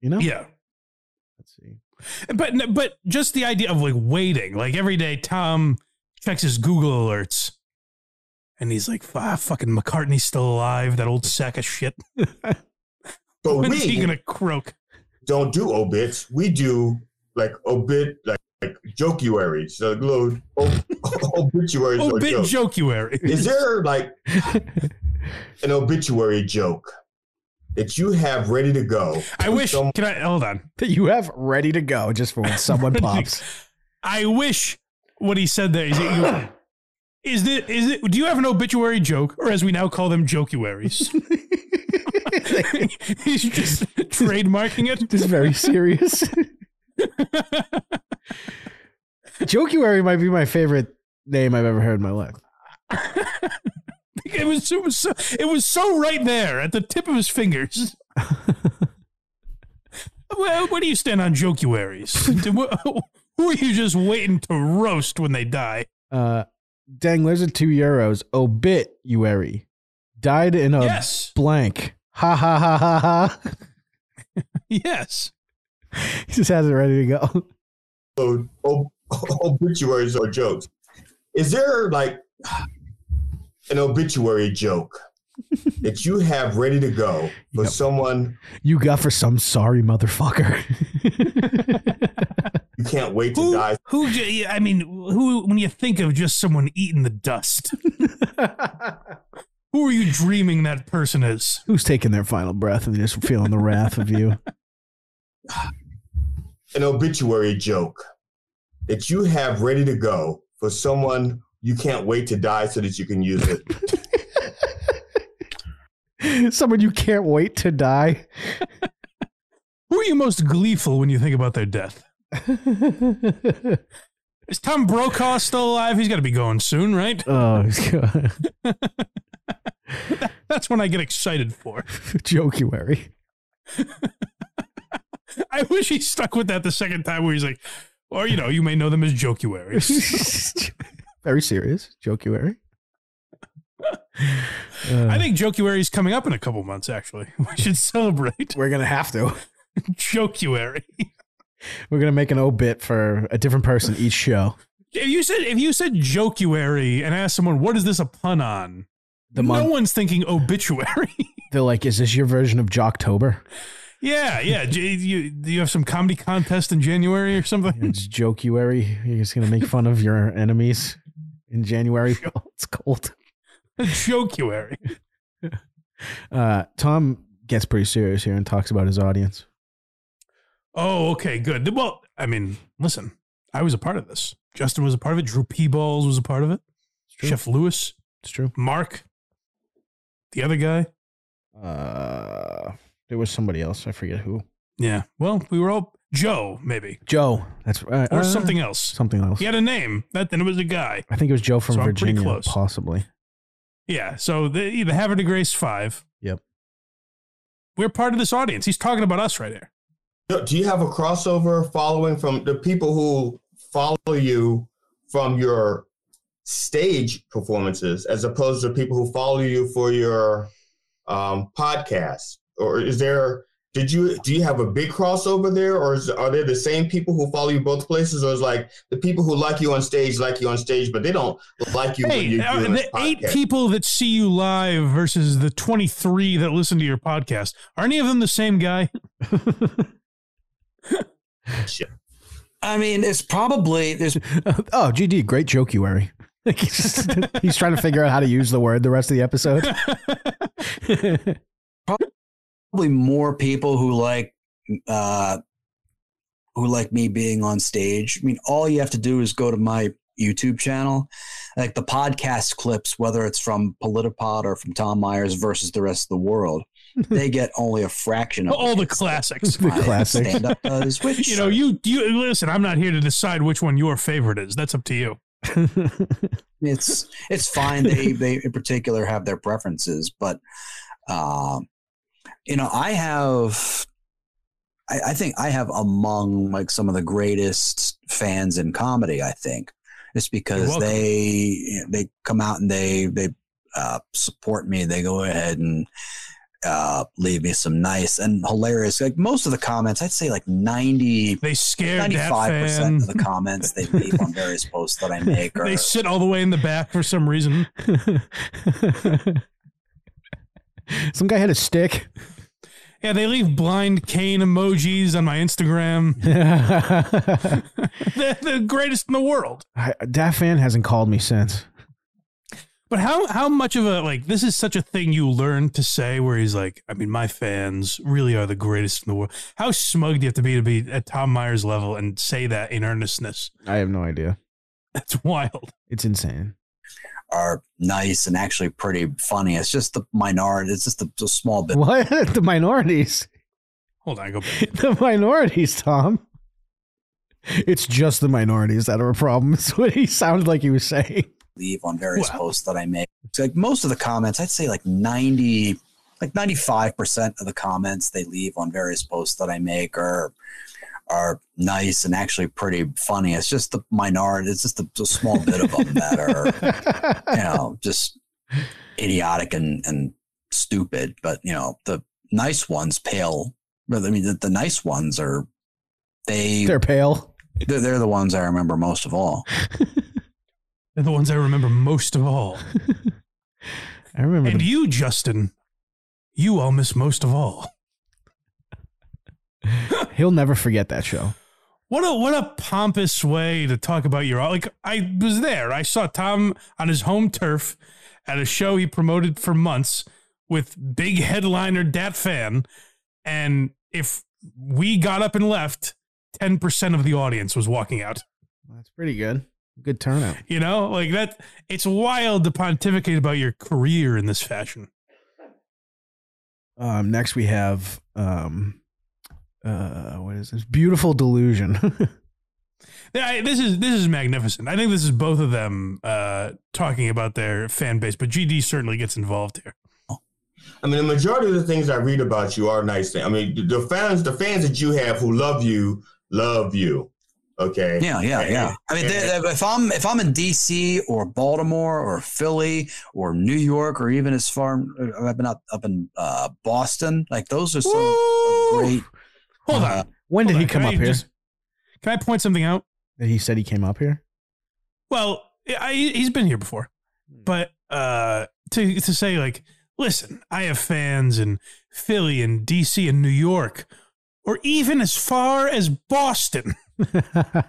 C: You know?
B: Yeah,
C: Let's see.
B: but but just the idea of like waiting, like every day Tom checks his Google alerts, and he's like, ah, "Fucking McCartney's still alive. That old sack of shit.
D: But
B: When's he
D: we
B: gonna croak?"
D: don't do obits. We do like obit, like, like jocuaries, like little ob- obituaries.
B: Oh,
D: or
B: bit
D: jokes.
B: jocuary.
D: Is there like an obituary joke that you have ready to go?
B: I wish. Can I hold on?
C: That you have ready to go just for when someone pops.
B: I wish what he said there is it you, is it is it do you have an obituary joke or as we now call them jocuaries? He's just trademarking it.
C: This is very serious. Jokuary might be my favorite name I've ever heard in my life.
B: It was it was so, it was so right there at the tip of his fingers. well, where do you stand on jocuaries? Do- wh- Who are you just waiting to roast when they die?
C: Uh, dang, there's a two euros. Obituary. Died in a
B: Yes.
C: blank. Ha ha ha ha ha.
B: Yes.
C: He just has it ready to go.
D: ob- obituaries or jokes. Is there like an obituary joke that you have ready to go for someone
C: You got for some sorry motherfucker.
D: you can't wait to
B: Who,
D: die?
B: who, j- I mean, who, when you think of just someone eating the dust, who are you dreaming that person is?
C: Who's taking their final breath and just feeling the wrath of you?
D: An obituary joke that you have ready to go for someone you can't wait to die so that you can use it.
C: Someone you can't wait to die.
B: Who are you most gleeful when you think about their death? Is Tom Brokaw still alive? He's got to be going soon, right?
C: Oh, God.
B: That's when I get excited for.
C: Jokuary.
B: I wish he stuck with that the second time where he's like, or, you know, you may know them as jocuaries.
C: Very serious. Jokuary.
B: I
C: Uh,
B: think jocuary is coming up in a couple months, actually. We should celebrate
C: We're going to have to.
B: jocuary.
C: We're going to make an obit for a different person each show.
B: If you said if you said jocuary and asked someone what is this a pun on,
C: The
B: no
C: month.
B: one's thinking obituary.
C: They're like, is this your version of Jocktober?
B: yeah, yeah. J- You do you have some comedy contest in January or something?
C: It's Jokuary. You're just going to make fun of your enemies in January. Oh, it's cold.
B: jocuary.
C: Uh, Tom gets pretty serious here and talks about his audience.
B: Oh, okay, good. Well, I mean, listen, I was a part of this. Justin was a part of it. Drew P. Balls was a part of it. Chef Lewis,
C: It's true.
B: Mark, the other guy.
C: Uh, there was somebody else. I forget who.
B: Yeah. Well, we were all Joe, maybe,
C: Joe. That's uh,
B: or
C: uh,
B: something else.
C: Something else.
B: He had a name. That then it was a guy.
C: I think it was Joe from
B: So I'm pretty
C: Virginia,
B: close.
C: possibly.
B: Yeah. So the, the Havre de Grace five.
C: Yep.
B: We're part of this audience. He's talking about us right here.
D: Do you have a crossover following from the people who follow you from your stage performances as opposed to people who follow you for your um, podcast? Or is there did you do you have a big crossover there, or is, are there the same people who follow you both places, or is like the people who like you on stage like you on stage, but they don't like you?
B: Hey,
D: when you're
B: uh,
D: doing
B: the
D: a
B: eight
D: podcast?
B: people that see you live versus the 23 that listen to your podcast. Are any of them the same guy?
J: I mean, it's probably there's
C: oh, GD, great joke you Ari. He's trying to figure out how to use the word the rest of the episode.
J: probably more people who like uh who like me being on stage. I mean, all you have to do is go to my YouTube channel, like the podcast clips, whether it's from Politipod or from Tom Myers versus the rest of the world. They get only a fraction of
B: All the classics.
J: The classics. Stand-up does, which-
B: you know, you you listen. I'm not here to decide which one your favorite is. That's up to you.
J: it's it's fine. They they in particular have their preferences, but um, you know, I have. I, I think I have among like some of the greatest fans in comedy. I think it's because
B: welcome.
J: they they come out and they they uh, support me. They go ahead and uh, leave me some nice and hilarious. Like most of the comments, I'd say like ninety.
B: They scared that
J: 95%
B: fan.
J: of the comments they leave on various posts that I make are
B: They sit all the way in the back for some reason.
C: Some guy had a stick.
B: Yeah, they leave blind cane emojis on my Instagram. They're the greatest in the world.
C: I, that fan hasn't called me since.
B: But how how much of a like this is such a thing you learn to say where he's like, I mean, my fans really are the greatest in the world. How smug do you have to be to be at Tom Myers level and say that in earnestness?
C: I have no idea.
B: That's wild.
C: It's insane.
J: are nice and actually pretty funny. It's just the minority. It's just the, the small bit.
C: What? The minorities.
B: Hold on, go back.
C: The minorities, Tom. It's just the minorities that are a problem. That's what he sounded like he was saying.
J: Leave on various posts that I make. It's like most of the comments, I'd say like ninety, like ninety five percent of the comments they leave on various posts that I make are are nice and actually pretty funny. It's just the minority. It's just the, the small bit of them that are, you know, just idiotic and and stupid. But you know, the nice ones pale. But I mean, the, the nice ones are they
C: They're pale.
J: They're, they're the ones I remember most of all.
B: They're the ones I remember most of all.
C: I remember.
B: And you, Justin, you all miss most of all.
C: He'll never forget that show.
B: What a what a pompous way to talk about your like I was there. I saw Tom on his home turf at a show he promoted for months with big headliner Dat Fan. And if we got up and left, ten percent of the audience was walking out.
C: That's pretty good. Good turnout.
B: You know, like that it's wild to pontificate about your career in this fashion.
C: Um, next we have um, uh, what is this? Beautiful delusion.
B: Yeah, I- this is this is magnificent. I think this is both of them uh, talking about their fan base, but GD certainly gets involved here.
D: I mean, the majority of the things I read about you are nice things. I mean, the fans, the fans that you have who love you, love you. Okay.
J: Yeah, yeah, yeah. I mean, they, they- if I'm if I'm in D.C. or Baltimore or Philly or New York or even as far I've been up up in uh, Boston, like those are some great.
B: Hold on.
C: uh, when did
B: Hold
C: he
B: on,
C: come
B: can
C: up
B: I
C: here?
B: just- can I point something out?
C: He said he came up here.
B: Well, I, he's been here before,
C: Hmm.
B: but uh, to to say like, listen, I have fans in Philly and DC and New York, or even as far as Boston,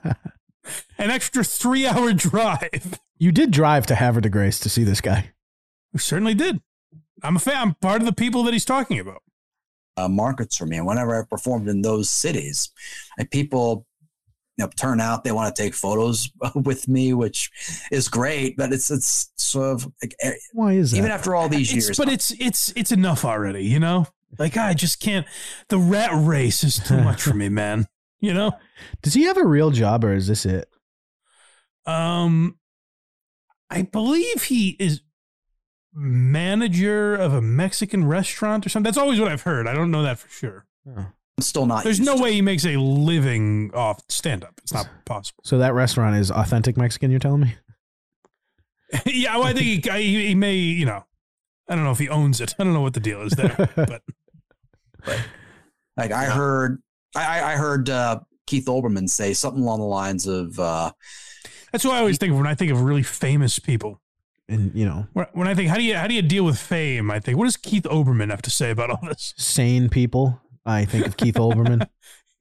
B: an extra three hour drive.
C: You did drive to Havre de Grace to see this guy.
B: We certainly did. I'm a fan. I'm part of the people that he's talking about.
J: uh, markets for me. And whenever I performed in those cities, like people you know, turn out, they want to take photos with me, which is great. But it's it's sort of like, eh,
C: Why is that?
J: even after all these
B: It's-
J: years,
B: but it's it's it's enough already. You know, like I just can't. The rat race is too much for me, man. You know.
C: Does he have a real job or is this it?
B: Um, I believe he is manager of a Mexican restaurant or something. That's always what I've heard. I don't know that for sure.
I: still not.
B: There's no way he makes a living off stand up. It's not possible.
C: So that restaurant is authentic Mexican. You're telling me?
B: yeah, well, I think he, he, he may, you know, I don't know if he owns it. I don't know what the deal is there, but
I: Like I heard, I, I- I heard uh, Keith Olbermann say something along the lines of, uh,
B: that's what I always think of when I think of really famous people.
C: And you know,
B: When when I think how do you how do you deal with fame? I think what does Keith Oberman have to say about all this?
C: sane people. I think of Keith Olbermann.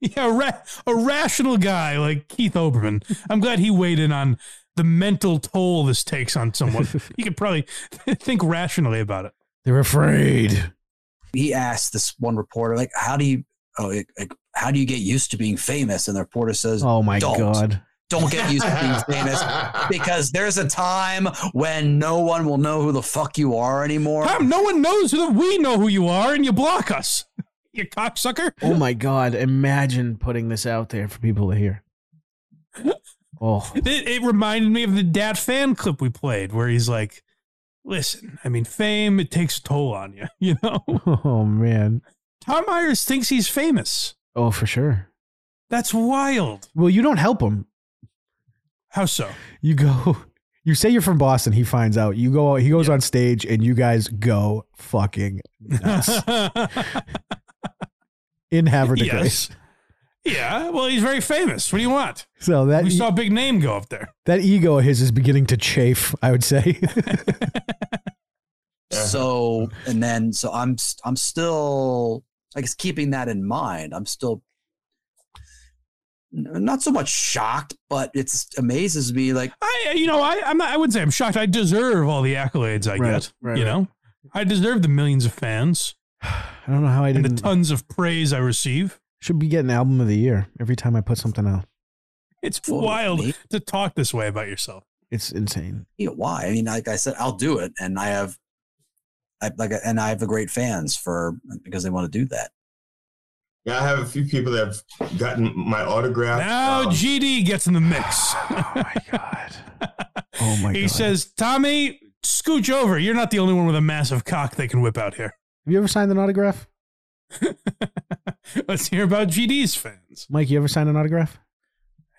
B: Yeah, a, ra- a rational guy like Keith Oberman. I'm glad he weighed in on the mental toll this takes on someone. he could probably think rationally about it.
C: They're afraid.
I: he asked this one reporter, like, how do you, oh, like, like, how do you get used to being famous? And the reporter says,
C: Oh my
I: Don't.
C: god.
I: don't get used to being famous because there's a time when no one will know who the fuck you are anymore.
B: Tom, no one knows who we know who you are, and you block us. You cocksucker.
C: Oh my god. Imagine putting this out there for people to hear. Oh,
B: It, it reminded me of the dad fan clip we played where he's like, listen, I mean, fame, it takes a toll on you. You know,
C: oh man.
B: Tom Myers thinks he's famous.
C: Oh, for sure.
B: That's wild.
C: Well, you don't help him.
B: How so?
C: You go. You say you're from Boston. He finds out. You go. He goes on stage, and you guys go fucking nuts in Havertide.
B: Yes. yeah. Well, he's very famous. What do you want?
C: So that e,
B: We saw a big name go up there.
C: that ego of his is beginning to chafe. I would say.
I: So and then so I'm st- I'm still I guess keeping that in mind. I'm still n- not so much shocked, but it amazes me. Like
B: I, uh, you know, I, I'm not, I wouldn't say I'm shocked. I deserve all the accolades I
C: Right,
B: get.
C: right,
B: you
C: right.
B: know, I deserve the millions of fans
C: I don't know how I
B: and the
C: didn't.
B: tons of praise I receive.
C: should be getting album of the year every time I put something out.
B: It's
I: Well,
B: wild
I: me-
B: to talk this way about yourself.
C: It's insane.
I: you know, why? I mean, like I said, I'll do it, and I have, I like, and I have the great fans for because they want to do that.
D: Yeah, I have a few people that have gotten my autograph.
B: Now
C: uh,
D: Um,
B: GD gets in the mix.
C: Oh my god. Oh my
B: he
C: god.
B: says, Tommy, scooch over. You're not the only one with a massive cock they can whip out here.
C: "Have you ever signed an autograph,
B: Let's hear about GD's fans.
C: Mike? You ever signed an autograph?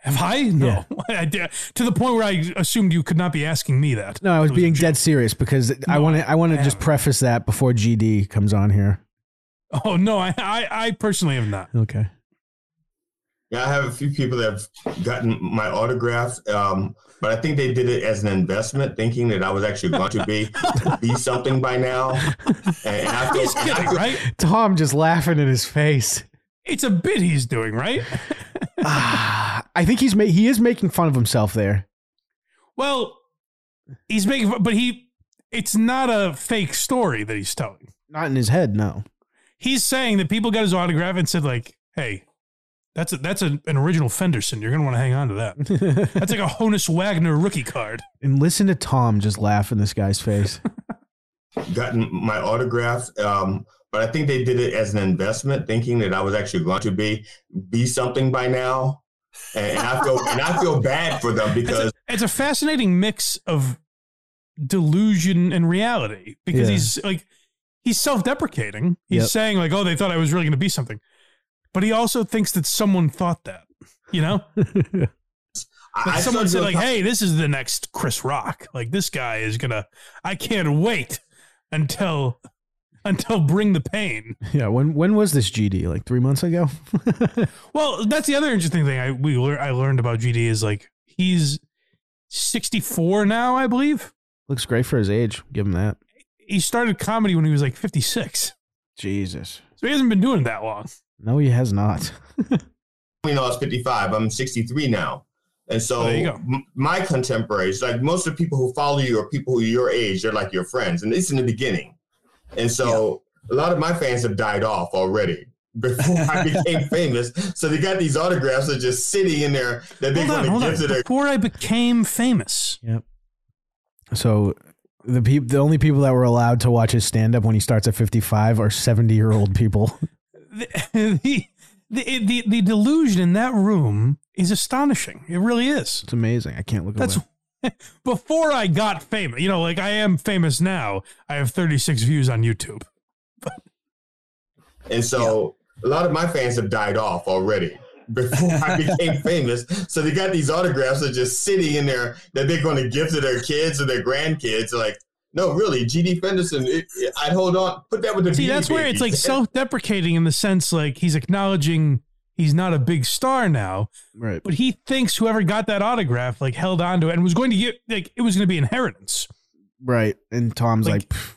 B: Have I? No. I did- to the point where I assumed you could not be asking me that.
C: No, I was
B: It a
C: being
B: joke.
C: dead serious because I want to. I want
B: I
C: to just
B: haven't.
C: preface that before GD comes on here.
B: Oh no, I, I, I personally have not.
C: Okay.
D: Yeah, I have a few people that have gotten my autograph, um, but I think they did it as an investment, thinking that I was actually going to be be something by now. And after,
B: He's kidding, right?
C: Tom just laughing in his face.
B: It's a bit he's doing, right?
C: Ah, I think he's ma- he is making fun of himself there.
B: Well, he's making, but he. It's not a fake story that he's telling.
C: Not in his head, no.
B: he's saying that people got his autograph and said like, "Hey, that's a, that's a, an original Fenderson. You're gonna want to hang on to that. That's like a Honus Wagner rookie card."
C: and listen to Tom just laugh in this guy's face.
D: gotten my autograph, um, but I think they did it as an investment, thinking that I was actually going to be be something by now. And I feel and I feel bad for them because
B: It's a fascinating mix of delusion and reality because
C: Yeah.
B: he's like he's self-deprecating. He's
C: Yep.
B: saying like, "Oh, they thought I was really gonna be something," but he also thinks that someone thought that. You know,
D: I,
B: Like
D: I
B: someone said
D: started
B: like, "Hey, this is the next Chris Rock. Like this guy is gonna. I can't wait until until bring the pain."
C: yeah, when when was this GD? Like three months ago?
B: Well, that's the other interesting thing I we lear- I learned about GD is like he's 64 now, I believe.
C: Looks great for his age. Give him that.
B: He started comedy when he was like 56.
C: Jesus.
B: So he hasn't been doing it that long.
C: No, he has not.
D: you know, I was 55. I'm 63 now. And so
B: There you go.
D: m- my contemporaries, like most of the people who follow you are people who are your age, they're like your friends, and it's in the beginning. And so a lot of my fans have died off already before I became famous. So they got these autographs that are just sitting in there that they're
B: Hold on,
D: going
B: hold
D: to
B: on.
D: give to their
B: Before I became famous,
C: So the peop- the only people that were allowed to watch his stand up when he starts at 55 are 70 year old people.
B: the, the, the, the, the delusion in that room is astonishing. It really is.
C: It's amazing. I can't look
B: That's
C: away.
B: before I got famous. You know, like I am famous now. I have 36 views on YouTube.
D: And so a lot of my fans have died off already before I became famous. So they got these autographs that are just sitting in there that they're going to give to their kids or their grandkids. Like, no, really, GD Fenderson, it, it- I'd hold on, put that with the
B: See,
D: Beanie
B: that's where it's like
D: Babies.
B: self-deprecating in the sense like he's acknowledging he's not a big star now,
C: right?
B: But he thinks whoever got that autograph like held onto it and was going to get like it was going to be inheritance.
C: Right. And Tom's like, "Pff,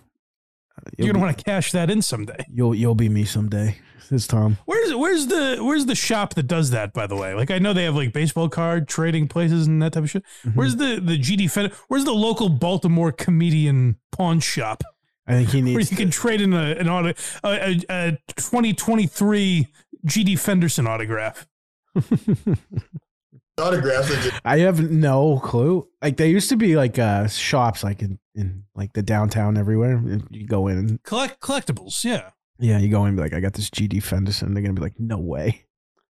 B: You're going
C: be-
B: to want to cash that in someday.
C: you'll you'll be me someday. Says Tom.
B: Where's where's the where's the shop that does that? By the way, like I know they have like baseball card trading places and that type of shit. Where's the the GD Fed? Where's the local Baltimore comedian pawn shop
C: I think he
B: where
C: needs
B: you can trade in a an auto a, a, a 2023 GD Fenderson autograph?
D: autographs are just
C: I have no clue. Like there used to be like uh shops like in, in like the downtown everywhere. You go in and
B: Collect collectibles, yeah.
C: yeah, you go in and be like, I got this GD Fenderson. They're gonna be like, No way.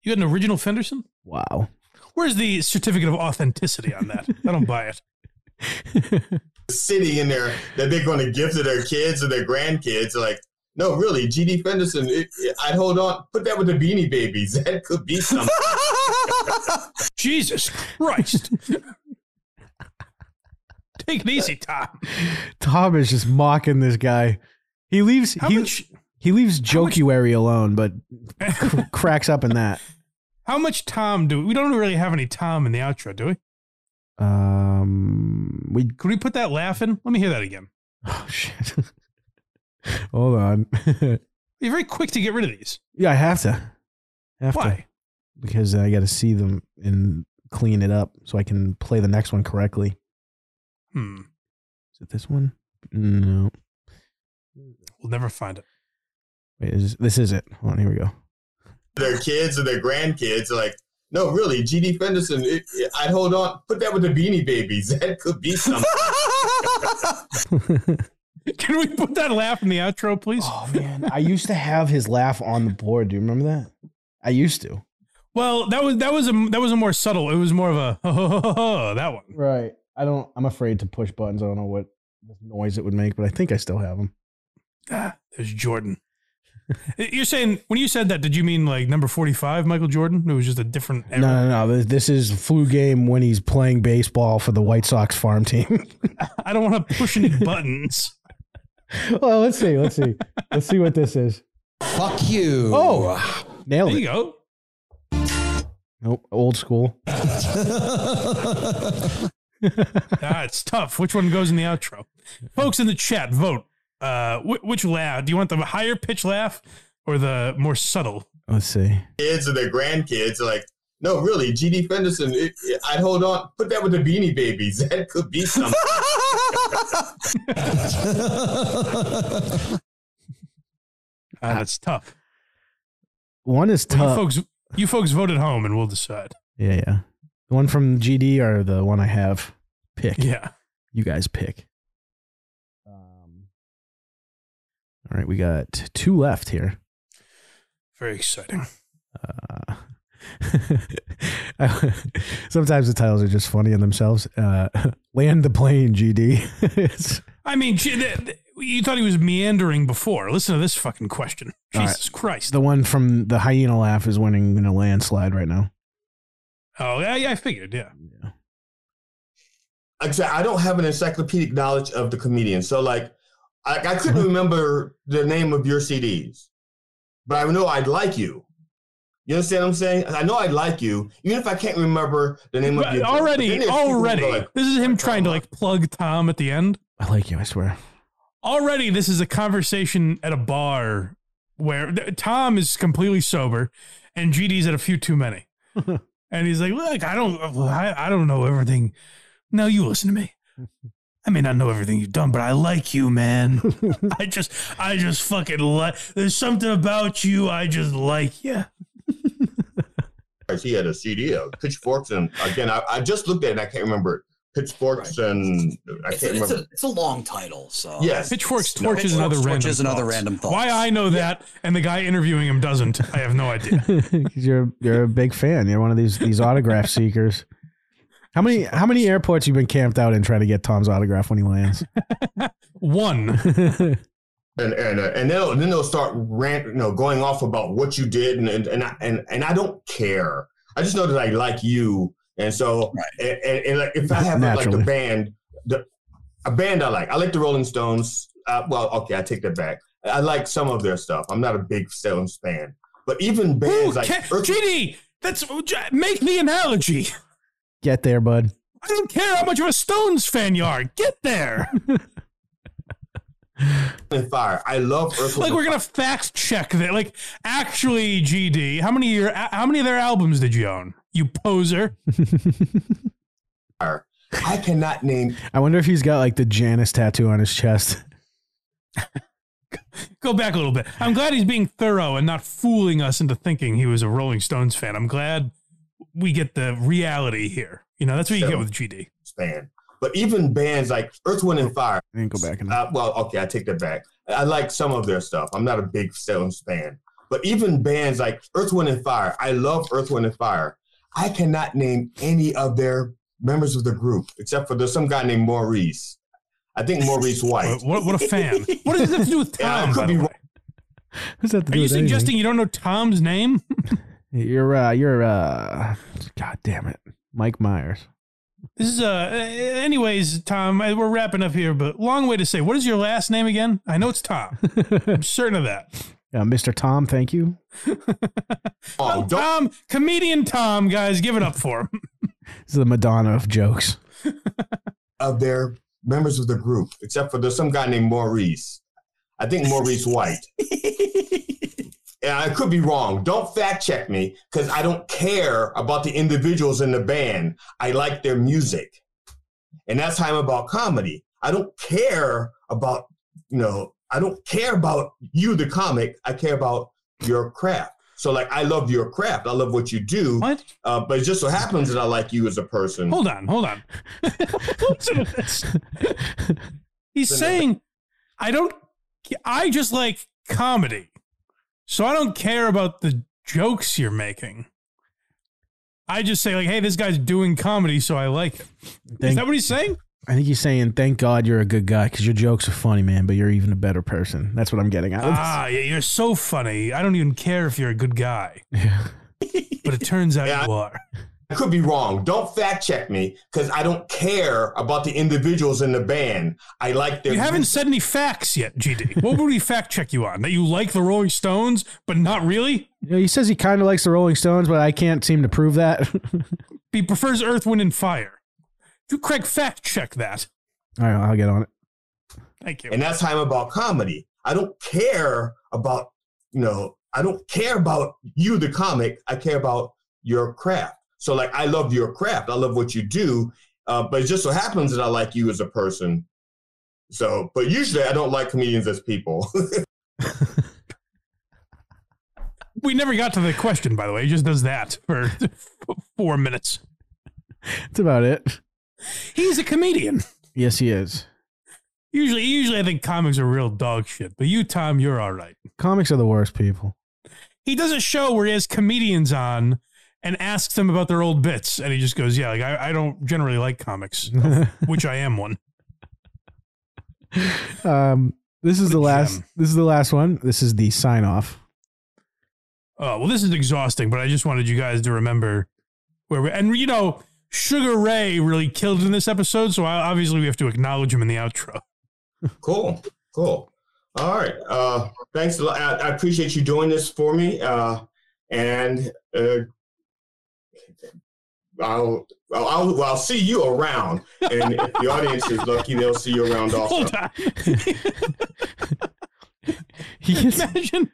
B: You got an original Fenderson?
C: Wow.
B: Where's the certificate of authenticity on that? I don't buy it.
D: sitting in there that they're going to give to their kids or their grandkids. Like, no, really, GD Fenderson, it, it- I'd hold on, put that with the Beanie Babies. That could be something.
B: Jesus Christ. Take it easy, Tom.
C: Tom is just mocking this guy. He leaves
B: How
C: he,
B: much-
C: he leaves Jokuary alone, but cr- cracks up in that.
B: How much Tom do we? We don't really have any Tom in the outro, do we?
C: Um we
B: Could we put that laugh in? Let me hear that again.
C: oh shit. Hold on.
B: You're very quick to get rid of these.
C: yeah, I have to. Have to.
B: Why?
C: because I got to see them and clean it up so I can play the next one correctly.
B: Hmm.
C: Is it this one? No.
B: We'll never find it.
C: Wait, is this is it? Hold on, here we go.
D: their kids or their grandkids. Like, no, really, GD Fenderson, it, it- I'd hold on, put that with the Beanie Babies. That could be something.
B: Can we put that laugh in the outro, please?
C: Oh man, I used to have his laugh on the board. Do you remember that? I used to.
B: Well, that was that was a that was a more subtle. It was more of a that one.
C: Right. I don't. I'm afraid to push buttons. I don't know what noise it would make, but I think I still have them.
B: Ah, there's Jordan. You're saying when you said that, did you mean like number 45, Michael Jordan? It was just a different.
C: No, no, no. This, this is flu game when he's playing baseball for the White Sox farm team.
B: I don't want to push any buttons.
C: well, let's see. Let's see. Let's see what this is.
J: Fuck you.
C: Oh, nailed
B: There
C: it.
B: you go.
C: Nope. Old school.
B: Ah, it's tough. Which one goes in the outro? Folks in the chat, vote. Uh, wh- which laugh? Do you want the higher pitch laugh or the more subtle?
C: Let's see.
D: kids or their grandkids. Like, no, really, GD Fenderson, it, it- I'd hold on, put that with the Beanie Babies. That could be something.
B: Ah, that's tough.
C: One is
B: Well, you
C: tough.
B: folks, you folks vote at home, and we'll decide.
C: yeah, yeah. The one from GD or the one I have. Pick.
B: Yeah.
C: You guys pick. Um. All right, we got two left here.
B: Very exciting.
C: Uh, sometimes the titles are just funny in themselves. Uh, land the plane, GD. It's-
B: I mean, gee, th- th- you thought he was meandering before. Listen to this fucking question.
C: All right.
B: Jesus Christ.
C: the one from the hyena laugh is winning in a landslide right now.
B: Oh, yeah, yeah, I figured. Yeah.
D: Like I said, I don't have an encyclopedic knowledge of the comedian. So, like, I, I
B: Mm-hmm.
D: couldn't remember the name of your CDs, but I know I'd like you. You understand what I'm saying? I know I'd like you, even if I can't remember the name of
B: But
D: your But then
B: already,
D: there's people who are
B: already.
D: like,
B: this is him trying to like plug Tom at the end.
C: I like you, I swear.
B: Already, this is a conversation at a bar where th- Tom is completely sober and GD's at a few too many. and he's like, Look, I don't, I, I don't know everything. No, you listen to me. I may not know everything you've done, but I like you, man. I just, I just fucking like. There's something about you. I just like you.
D: Right, He had a CD of Pitchforks, and again, I, I just looked at it and I can't remember it. Pitchforks and I
I: It's
D: can't
I: a, it's,
D: remember.
I: a, it's a long title, so
D: Yes.
B: Pitchforks,
I: No,
B: torches, and other
I: Pitchforks,
B: random.
I: torches, and other
B: thoughts.
I: random thoughts.
B: Why I know that and the guy interviewing him doesn't, I have no idea.
C: 'Cause you're you're a big fan. You're one of these these autograph seekers. How many how many airports you been camped out in trying to get Tom's autograph when he lands?
B: One.
D: and and uh, and they'll, then they'll start rant, you know, going off about what you did, and and and I, and, and I don't care. I just know that I like you, and so and, and, and like if I have like
C: Naturally.
D: the band, the a band I like, I like the Rolling Stones. Uh, well, okay, I take that back. I like some of their stuff. I'm not a big Stones fan, but even bands like
B: Ca-
D: Earth-
B: JD, that's make the analogy.
C: Get there, bud.
B: I don't care how much of a Stones fan you are. Get there.
D: and Fire. I love Earth.
B: like we're gonna fact check that. Like actually, GD, how many of your how many of their albums did you own? You poser.
D: Fire. I cannot name
C: I wonder if he's got like the Janus tattoo on his chest.
B: Go back a little bit. I'm glad he's being thorough and not fooling us into thinking he was a Rolling Stones fan. I'm glad we get the reality here. You know, that's what you
D: Sure.
B: get with GD.
D: band. But even bands like Earth, Wind, and Fire.
C: And go back and
D: Uh, well, okay, I take that back. I like some of their stuff. I'm not a big Stones fan. But even bands like Earth, Wind, and Fire. I love Earth, Wind, and Fire. I cannot name any of their members of the group except for there's some guy named Maurice. I think Maurice White.
B: What, what, what a fan. What does this have to do with
D: And I
B: Tom?
D: could
B: by
D: be
B: the way?
D: wrong.
C: Who's that? to
B: Are
C: do
B: you
C: with anything?
B: suggesting you don't know Tom's name?
C: You're uh you're uh God damn it. Mike Myers.
B: This is uh. uh, Anyways, Tom, I- we're wrapping up here, but long way to say. What is your last name again? I know it's Tom. I'm certain of that.
C: Uh, Mr. Tom, thank you.
D: Oh, don't-
B: Tom, comedian Tom, guys, give it up for him.
C: This is the Madonna of jokes.
D: of their members of the group, except for there's some guy named Maurice. I think Maurice White. and I could be wrong. Don't fact check me because I don't care about the individuals in the band. I like their music. And that's how I'm about comedy. I don't care about, you know, I don't care about you, the comic. I care about your craft. So, like, I love your craft. I love what you do.
B: What?
D: Uh, but it just so happens that I like you as a person.
B: Hold on, hold on. Listen to this. He's saying, I don't, I just like comedy. So I don't care about the jokes you're making. I just say, like, hey, this guy's doing comedy, so I like it. Is
C: Thank-
B: that what he's saying?
C: I think he's saying, thank God you're a good guy because your jokes are funny, man, but you're even a better person. That's what I'm getting out of this.
B: Ah, yeah, you're so funny. I don't even care if you're a good guy. But it turns out
D: Yeah.
B: you are.
D: I could be wrong. Don't fact check me because I don't care about the individuals in the band. I like their.
B: You haven't said any facts yet, GD. What would we fact check you on? That you like the Rolling Stones, but not really?
C: Yeah, he says he kind of likes the Rolling Stones, but I can't seem to prove that.
B: He prefers Earth, Wind, and Fire. Do Craig fact check that?
C: All right, I'll get on it.
B: Thank you.
D: and that's how I'm about comedy. I don't care about you know. I don't care about you, the comic. I care about your craft. So like, I love your craft. I love what you do. Uh, but it just so happens that I like you as a person. So, but usually I don't like comedians as people.
B: We never got to the question, by the way. He just does that for f- four minutes.
C: That's about it.
B: He's a comedian.
C: Yes, he is.
B: Usually, usually I think comics are real dog shit. But you, Tom, you're all right.
C: Comics are the worst people.
B: He does a show where he has comedians on and asks them about their old bits, and he just goes, "Yeah, like I, I don't generally like comics, of which I am one."
C: Um, this is the last.
B: gem.
C: This is the last one. This is the sign off.
B: Oh, well, this is exhausting, but I just wanted you guys to remember where we and you know, Sugar Ray really killed it in this episode, so I, obviously we have to acknowledge him in the outro.
D: Cool. Cool. All right. Uh, thanks a lot. I, I appreciate you doing this for me. Uh, and uh, I'll, I'll, I'll, I'll see you around. And if the audience is lucky, they'll see you around also.
B: Hold on.
C: He just,
B: Imagine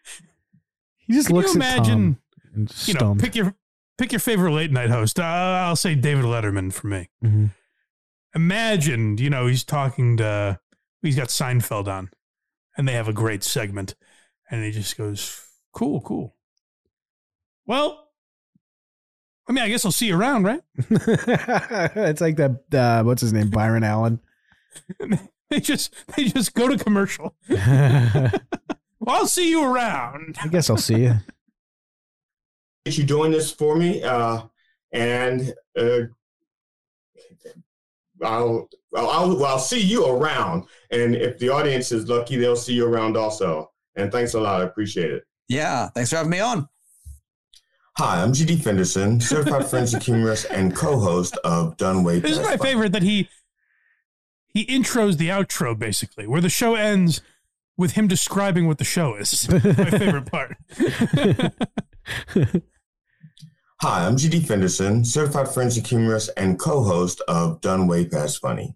C: he just
B: Can
C: looks
B: you
C: at Tom
B: imagine,
C: and
B: you know,
C: stumped.
B: pick your pick your favorite late night host. Uh, I'll say David Letterman for me.
C: Mhm.
B: Imagine, you know, he's talking to he's got Seinfeld on, and they have a great segment, and he just goes, "Cool, cool." Well, I mean, I guess I'll see you around, right?
C: it's like that. Uh, what's his name? Byron Allen.
B: They just they just go to commercial.
C: I
B: Well, I'll see you around.
C: guess I'll see you.
D: Appreciate you doing this for me. Uh, and uh, I'll, I'll, I'll, I'll see you around. And if the audience is lucky, they'll see you around also. And thanks a lot. I appreciate it.
I: Yeah, thanks for having me on.
D: Hi, I'm GD Fenderson, certified forensic humorist and co-host of Dunway.
B: This is my favorite that he he intros the outro basically, where the show ends with him describing what the show is. my favorite part.
D: Hi, I'm GD Fenderson, certified forensic humorist and co-host of Dunway Past Funny.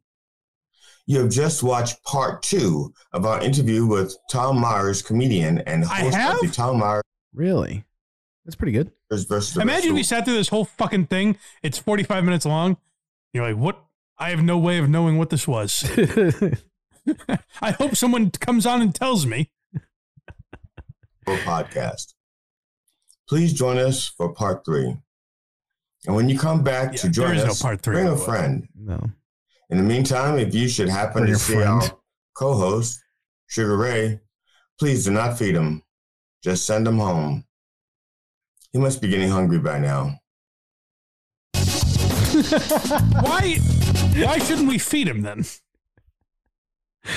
D: You have just watched part two of our interview with Tom Myers, comedian and
B: I
D: host
B: have?
D: of the Tom Myers
C: Really? That's pretty good.
D: versus the
B: Imagine if
D: Rest
B: you sat through this whole fucking thing. It's 45 minutes long. You're like, what? I have no way of knowing what this was. I hope someone comes on and tells me.
D: for podcast. Please join us for part three. And when you come back to
B: Yeah,
D: join
B: there is no
D: us,
B: part three,
D: bring
B: by
D: a
B: the way.
D: friend.
C: No.
D: In the meantime, if you should happen
C: Bring
D: to
C: a
D: see
C: friend.
D: our co-host, Sugar Ray, please do not feed him. Just send him home. He must be getting hungry by now.
B: Why? Why shouldn't we feed him then?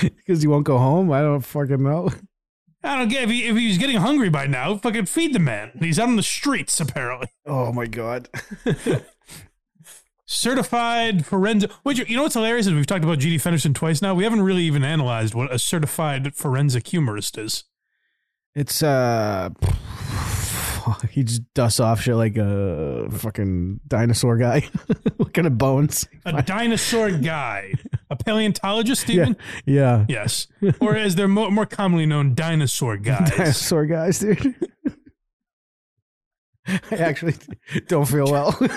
C: Because you won't go home? I don't fucking know.
B: I don't get if he if he's getting hungry by now. Fucking feed the man. He's out on the streets apparently.
C: Oh my god.
B: Certified forensic. Which you know what's hilarious is we've talked about GD Fenderson twice now. We haven't really even analyzed what a certified forensic humorist is.
C: It's uh he just dusts off shit like a fucking dinosaur guy. what kind of bones?
B: A dinosaur guy, a paleontologist, Stephen.
C: Yeah.
B: Yes, or as they're more, more commonly known, dinosaur guys.
C: Dinosaur guys, dude. I actually don't feel well.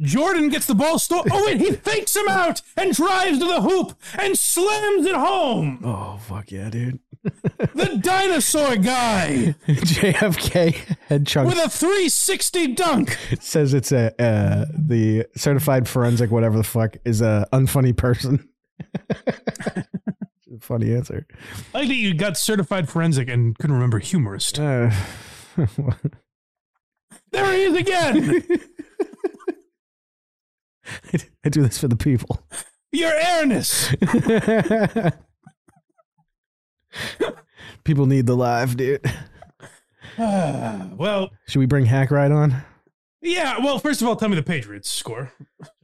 B: Jordan gets the ball stolen. Oh wait, he fakes him out and drives to the hoop and slams it home.
C: oh fuck yeah, dude.
B: The dinosaur guy
C: JFK head chunk
B: with a 360 dunk.
C: says it's a uh, the certified forensic whatever the fuck is a unfunny person. Funny answer.
B: I like that you got certified forensic and couldn't remember humorist.
C: Uh,
B: There he is again.
C: I do this for the people.
B: Your airness.
C: people need the live, dude.
B: Ah, well,
C: Should we bring Hack Ride on?
B: yeah. Well, first of all, tell me the Patriots score,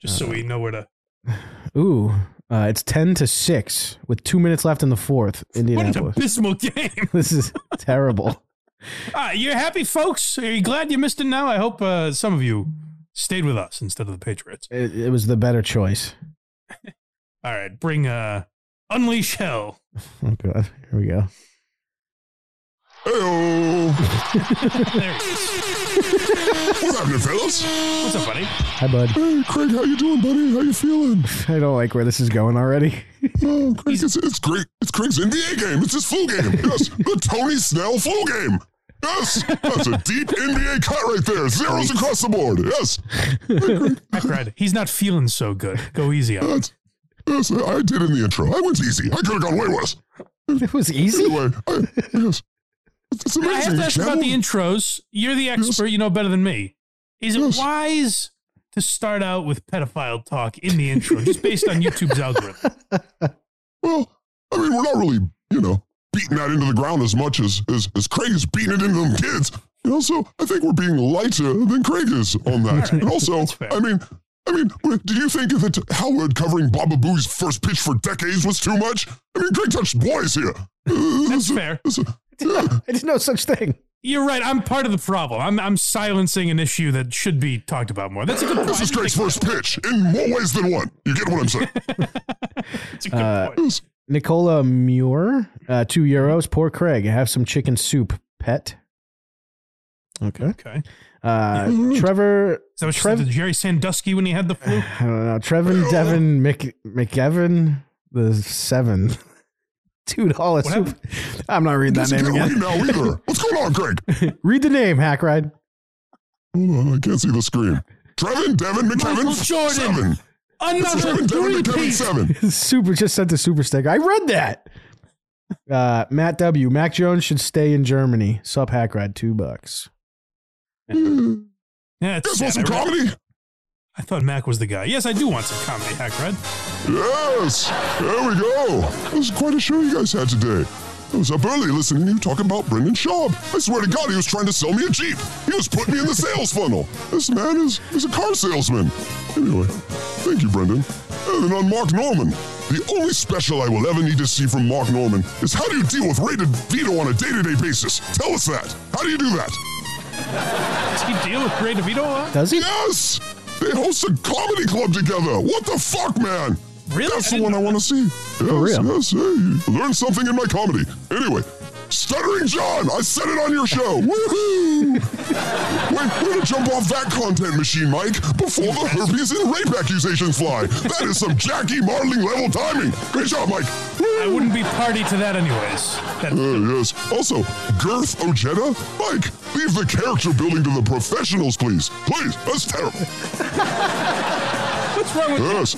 B: just
J: Uh,
B: so we know where to.
C: Ooh, uh, it's ten to six with two minutes left in the fourth.
B: What an
C: Indianapolis.
B: abysmal game.
C: This is terrible.
B: Ah, you're happy, folks. Are you glad you missed it? Now, I hope uh, some of you stayed with us instead of the Patriots.
C: It, it was the better choice.
B: All right, bring uh unleash hell.
C: Oh god, here we go.
B: There it is.
J: What's happening, fellas?
B: What's up, buddy?
C: Hi, bud.
J: Hey, Craig, how you doing, buddy? How you feeling?
C: I don't like where this is going already.
J: Oh, Craig, it's, it's Craig. It's Craig's NBA game. It's his flu game. Yes, the Tony Snell flu game. Yes, that's a deep NBA cut right there. Zeros across the board. Yes,
B: Hack Ride, He's not feeling so good. Go easy on him.
J: that's, that's I did in the intro. I went easy. I could have gone way worse.
C: It was easy.
J: Anyway, I, yes, it's, it's
B: I have
J: amazing.
B: to ask about
J: Channel-
B: the intros. You're the expert. You know better than me. Is it
J: Yes.
B: wise to start out with pedophile talk in the intro, just based on YouTube's algorithm?
J: Well, I mean, we're not really, you know, beating that into the ground as much as as, as Craig is beating it into them kids. You know, so I think we're being lighter than Craig is on that. And also,
B: fair.
J: I mean, I mean, w- did you think that Howard covering Baba Boo's first pitch for decades was too much? I mean, Craig touched boys here.
B: That's fair.
C: I did no such thing.
B: You're right. I'm part of the problem. I'm I'm silencing an issue that should be talked about more. That's a good point.
J: This is Craig's first pitch in more ways than one. You get what I'm saying?
B: That's a good
C: Uh,
B: point.
C: Nicola Muir, uh, two euros. Poor Craig. Have some chicken soup, pet. Okay.
B: Okay.
C: Uh, Trevor.
B: So what she
C: Trev- Uh,
B: said to Jerry Sandusky when he had the flu?
C: I don't know. Trevin Devin Mc, McEvan the seven. Two dollars
B: What
C: soup. I'm not reading that
J: Doesn't
C: name
J: get read
C: again.
J: now either. What's going on, Craig?
C: Read the name, Hack Ride.
J: Hold on, I can't see the screen. Trevin, Devin,
B: Michael
J: McKevin,
B: Jordan.
J: seven.
B: Another
J: Trevin, Devin,
B: three
J: McKevin,
B: piece.
J: seven.
C: Super just sent a super sticker. I read that. Uh, Matt W. Mac Jones should stay in Germany. Sup Hack Ride, two bucks.
B: Yeah, it's
J: You guys want some
B: sad. I read-
J: comedy?
B: I thought Mac was the guy. Yes, I do want some comedy hack, Red.
J: Yes! There we go! That was quite a show you guys had today. I was up early listening to you talking about Brendan Schaub. I swear to God, he was trying to sell me a Jeep. He was putting me in the sales funnel. This man is, is a car salesman. Anyway, thank you, Brendan. And then on Mark Norman. The only special I will ever need to see from Mark Norman is how do you deal with rated veto on a day to day basis? Tell us that. How do you do that?
B: Does he deal with Ray DeVito a lot?
C: Does he?
J: Yes! They host a comedy club together. What the fuck, man? Really? That's the one I want to see. Yes, yes, hey. Learn something in my comedy. Anyway, Stuttering John, I said it on your show. Woohoo! Wait, way to jump off that content machine, Mike, before the herpes and rape accusations fly. That is some Jackie Marling level timing. Great job, Mike.
B: I wouldn't be party to that, anyways. That,
J: Uh, yes. Also, Girth Ojeda? Mike, leave the character building to the professionals, please. Please, that's terrible.
B: What's wrong with
J: yes.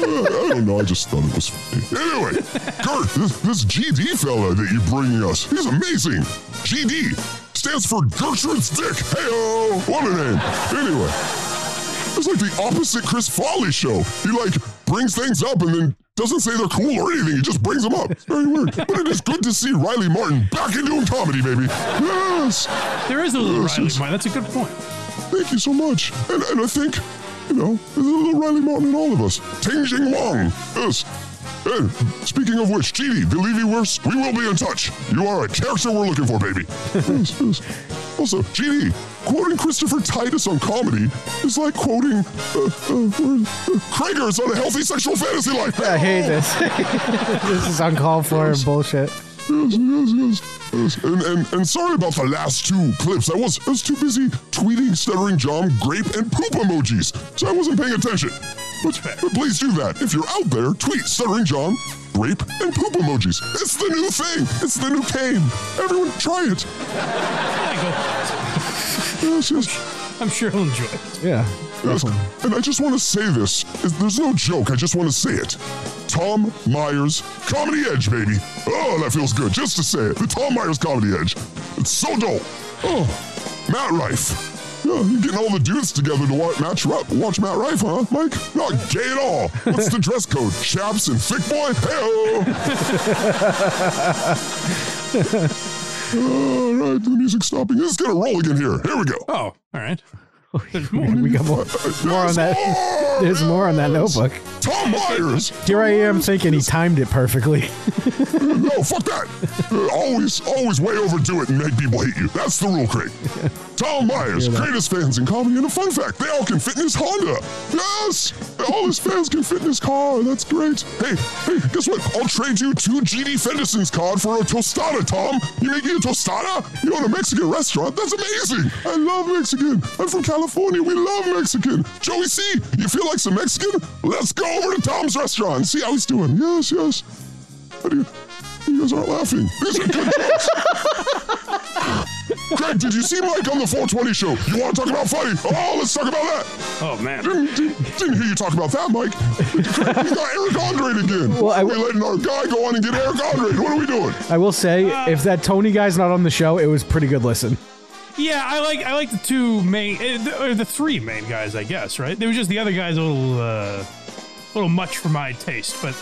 J: Uh, I don't know. I just thought it was funny. Anyway, Girth, this, this GD fella that you're bringing us, he's amazing. GD stands for Gertrude's Dick. Hey, what a name. Anyway, it's like the opposite Chris Folly show. He like brings things up and then doesn't say they're cool or anything. He just brings them up. It's very weird. But it is good to see Riley Martin back in doing comedy, baby. Yes.
B: There is a little
J: Yes,
B: Riley
J: yes.
B: Martin. That's a good point.
J: Thank you so much. And, and I think, you know, there's a little Riley Martin in all of us. Ting Jing Wong. Yes. And speaking of which, GD, believe you worse, we will be in touch. You are a character we're looking for, baby. Yes, yes. Also, GD, quoting Christopher Titus on comedy is like quoting uh, uh, where- uh, Krager's on a healthy sexual fantasy life.
C: I hate this. this is uncalled for and bullshit.
J: Yes, yes, yes, yes. And, and, and sorry about the last two clips. I was I was too busy tweeting stuttering John grape and poop emojis, so I wasn't paying attention. But, but please do that. If you're out there, tweet stuttering John grape and poop emojis. It's the new thing. It's the new game. Everyone, try it. Yes, yes.
B: I'm sure he'll enjoy it.
C: Yeah.
J: Yes. And I just want to say this. Is- There's no joke. I just want to say it. Tom Myers Comedy Edge, baby. Oh, that feels good just to say it. The Tom Myers Comedy Edge. It's so dope. Oh, Matt Rife. Yeah, you getting all the dudes together to watch, match, rep- watch Matt Rife, huh, Mike? Not gay at all. What's the dress code? Chaps and thick boy? Hey, All right, the music's stopping. It's going to roll again here. Here we go.
B: Oh, all right. There's more.
C: We got more, more on that. There's more on that notebook.
J: Tom Myers.
C: Here I am thinking he timed it perfectly.
J: No, fuck that. Uh, always, always way overdo it and make people hate you. That's the rule, Craig. Tom Myers, greatest fans in comedy, and a fun fact: they all can fit in his Honda. Yes, all his fans can fit in his car. That's great. Hey, hey, guess what? I'll trade you two GD Fenderson's card for a tostada, Tom. You make me a tostada? You own a Mexican restaurant? That's amazing. I love Mexican. I'm from California. We love Mexican. Joey C, you feel like some Mexican? Let's go over to Tom's restaurant and see how he's doing. Yes, yes. How do you? You guys aren't laughing. These are good jokes. Greg, did you see Mike on the 420 show? You want to talk about funny? Oh, let's talk about that.
B: Oh man.
J: Didn't, didn't, didn't hear you talk about that, Mike. Greg, we got Eric Andre again. Well,
C: I-
J: we letting our guy Oh, go on and get Eric Andre. What are we doing?
C: I will say, if that Tony guy's not on the show, it was pretty good listen.
B: Yeah, I like I like the two main eh, the- or the three main guys, I guess. Right? They were just the other guys a little uh, little much for my taste, but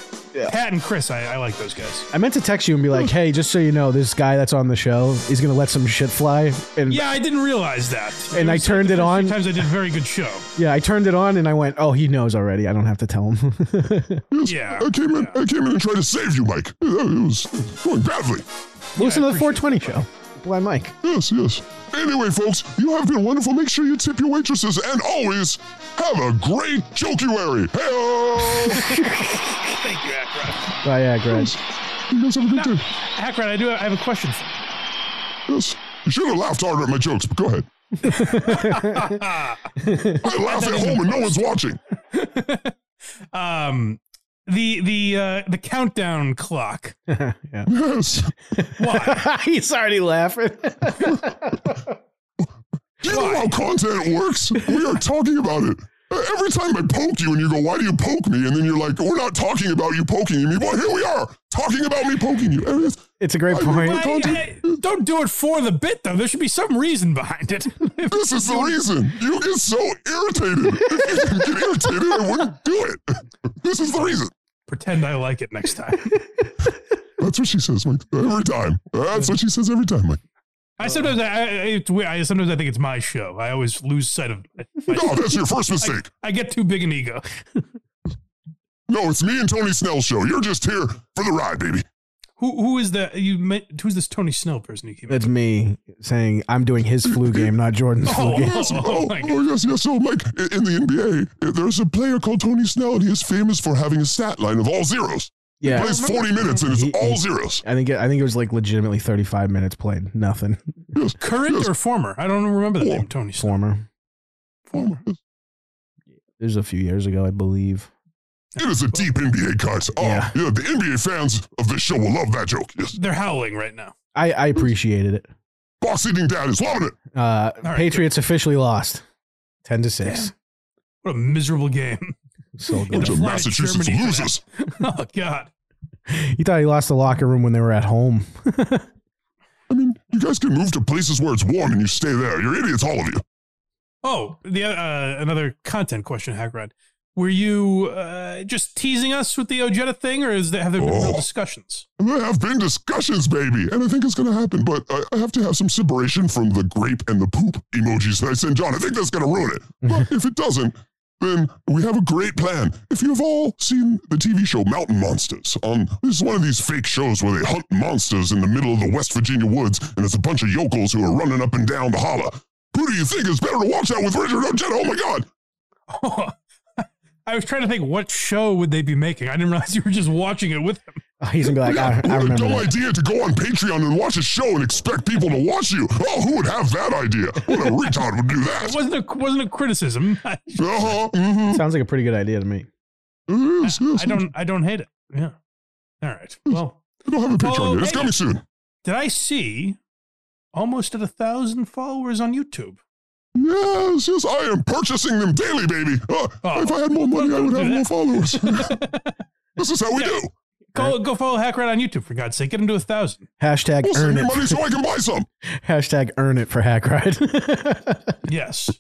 B: Pat and Chris, I, I like those guys.
C: I meant to text you and be like,
J: Hmm.
C: hey, just so you know, this guy that's on the show is gonna let some shit fly. And yeah,
B: Yeah, I didn't realize that.
C: And I
B: was like
C: turned
B: the
C: it
B: first
C: on.
B: few Times I did a very good show.
C: I turned it on and I went, oh, he knows already. I don't have to tell him.
B: Yeah.
J: I came in. I came in and tried to save you, Mike. It was going badly.
C: listen to the 420 show. Blind Mike.
J: Yes, yes. Anyway, folks, you have been wonderful. Make sure you tip your waitresses and always have a great jokuary. Hey.
B: Thank you, Hackrat.
C: Oh, yeah, great.
J: You guys have a good day.
B: Hackrat, I do. I have a question. for you.
J: Yes. You should have laughed harder at my jokes, but go ahead. I laugh at home and no one's watching.
B: Um, the the uh, the countdown clock.
J: Yes.
B: Why?
C: He's already laughing.
J: Do you know how content works? We are talking about it. E, Every time I poke you and you go, why do you poke me? And then you're like, we're not talking about you poking me. Well, here we are talking about me poking you. And it's,
C: It's a great point.
B: Why- I- don't do it for the bit, though. There should be some reason behind it.
J: this is the reason. You get so irritated. If you didn't get irritated, I wouldn't do it. This is the reason.
B: Pretend I like it next time.
J: That's what she says, Mike. Every time. That's what she says every time, Mike.
B: I sometimes I, I, it's weird. I sometimes I think it's my show. I always lose sight of. My,
J: No, Oh, that's your first mistake.
B: I get too big an ego.
J: No, it's me and Tony Snell's show. You're just here for the ride, baby.
B: Who who is the you? Met, who's this Tony Snell person you keep?
C: That's me saying I'm doing his flu game, not Jordan's flu game.
J: Yes, oh, oh, yes, yes. So, Mike, i- in the NBA, i- there's a player called Tony Snell, and he is famous for having a stat line of all zeros.
C: Yeah.
J: He plays 40 minutes, and it's
C: He-
J: all
C: he-
J: zeros.
C: I think it, I think it was like legitimately 35 minutes played, nothing.
J: Yes,
B: Current
J: yes,
B: or former? I don't remember the
J: Former.
B: name. Tony Snell.
C: Former.
J: former.
C: It was a few years ago, I believe.
J: It is a deep NBA cut. Oh, yeah.
C: Yeah.
J: The NBA fans of this show will love that joke. Yes.
B: They're howling right now.
C: I, I appreciated it.
J: Box eating dad is loving it.
C: Uh,
B: right,
C: Patriots officially lost, 10 to six.
B: What a miserable game.
C: So
B: In
C: good.
J: Bunch
B: the
J: of
B: flat
J: Massachusetts
B: Germany for
J: losers.
B: that. Oh God.
C: You thought he lost the locker room when they were at home.
J: I mean, you guys can move to places where it's warm and you stay there. You're idiots, all of you.
B: Oh, the uh, another content question, Hackrod. Were you uh, just teasing us with the Ojeda thing, or is there, have there been real
J: Oh.
B: discussions?
J: There have been discussions, baby, and I think it's going to happen, but I, I have to have some separation from the grape and the poop emojis that I send John. I think that's going to ruin it. But if it doesn't, then we have a great plan. If you've all seen the TV show Mountain Monsters, um, this is one of these fake shows where they hunt monsters in the middle of the West Virginia woods, and it's a bunch of yokels who are running up and down the holler. Who do you think is better to watch out with Richard Ojeda? Oh my God!
B: I was trying to think what show would they be making. I didn't realize you were just watching it with him.
C: He's gonna be like, I, I
J: what a
C: remember.
J: dumb
C: That.
J: idea to go on Patreon and watch a show and expect people to watch you. Oh, who would have that idea? What a retard would do
B: It
J: that?
B: wasn't a wasn't a criticism. I,
J: Uh-huh. mhm.
C: Sounds like a pretty good idea to me.
J: Yes, yes.
B: I don't I don't hate it. Yeah. All right. Well,
J: I don't have a Patreon
B: Oh,
J: yet. It's
B: hey.
J: coming soon.
B: did I see almost at a thousand followers on YouTube?
J: Yes, yes. uh, I am purchasing them daily, baby. Uh,
B: Oh.
J: If I had more money, I would
B: Don't do
J: have more
B: that.
J: followers. this is how we do.
B: Go go follow Hackrat on YouTube for God's sake. Get him to a thousand.
C: Hashtag
J: Well,
C: earn
J: send me
C: it.
J: money so I can buy some.
C: Hashtag earn it for Hack Ride.
B: Yes.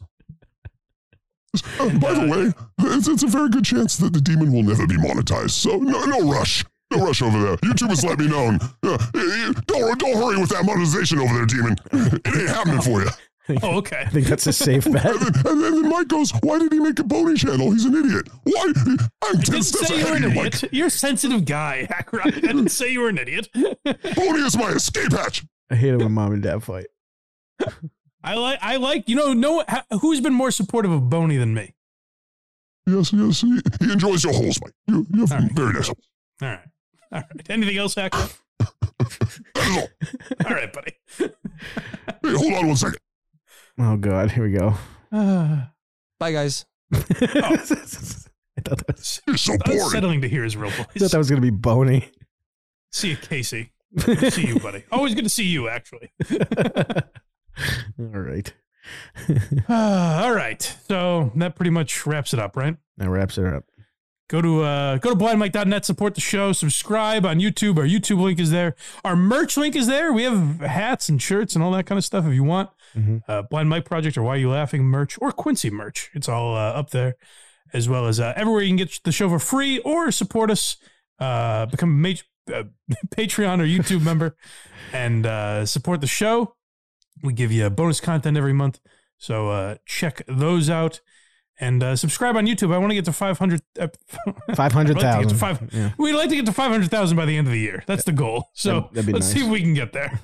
J: Uh, by the way, it's, it's a very good chance that the demon will never be monetized. So no, no rush. No rush over there. YouTube has let me know. Uh, eh, eh, don't, don't hurry with that monetization over there, demon. It ain't happening for you.
B: Oh, okay.
C: I think that's a safe bet.
J: And then, and then Mike goes, Why did he make a pony channel? He's an idiot. Why? I'm 10
B: Didn't
J: steps
B: say you were an
J: ahead of you, Mike.
B: idiot. You're a sensitive guy, Hackrat. I didn't say you were an idiot.
J: Pony is my escape hatch.
C: I hate it when mom and dad fight.
B: I like I like you know no ha- who's been more supportive of Boney than me.
J: Yes, yes. He, he enjoys your holes, Mike. You, you have
B: All right.
J: very nice. holes.
B: All right. All right. Anything else, Hackrat?
J: That is all.
B: All right, buddy.
J: Hey, hold on one second.
C: Oh God, here we go.
B: Uh,
I: Bye, guys.
C: I thought that was,
J: You're so boring.
B: unsettling to hear his real voice.
C: I thought that was gonna be bony.
B: See you, Casey. Good to see you, buddy. Always good to see you, actually.
C: All right,
B: Uh, all right. So that pretty much wraps it up, right?
C: that wraps it up.
B: Go to uh, go to blindmike.net, support the show, subscribe on YouTube. Our YouTube link is there. Our merch link is there. We have hats and shirts and all that kind of stuff if you want.
C: Mhm.
B: Uh, Blind Mike Project or Why You Laughing merch or Quincy merch. It's all uh, up there, as well as uh, everywhere you can get the show for free or support us. Uh, become a major, uh, Patreon or YouTube member and uh, support the show. We give you bonus content every month, so uh, check those out and uh, subscribe on YouTube. I want to uh, get to 500. ep-
C: Five hundred
B: I'd like to get to
C: thousand.
B: five- We'd like to get to 500,000 by the end of the year. That's the goal. So
C: That'd- that'd be
B: let's
C: nice.
B: see if we can get there.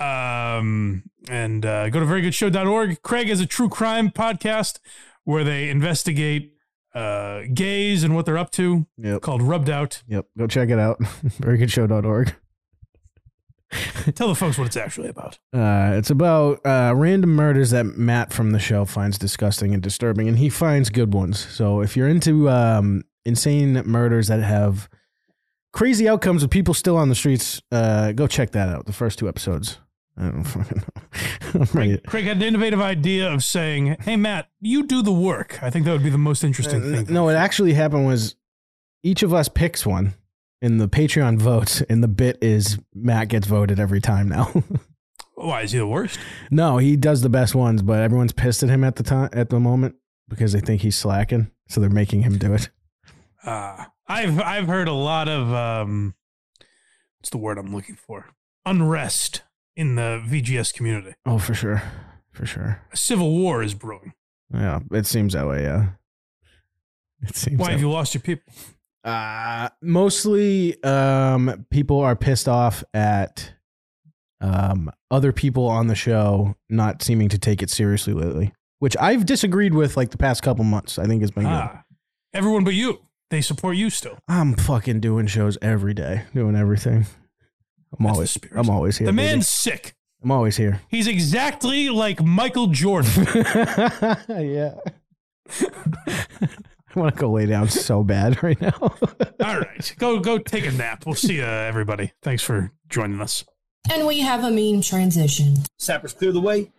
B: um, and uh, go to verygoodshow.org. Craig has a true crime podcast where they investigate uh, gays and what they're up to
C: Yep.
B: called Rubbed Out.
C: Yep. Go check it out. Verygoodshow.org.
B: Tell the folks what it's actually about.
C: Uh, it's about uh, random murders that Matt from the show finds disgusting and disturbing, and he finds good ones. So if you're into um, insane murders that have crazy outcomes with people still on the streets, uh, go check that out. The first two episodes. I don't fucking know. I'm ready-
B: Craig had an innovative idea of saying, "Hey Matt, you do the work." I think that would be the most interesting
C: Uh,
B: thing.
C: No, what actually happened was each of us picks one, and the Patreon votes, and the bit is Matt gets voted every time now.
B: Why is he the worst?
C: no, he does the best ones, but everyone's pissed at him at the time at the moment because they think he's slacking, so they're making him do it.
B: Uh, I've I've heard a lot of um, what's the word I'm looking for? Unrest in the VGS community.
C: Oh, for sure, for sure.
B: A civil war is brewing.
C: Yeah, it seems that way. Yeah, it seems.
B: Why
C: that
B: have you lost your people?
C: Uh, mostly um, people are pissed off at um, other people on the show not seeming to take it seriously lately, which I've disagreed with like the past couple months. I think has been good.
B: Ah, everyone but you. They support you still.
C: I'm fucking doing shows every day, doing everything. I'm always, I'm always here.
B: the
C: baby.
B: man's sick.
C: I'm always here.
B: He's exactly like Michael Jordan.
C: yeah. I want to go lay down so bad right now.
B: All right, go go take a nap. We'll see you, everybody. Thanks for joining us.
K: And we have a meme transition.
L: Sappers clear the way,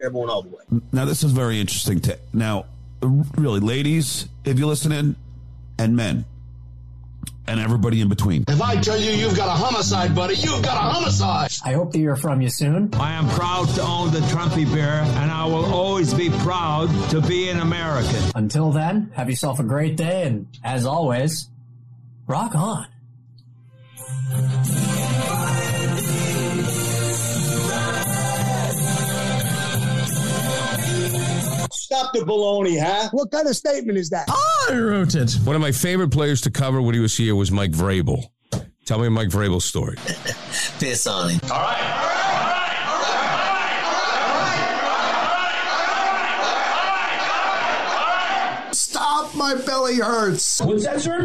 L: airborne all the way.
M: Now, this is very interesting. To, now, really, ladies, if you listen in, and men, and everybody in between.
N: If I tell you you've got a homicide, buddy, you've got a homicide.
O: I hope to hear from you soon.
P: I am proud to own the Trumpy Bear, and I will always be proud to be an American.
O: Until then, have yourself a great day, and as always, rock on.
L: Stop the baloney, huh? What kind of statement is that?
Q: I wrote it. One of my favorite players to cover when he was here was Mike Vrabel. Tell me Mike Vrabel's story.
L: Piss on him. All right.
N: Stop, my belly hurts. What's that, sir?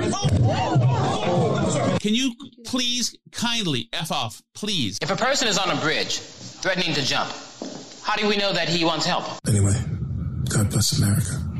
R: Can you please kindly F off, please?
S: If a person is on a bridge threatening to jump, how do we know that he wants help?
N: Anyway, God bless America.